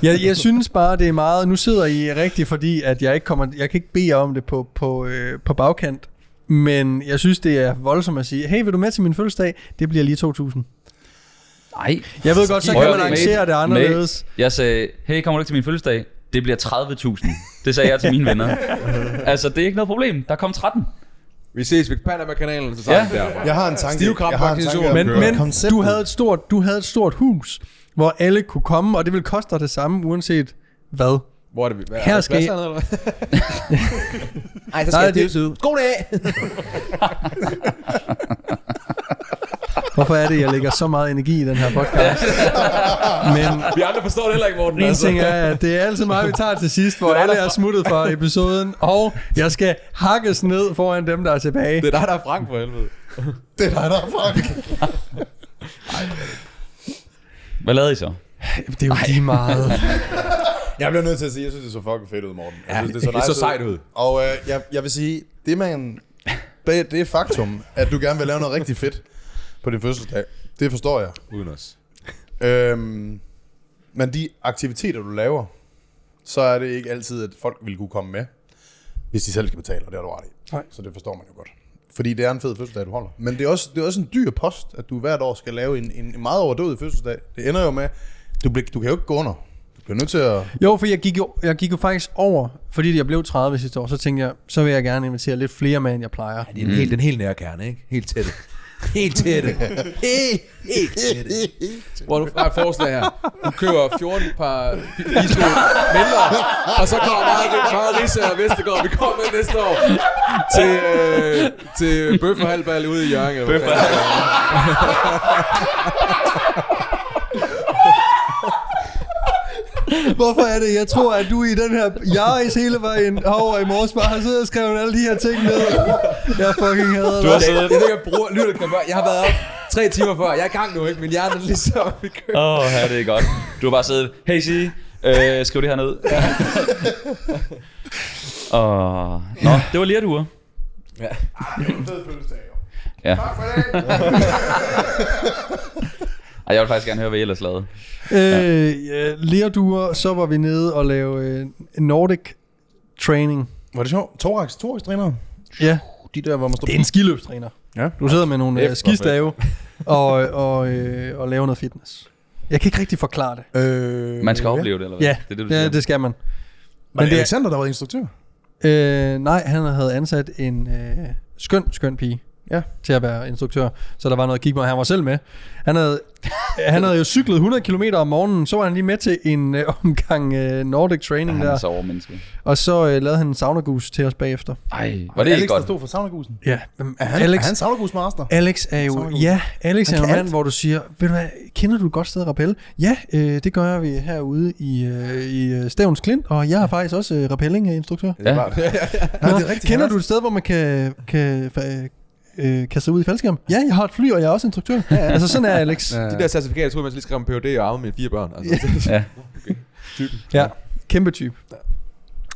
[SPEAKER 1] jeg, jeg synes bare, det er meget... Nu sidder I rigtigt, fordi at jeg, ikke kommer, jeg kan ikke bede jer om det på, på, øh, på bagkant. Men jeg synes, det er voldsomt at sige, hey, vil du med til min fødselsdag? Det bliver lige 2.000.
[SPEAKER 5] Nej.
[SPEAKER 1] Jeg ved godt, så kan
[SPEAKER 5] Prøv at-
[SPEAKER 1] man arrangere det
[SPEAKER 5] mate,
[SPEAKER 1] anderledes.
[SPEAKER 5] mate, Jeg sagde, hey, kommer du ikke til min fødselsdag? Det bliver 30.000. Det sagde jeg til mine venner. Altså, det er ikke noget problem. Der kom 13.
[SPEAKER 6] Vi ses ved Panama-kanalen, så tager
[SPEAKER 5] Ja.
[SPEAKER 6] vi den derfra.
[SPEAKER 3] Jeg har en tanke.
[SPEAKER 6] Stiv kram
[SPEAKER 3] Jeg har en
[SPEAKER 6] faktisk,
[SPEAKER 3] tanke
[SPEAKER 6] jo.
[SPEAKER 3] om
[SPEAKER 1] Men,
[SPEAKER 3] kører.
[SPEAKER 1] men
[SPEAKER 3] Konceptet.
[SPEAKER 1] du, havde et stort, du havde et stort hus, hvor alle kunne komme, og det ville koste dig det samme, uanset hvad.
[SPEAKER 6] Hvor er det, vi- hvad,
[SPEAKER 1] Her skal I-
[SPEAKER 6] Nej, så
[SPEAKER 1] Nej,
[SPEAKER 6] skal
[SPEAKER 1] det-
[SPEAKER 6] jeg ud. God dag!
[SPEAKER 1] Hvorfor er det, jeg lægger så meget energi i den her podcast? Men
[SPEAKER 6] Vi andre forstår det heller ikke, Morten.
[SPEAKER 5] Altså.
[SPEAKER 6] altså.
[SPEAKER 1] en ting er, at det er altid meget, vi tager til sidst, hvor alle er smuttet fra episoden, og jeg skal hakkes ned foran dem, der er tilbage.
[SPEAKER 6] Det er dig, der er Frank for helvede.
[SPEAKER 3] Det er dig, der er Frank.
[SPEAKER 5] Hvad lavede I så?
[SPEAKER 1] Det er jo lige meget.
[SPEAKER 2] Jeg bliver nødt til at sige, jeg synes, det så fucking fedt ud, Morten. Jeg synes,
[SPEAKER 6] det så sejt ud.
[SPEAKER 3] Og øh,
[SPEAKER 2] Jeg, jeg vil sige, det man... Det, det er faktum, at du gerne vil lave noget rigtig fedt på din fødselsdag. Det forstår jeg.
[SPEAKER 6] Uden os.
[SPEAKER 2] Øhm, men de aktiviteter, du laver, så er det ikke altid, at folk vil kunne komme med, hvis de selv skal betale, og det har du ret i.
[SPEAKER 1] Nej.
[SPEAKER 2] Så det forstår man jo godt. Fordi det er en fed fødselsdag, du holder. Men det er også, det er også en dyr post, at du hvert år skal lave en, en meget overdådig fødselsdag. Det ender jo med, du, bliver, du kan jo ikke gå under. Du bliver nødt til at...
[SPEAKER 1] Jo, for jeg gik jo, jeg gik jo faktisk over, fordi jeg blev 30 sidste år, så tænkte jeg, så vil jeg gerne invitere lidt flere med, end jeg plejer.
[SPEAKER 6] Det er
[SPEAKER 5] Mm.
[SPEAKER 6] en helt, den helt nære kerne, ikke? Helt tætte. Helt tætte. helt, helt tætte. Hvor du har et forslag her. Du køber 14 par islo mindre, og så kommer meget, meget Risse og Vestergaard. Vi kommer med næste år til, øh, til bøf og halvbal ude i Jørgen. eller hvad
[SPEAKER 5] Bøf og
[SPEAKER 6] fanden det
[SPEAKER 1] Hvorfor er det, jeg tror, at du i den her jaris hele vejen over i morges bare har siddet og skrevet alle de her ting ned? Jeg fucking hader
[SPEAKER 5] Du
[SPEAKER 1] det.
[SPEAKER 5] har
[SPEAKER 6] er.
[SPEAKER 5] siddet...
[SPEAKER 6] Jeg ved ikke, jeg bruger lytter knap. Jeg har været op tre timer før. Jeg er i gang nu, ikke? Min hjerne er ligesom i køkken.
[SPEAKER 5] Åh, oh, ja, det er godt. Du har bare siddet, hey Siri, øh, skriv det her ned. Åh, nå, det var lirduer.
[SPEAKER 7] Fed fødselsdag, jo.
[SPEAKER 5] Ja.
[SPEAKER 7] Tak for det.
[SPEAKER 5] Ej, jeg vil faktisk gerne høre, hvad I ellers lavede.
[SPEAKER 1] Øh, ja, lerduer, så var vi nede og lave øh, Nordic Training.
[SPEAKER 3] var det sjovt? Thorax, thorax trænere
[SPEAKER 1] Ja,
[SPEAKER 3] De der, hvor man står...
[SPEAKER 1] det er en skiløbstræner.
[SPEAKER 3] Ja.
[SPEAKER 1] Du sidder med nogle
[SPEAKER 6] Kæft,
[SPEAKER 1] øh,
[SPEAKER 6] hvor
[SPEAKER 1] skistave og, og, øh, og laver noget fitness. Jeg kan ikke rigtig forklare det.
[SPEAKER 3] Øh,
[SPEAKER 5] Man skal
[SPEAKER 3] ja.
[SPEAKER 5] opleve det, eller hvad?
[SPEAKER 1] Ja,
[SPEAKER 5] det er det, du
[SPEAKER 1] ja,
[SPEAKER 5] siger.
[SPEAKER 1] det skal man. Men
[SPEAKER 3] Var det
[SPEAKER 1] det er-
[SPEAKER 3] Alexander, der var instruktør?
[SPEAKER 1] Øh, nej, han havde ansat en øh, skøn, skøn pige
[SPEAKER 3] Ja.
[SPEAKER 1] til at være instruktør. Så der var noget at kigge på, og han var selv med. Han havde, han havde jo cyklet 100 km om morgenen, så var han lige med til en øh, omgang øh, Nordic Training
[SPEAKER 5] Han er
[SPEAKER 1] der.
[SPEAKER 5] så overmenneske.
[SPEAKER 1] Og så øh, lavede han en saunagus til os bagefter.
[SPEAKER 5] Ej, var det ikke
[SPEAKER 3] Alex,
[SPEAKER 5] godt?
[SPEAKER 3] der stod for Saunagusen.
[SPEAKER 1] Ja, hvem-
[SPEAKER 3] Er han,
[SPEAKER 1] Alex,
[SPEAKER 3] er han Saunagus master?
[SPEAKER 1] Alex er jo,
[SPEAKER 3] Saunagus.
[SPEAKER 1] ja, Alex
[SPEAKER 3] Han
[SPEAKER 1] er jo en
[SPEAKER 3] kan
[SPEAKER 1] mand,
[SPEAKER 3] alt.
[SPEAKER 1] hvor du siger, ved du hvad, kender du et godt sted, Rappel? Ja, øh, det gør vi herude i, øh, i øh, Stævns Klint, og jeg er faktisk også øh, Rappelling af instruktør.
[SPEAKER 5] Ja.
[SPEAKER 1] Nå,
[SPEAKER 3] det er rigtigt,
[SPEAKER 1] Kender
[SPEAKER 3] han er-
[SPEAKER 1] du et sted, hvor man kan, kan fa- øh, kaste sig ud i faldskærm? Ja, jeg har et fly, og jeg er også instruktør. Ja, ja. Altså, sådan er Alex. Ja.
[SPEAKER 6] De der certifikater, jeg troede, man lige skrev en PhD og arme mine fire børn. Altså,
[SPEAKER 5] Ja.
[SPEAKER 1] ja. Kæmpe type.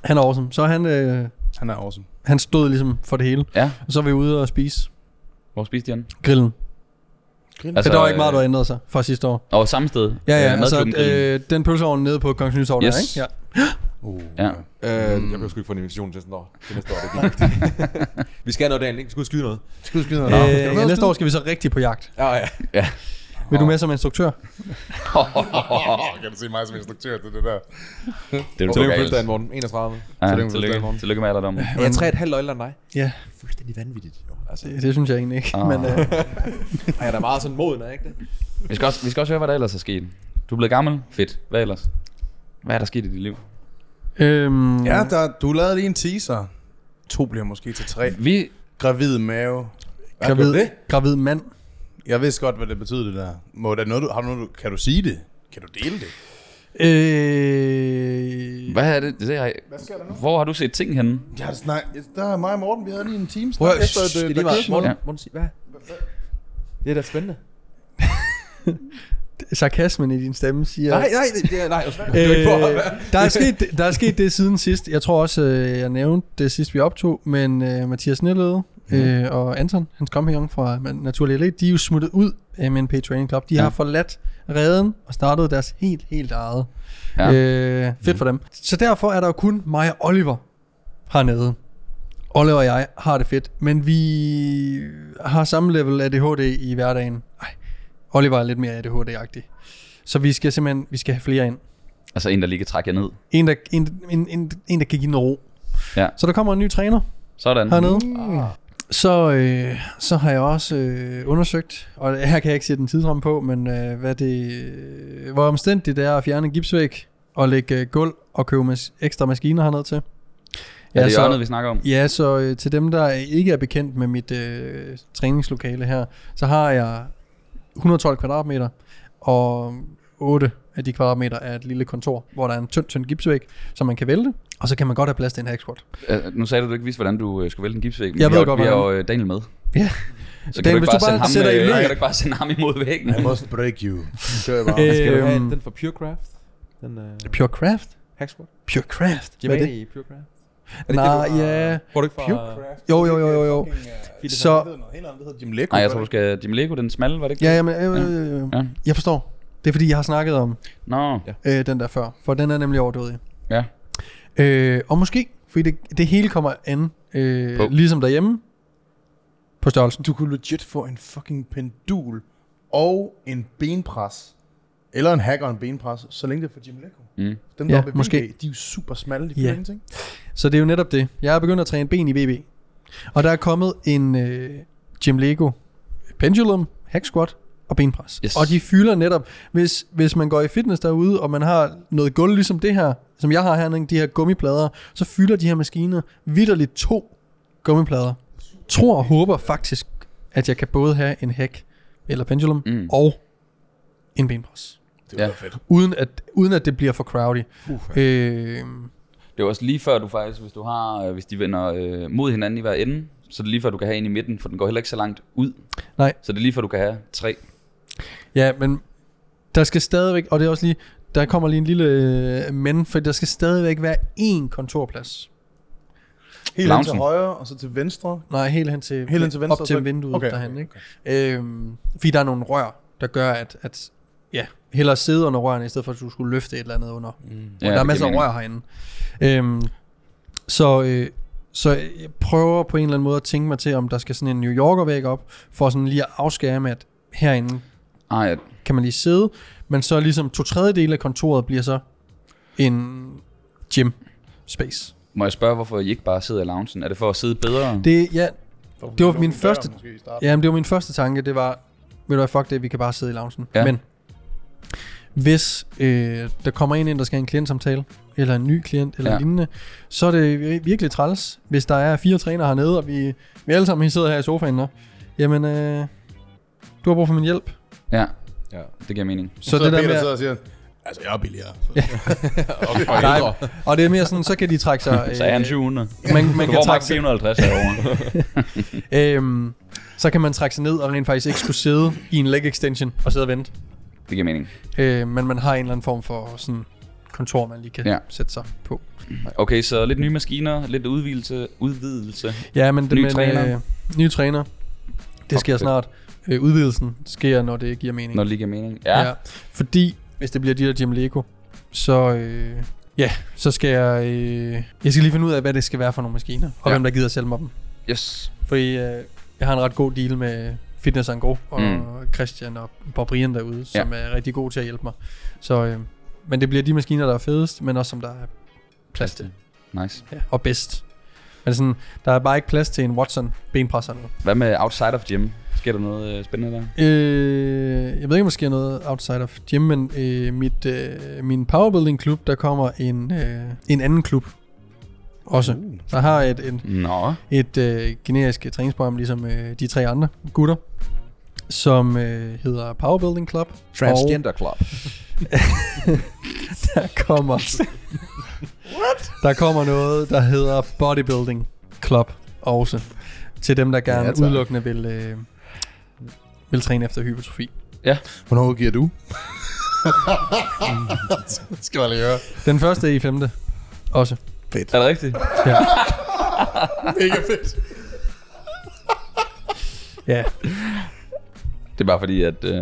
[SPEAKER 1] Han er awesome. Så han, øh,
[SPEAKER 3] Han er awesome.
[SPEAKER 1] han stod ligesom for det hele.
[SPEAKER 5] ja.
[SPEAKER 1] Og så er vi ude og spise
[SPEAKER 5] Hvor spiste de den?
[SPEAKER 1] grillen. Altså, der var ikke meget, der
[SPEAKER 5] øh,
[SPEAKER 1] ændrede sig fra sidste år.
[SPEAKER 5] Og samme sted.
[SPEAKER 1] Ja, ja,
[SPEAKER 5] Øh,
[SPEAKER 1] altså
[SPEAKER 5] madklubben Grillen.
[SPEAKER 1] øh, den pølseovn nede på Kongens Nytorv der,
[SPEAKER 5] Yes.
[SPEAKER 1] ikke? Ja.
[SPEAKER 3] Uh,
[SPEAKER 5] Ja.
[SPEAKER 6] Øh, jeg blev sgu ikke få en invitation til næste år. Til næste år, det er vigtigt. vi skal have noget dagen, ikke? Vi skal ud og skyde noget.
[SPEAKER 3] Skud, skud,
[SPEAKER 1] Nå, øh, ja, næste år skal vi så rigtig på jagt.
[SPEAKER 6] Ja, ja.
[SPEAKER 1] Vil du med som instruktør?
[SPEAKER 2] Åh, kan du se mig som instruktør til det der?
[SPEAKER 5] Det er jo
[SPEAKER 6] Tillykke med
[SPEAKER 5] lokalt.
[SPEAKER 6] fødselsdagen, Morten. 31.
[SPEAKER 5] Ja,
[SPEAKER 2] Tillykke med
[SPEAKER 5] tillykke,
[SPEAKER 2] fødselsdagen.
[SPEAKER 5] tillykke med alderdommen.
[SPEAKER 6] Jeg er tre og et halvt år ældre end dig.
[SPEAKER 1] Ja,
[SPEAKER 6] Fuldstændig vanvittigt. Jo. Altså,
[SPEAKER 1] det, det synes jeg egentlig ikke.
[SPEAKER 5] Ah.
[SPEAKER 1] Men, øh,
[SPEAKER 6] og jeg er da meget sådan moden, er jeg ikke det?
[SPEAKER 5] Vi skal, også, vi skal også høre, hvad der ellers er sket. Du er blevet gammel. Fedt. Hvad ellers? Hvad er der sket i dit liv?
[SPEAKER 1] øhm,
[SPEAKER 3] Ja, der, du lavede lige en teaser. To bliver måske til tre.
[SPEAKER 5] Vi...
[SPEAKER 3] Gravid mave. Hvad
[SPEAKER 1] gravid,
[SPEAKER 3] blev det?
[SPEAKER 1] gravid mand.
[SPEAKER 3] Jeg vidste godt, hvad det betyder, det der. Må der noget, du, har du noget, du, kan du sige det? Kan du dele det?
[SPEAKER 1] Øh,
[SPEAKER 5] Hvad er det? det er,
[SPEAKER 7] Hvad sker der nu?
[SPEAKER 5] hvor har du set ting henne?
[SPEAKER 3] Jeg har snakket. Der er mig og Morten, vi havde lige en time
[SPEAKER 6] Prøv at
[SPEAKER 3] efter, at
[SPEAKER 6] det, er
[SPEAKER 3] øh,
[SPEAKER 6] lige
[SPEAKER 3] der
[SPEAKER 6] meget.
[SPEAKER 3] kørte
[SPEAKER 6] Morten,
[SPEAKER 5] Ja.
[SPEAKER 6] Morten, sig, hvad? Det er da spændende.
[SPEAKER 1] sarkasmen i din stemme siger...
[SPEAKER 6] Nej, nej, det, det er, nej, undskyld. det er ikke for.
[SPEAKER 1] Øh, der, er sket, der er sket det siden sidst. Jeg tror også, øh, jeg nævnte det sidst, vi optog, men øh, Mathias Nellede
[SPEAKER 6] Mhm.
[SPEAKER 1] øh, og Anton, hans kompagnon fra Man- Naturlig Elite, de er jo smuttet ud af MNP Training Club. De har forladt reden og startet deres helt, helt eget.
[SPEAKER 5] Ja.
[SPEAKER 1] Ja. Øh, fedt for dem. Så derfor er der jo kun mig og Oliver hernede. Oliver og jeg har det fedt, men vi har samme level ADHD i hverdagen. Ej, Oliver er lidt mere ADHD-agtig. Så vi skal simpelthen vi skal have flere ind.
[SPEAKER 5] Altså en, der lige kan trække jer ned.
[SPEAKER 1] En, der, en, en, en, en, der kan give noget ro.
[SPEAKER 5] Ja. Mhm.
[SPEAKER 1] Så der kommer en ny træner
[SPEAKER 5] Sådan.
[SPEAKER 1] hernede. Mm. Så, øh, så har jeg også øh, undersøgt, og her kan jeg ikke sætte en tidsramme på, men øh, hvad det, øh, hvor omstændigt det er at fjerne en gipsvæg og lægge øh, gulv og købe mas- ekstra maskiner hernede til.
[SPEAKER 5] Ja, det er
[SPEAKER 1] så-
[SPEAKER 5] hjørnet, vi snakker om.
[SPEAKER 1] Ja, så øh, til dem, der ikke er bekendt med mit øh, træningslokale her, så har jeg 112 kvadratmeter, og 8 af de kvadratmeter er et lille kontor, hvor der er en tynd, tynd gipsvæg, som man kan vælte, og så kan man godt have plads til en hackskort.
[SPEAKER 5] Øh, Nu sagde du, at du ikke vidste, hvordan du øh, skulle vælge en gipsvæg. men
[SPEAKER 1] Jeg
[SPEAKER 5] vi
[SPEAKER 1] ved
[SPEAKER 5] har-
[SPEAKER 1] godt,
[SPEAKER 5] Vi har
[SPEAKER 1] hvordan.
[SPEAKER 5] jo øh, Daniel med.
[SPEAKER 1] Ja.
[SPEAKER 5] Så kan
[SPEAKER 1] Daniel,
[SPEAKER 5] du ikke
[SPEAKER 1] hvis
[SPEAKER 5] bare,
[SPEAKER 1] du bare
[SPEAKER 5] sende ham,
[SPEAKER 1] sætter i
[SPEAKER 5] øh,
[SPEAKER 1] løb-
[SPEAKER 5] kan du ikke bare sende ham imod væggen?
[SPEAKER 2] I must break you. Kører jeg bare.
[SPEAKER 1] Øh,
[SPEAKER 6] Skal du have
[SPEAKER 1] Øhm.
[SPEAKER 6] den fra Purecraft? Den øh,
[SPEAKER 1] Pure Craft?
[SPEAKER 6] Hacksquad?
[SPEAKER 1] Pure Craft?
[SPEAKER 6] Jimmy i Purecraft? Er det
[SPEAKER 1] Nej,
[SPEAKER 6] det, du har- øh,
[SPEAKER 1] ja.
[SPEAKER 6] Får du ikke fra... øh,
[SPEAKER 1] Jo, jo, jo, jo, jo. Så,
[SPEAKER 2] Det hedder noget helt andet, det hedder Jim Lego.
[SPEAKER 5] Nej, jeg tror, du skal... Jim Lego, den smalle, var det ikke?
[SPEAKER 1] ja,
[SPEAKER 5] det?
[SPEAKER 1] jamen, øh, øh, øh,
[SPEAKER 5] Ja.
[SPEAKER 1] jeg forstår. Det er fordi, jeg har snakket om
[SPEAKER 5] Nå,
[SPEAKER 6] Ja.
[SPEAKER 1] øh, den der før, for den er nemlig overdødig.
[SPEAKER 5] ja.
[SPEAKER 1] Øh, og måske, fordi det, det hele kommer an, øh,
[SPEAKER 5] På.
[SPEAKER 1] ligesom derhjemme, på størrelsen.
[SPEAKER 2] Du kunne legit få en fucking pendul og en benpres. Eller en hacker og en benpres, så længe det er for Jim Lego.
[SPEAKER 5] Mm.
[SPEAKER 2] Dem,
[SPEAKER 1] Ja,
[SPEAKER 2] der ja, er ved
[SPEAKER 1] måske.
[SPEAKER 2] VB, de er jo super smalle, de
[SPEAKER 1] Ja.
[SPEAKER 2] yeah. ingenting.
[SPEAKER 1] Så det er jo netop det. Jeg er begyndt at træne ben i VB. Og der er kommet en øh, Jim Lego pendulum, hack squat og benpres.
[SPEAKER 5] Yes.
[SPEAKER 1] Og de fylder netop, hvis, hvis man går i fitness derude, og man har noget gulv ligesom det her, som jeg har hernede, de her gummiplader, så fylder de her maskiner vidderligt to gummiplader. Tror og håber faktisk, at jeg kan både have en hack eller pendulum
[SPEAKER 5] Mm.
[SPEAKER 1] mm. og en benpres.
[SPEAKER 5] Det var ja. fedt.
[SPEAKER 1] Uden at, uden at det bliver for crowdy.
[SPEAKER 6] Uh,
[SPEAKER 1] Øh,
[SPEAKER 5] Det er også lige før, du faktisk, hvis du har, øh, hvis de vender øh, mod hinanden i hver ende, så er det lige før, du kan have en i midten, for den går heller ikke så langt ud.
[SPEAKER 1] nej, Mm.
[SPEAKER 5] Så det er lige før, du kan have tre.
[SPEAKER 1] Ja, men der skal stadigvæk, og det er også lige, der kommer lige en lille øh, men, for der skal stadigvæk være én kontorplads.
[SPEAKER 2] Helt hen til
[SPEAKER 5] Loungen.
[SPEAKER 2] højre, og så til venstre.
[SPEAKER 1] Nej, helt hen til,
[SPEAKER 2] Helt hen til venstre,
[SPEAKER 1] op
[SPEAKER 2] så-
[SPEAKER 1] til vinduet
[SPEAKER 2] okay,
[SPEAKER 1] okay,
[SPEAKER 2] okay,
[SPEAKER 1] derhen, okay, ikke? Øhm, fordi der er nogle rør, der gør, at, at ja, hellere sidde under rørene, i stedet for at du skulle løfte et eller andet under. Mm. Ja, der er
[SPEAKER 5] det
[SPEAKER 1] masser af
[SPEAKER 5] giver
[SPEAKER 1] rør herinde. Øhm, så, øh, så jeg prøver på en eller anden måde at tænke mig til, om der skal sådan en New Yorker væg op, for sådan lige at afskære med, at herinde
[SPEAKER 5] Ah, ja.
[SPEAKER 1] kan man lige sidde, men så ligesom to tredjedel af kontoret bliver så en gym space.
[SPEAKER 5] Må jeg spørge, hvorfor I ikke bare sidder i loungen? Er det for at sidde bedre? Det...
[SPEAKER 1] Det, ja, det var min første,
[SPEAKER 2] Måske i starten.
[SPEAKER 1] ja, det var min første tanke, det var, ved du hvad, fuck det, vi kan bare sidde i loungen.
[SPEAKER 5] Ja.
[SPEAKER 1] Ja. Men hvis øh, der kommer en ind, der skal have en klientsamtale, eller en ny klient, eller
[SPEAKER 5] Ja.
[SPEAKER 1] ja. lignende, så er det vir- virkelig træls, hvis der er fire trænere hernede, og vi, vi alle sammen sidder her i sofaen nu. Jamen, øh, du har brug for min hjælp.
[SPEAKER 5] Ja,
[SPEAKER 6] ja.
[SPEAKER 5] det giver mening.
[SPEAKER 1] Så, så det der med, at-
[SPEAKER 2] og siger, altså jeg er billigere.
[SPEAKER 6] Og
[SPEAKER 1] Nej,
[SPEAKER 6] ældre.
[SPEAKER 1] og det er mere sådan, så kan de trække sig...
[SPEAKER 5] Så er han 700.
[SPEAKER 1] Øh, man,
[SPEAKER 5] Man
[SPEAKER 1] man
[SPEAKER 5] du
[SPEAKER 1] kan
[SPEAKER 5] kan
[SPEAKER 1] trække
[SPEAKER 5] maks.
[SPEAKER 1] sig,
[SPEAKER 5] 450 herovre.
[SPEAKER 1] øhm, så kan man trække sig ned og rent faktisk ikke skulle sidde i en leg extension og sidde og vente.
[SPEAKER 5] det giver mening.
[SPEAKER 1] Øh, men man har en eller anden form for sådan kontor, man lige kan
[SPEAKER 5] Ja.
[SPEAKER 1] ja. sætte sig på.
[SPEAKER 5] Okay, så lidt nye maskiner, lidt udvidelse. udvidelse.
[SPEAKER 1] Ja, men det
[SPEAKER 5] Ny
[SPEAKER 1] med,
[SPEAKER 5] træner.
[SPEAKER 1] Øh, nye træner. Det sker
[SPEAKER 5] fedt.
[SPEAKER 1] snart. Øh, udvidelsen sker, når det giver mening.
[SPEAKER 5] Når det lige giver mening. Ja. ja.
[SPEAKER 1] Fordi hvis det bliver de der Jim Lego, så... Øh, ja, så skal jeg... Øh, jeg skal lige finde ud af, hvad det skal være for nogle maskiner. Og
[SPEAKER 5] Ja.
[SPEAKER 1] ja. hvem der gider sælge mig dem.
[SPEAKER 5] Yes.
[SPEAKER 1] Fordi øh, jeg har en ret god deal med Fitness Go og
[SPEAKER 5] Mm.
[SPEAKER 1] mm. Christian og Bob Brian derude, som er rigtig gode til at hjælpe mig. Så, øh, men det bliver de maskiner, der er fedest, men også som der er plads til
[SPEAKER 5] Nice.
[SPEAKER 1] ja. og bedst. Men sådan, der er bare ikke plads til en Watson benpresser nu.
[SPEAKER 5] Hvad med outside of gym? Sker der noget øh, spændende der?
[SPEAKER 1] Øh, jeg ved ikke, om der sker noget outside of gym, men øh, mit, øh, min powerbuilding klub, der kommer en, øh, en anden klub også. Der har et, en,
[SPEAKER 5] Nå.
[SPEAKER 1] et øh, generisk træningsprogram, ligesom øh, de tre andre gutter, som øh, hedder Powerbuilding Club.
[SPEAKER 6] Transgender Club.
[SPEAKER 1] Og der kommer... What? Der kommer noget, der hedder Bodybuilding Club også. Til dem, der gerne
[SPEAKER 2] Ja,
[SPEAKER 1] ja,
[SPEAKER 2] tak.
[SPEAKER 1] udelukkende vil, øh, vil træne efter hypertrofi.
[SPEAKER 2] Hvornår giver du? det skal jeg lige høre.
[SPEAKER 1] Den første er i femte. Også.
[SPEAKER 5] Er det rigtigt?
[SPEAKER 2] Mega fedt.
[SPEAKER 1] Ja.
[SPEAKER 5] Det er bare fordi, at... Øh,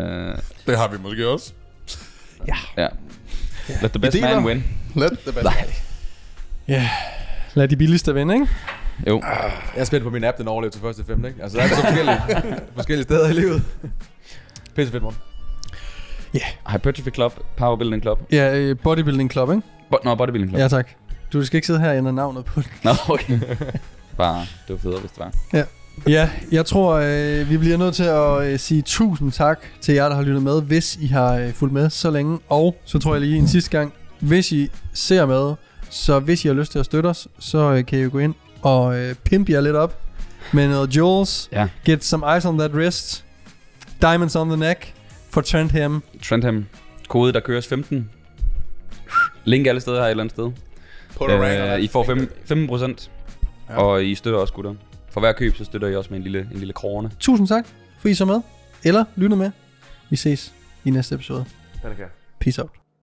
[SPEAKER 2] Det har vi måske også.
[SPEAKER 5] ja. Let the best
[SPEAKER 2] Ideer?
[SPEAKER 5] man win.
[SPEAKER 2] Let the best. Nej.
[SPEAKER 1] Ja. Lad de billigste vinde, ikke?
[SPEAKER 5] Jo.
[SPEAKER 6] Jeg er spændt på min app, den overlevede til første femte, ikke? Altså, der er så forskellige, forskellige steder i livet. Pisse fedt, morgen.
[SPEAKER 5] Hypertrophy Club, Powerbuilding Club.
[SPEAKER 1] Ja, øh, Bodybuilding Club, ikke?
[SPEAKER 5] Bo- Nå, Bodybuilding Club.
[SPEAKER 1] Ja, tak. Du skal ikke sidde her og ændre navnet på det.
[SPEAKER 5] Nå, okay. Bare, det var federe, hvis det var.
[SPEAKER 1] Ja, jeg tror, øh, vi bliver nødt til at øh, sige tusind tak til jer, der har lyttet med, hvis I har øh, fulgt med så længe. Og så tror jeg lige en sidste gang, hvis I ser med, så hvis I har lyst til at støtte os, så øh, kan I jo gå ind og øh, pimpe jer lidt op med noget jewels.
[SPEAKER 5] Ja.
[SPEAKER 1] Get some ice on that wrist. Diamonds on the neck. for Trondheim.
[SPEAKER 5] Trendham. Kode, der køres 15. Link alle steder her et eller andet sted.
[SPEAKER 2] På
[SPEAKER 5] Øh, I får 5, 15 procent. Ja. Og I støtter også gutter. For hver køb, så støtter I også med en lille, en lille krone.
[SPEAKER 1] Tusind tak, for I så med. Eller lytter med. Vi ses i næste episode.
[SPEAKER 5] Det er det
[SPEAKER 1] Peace out.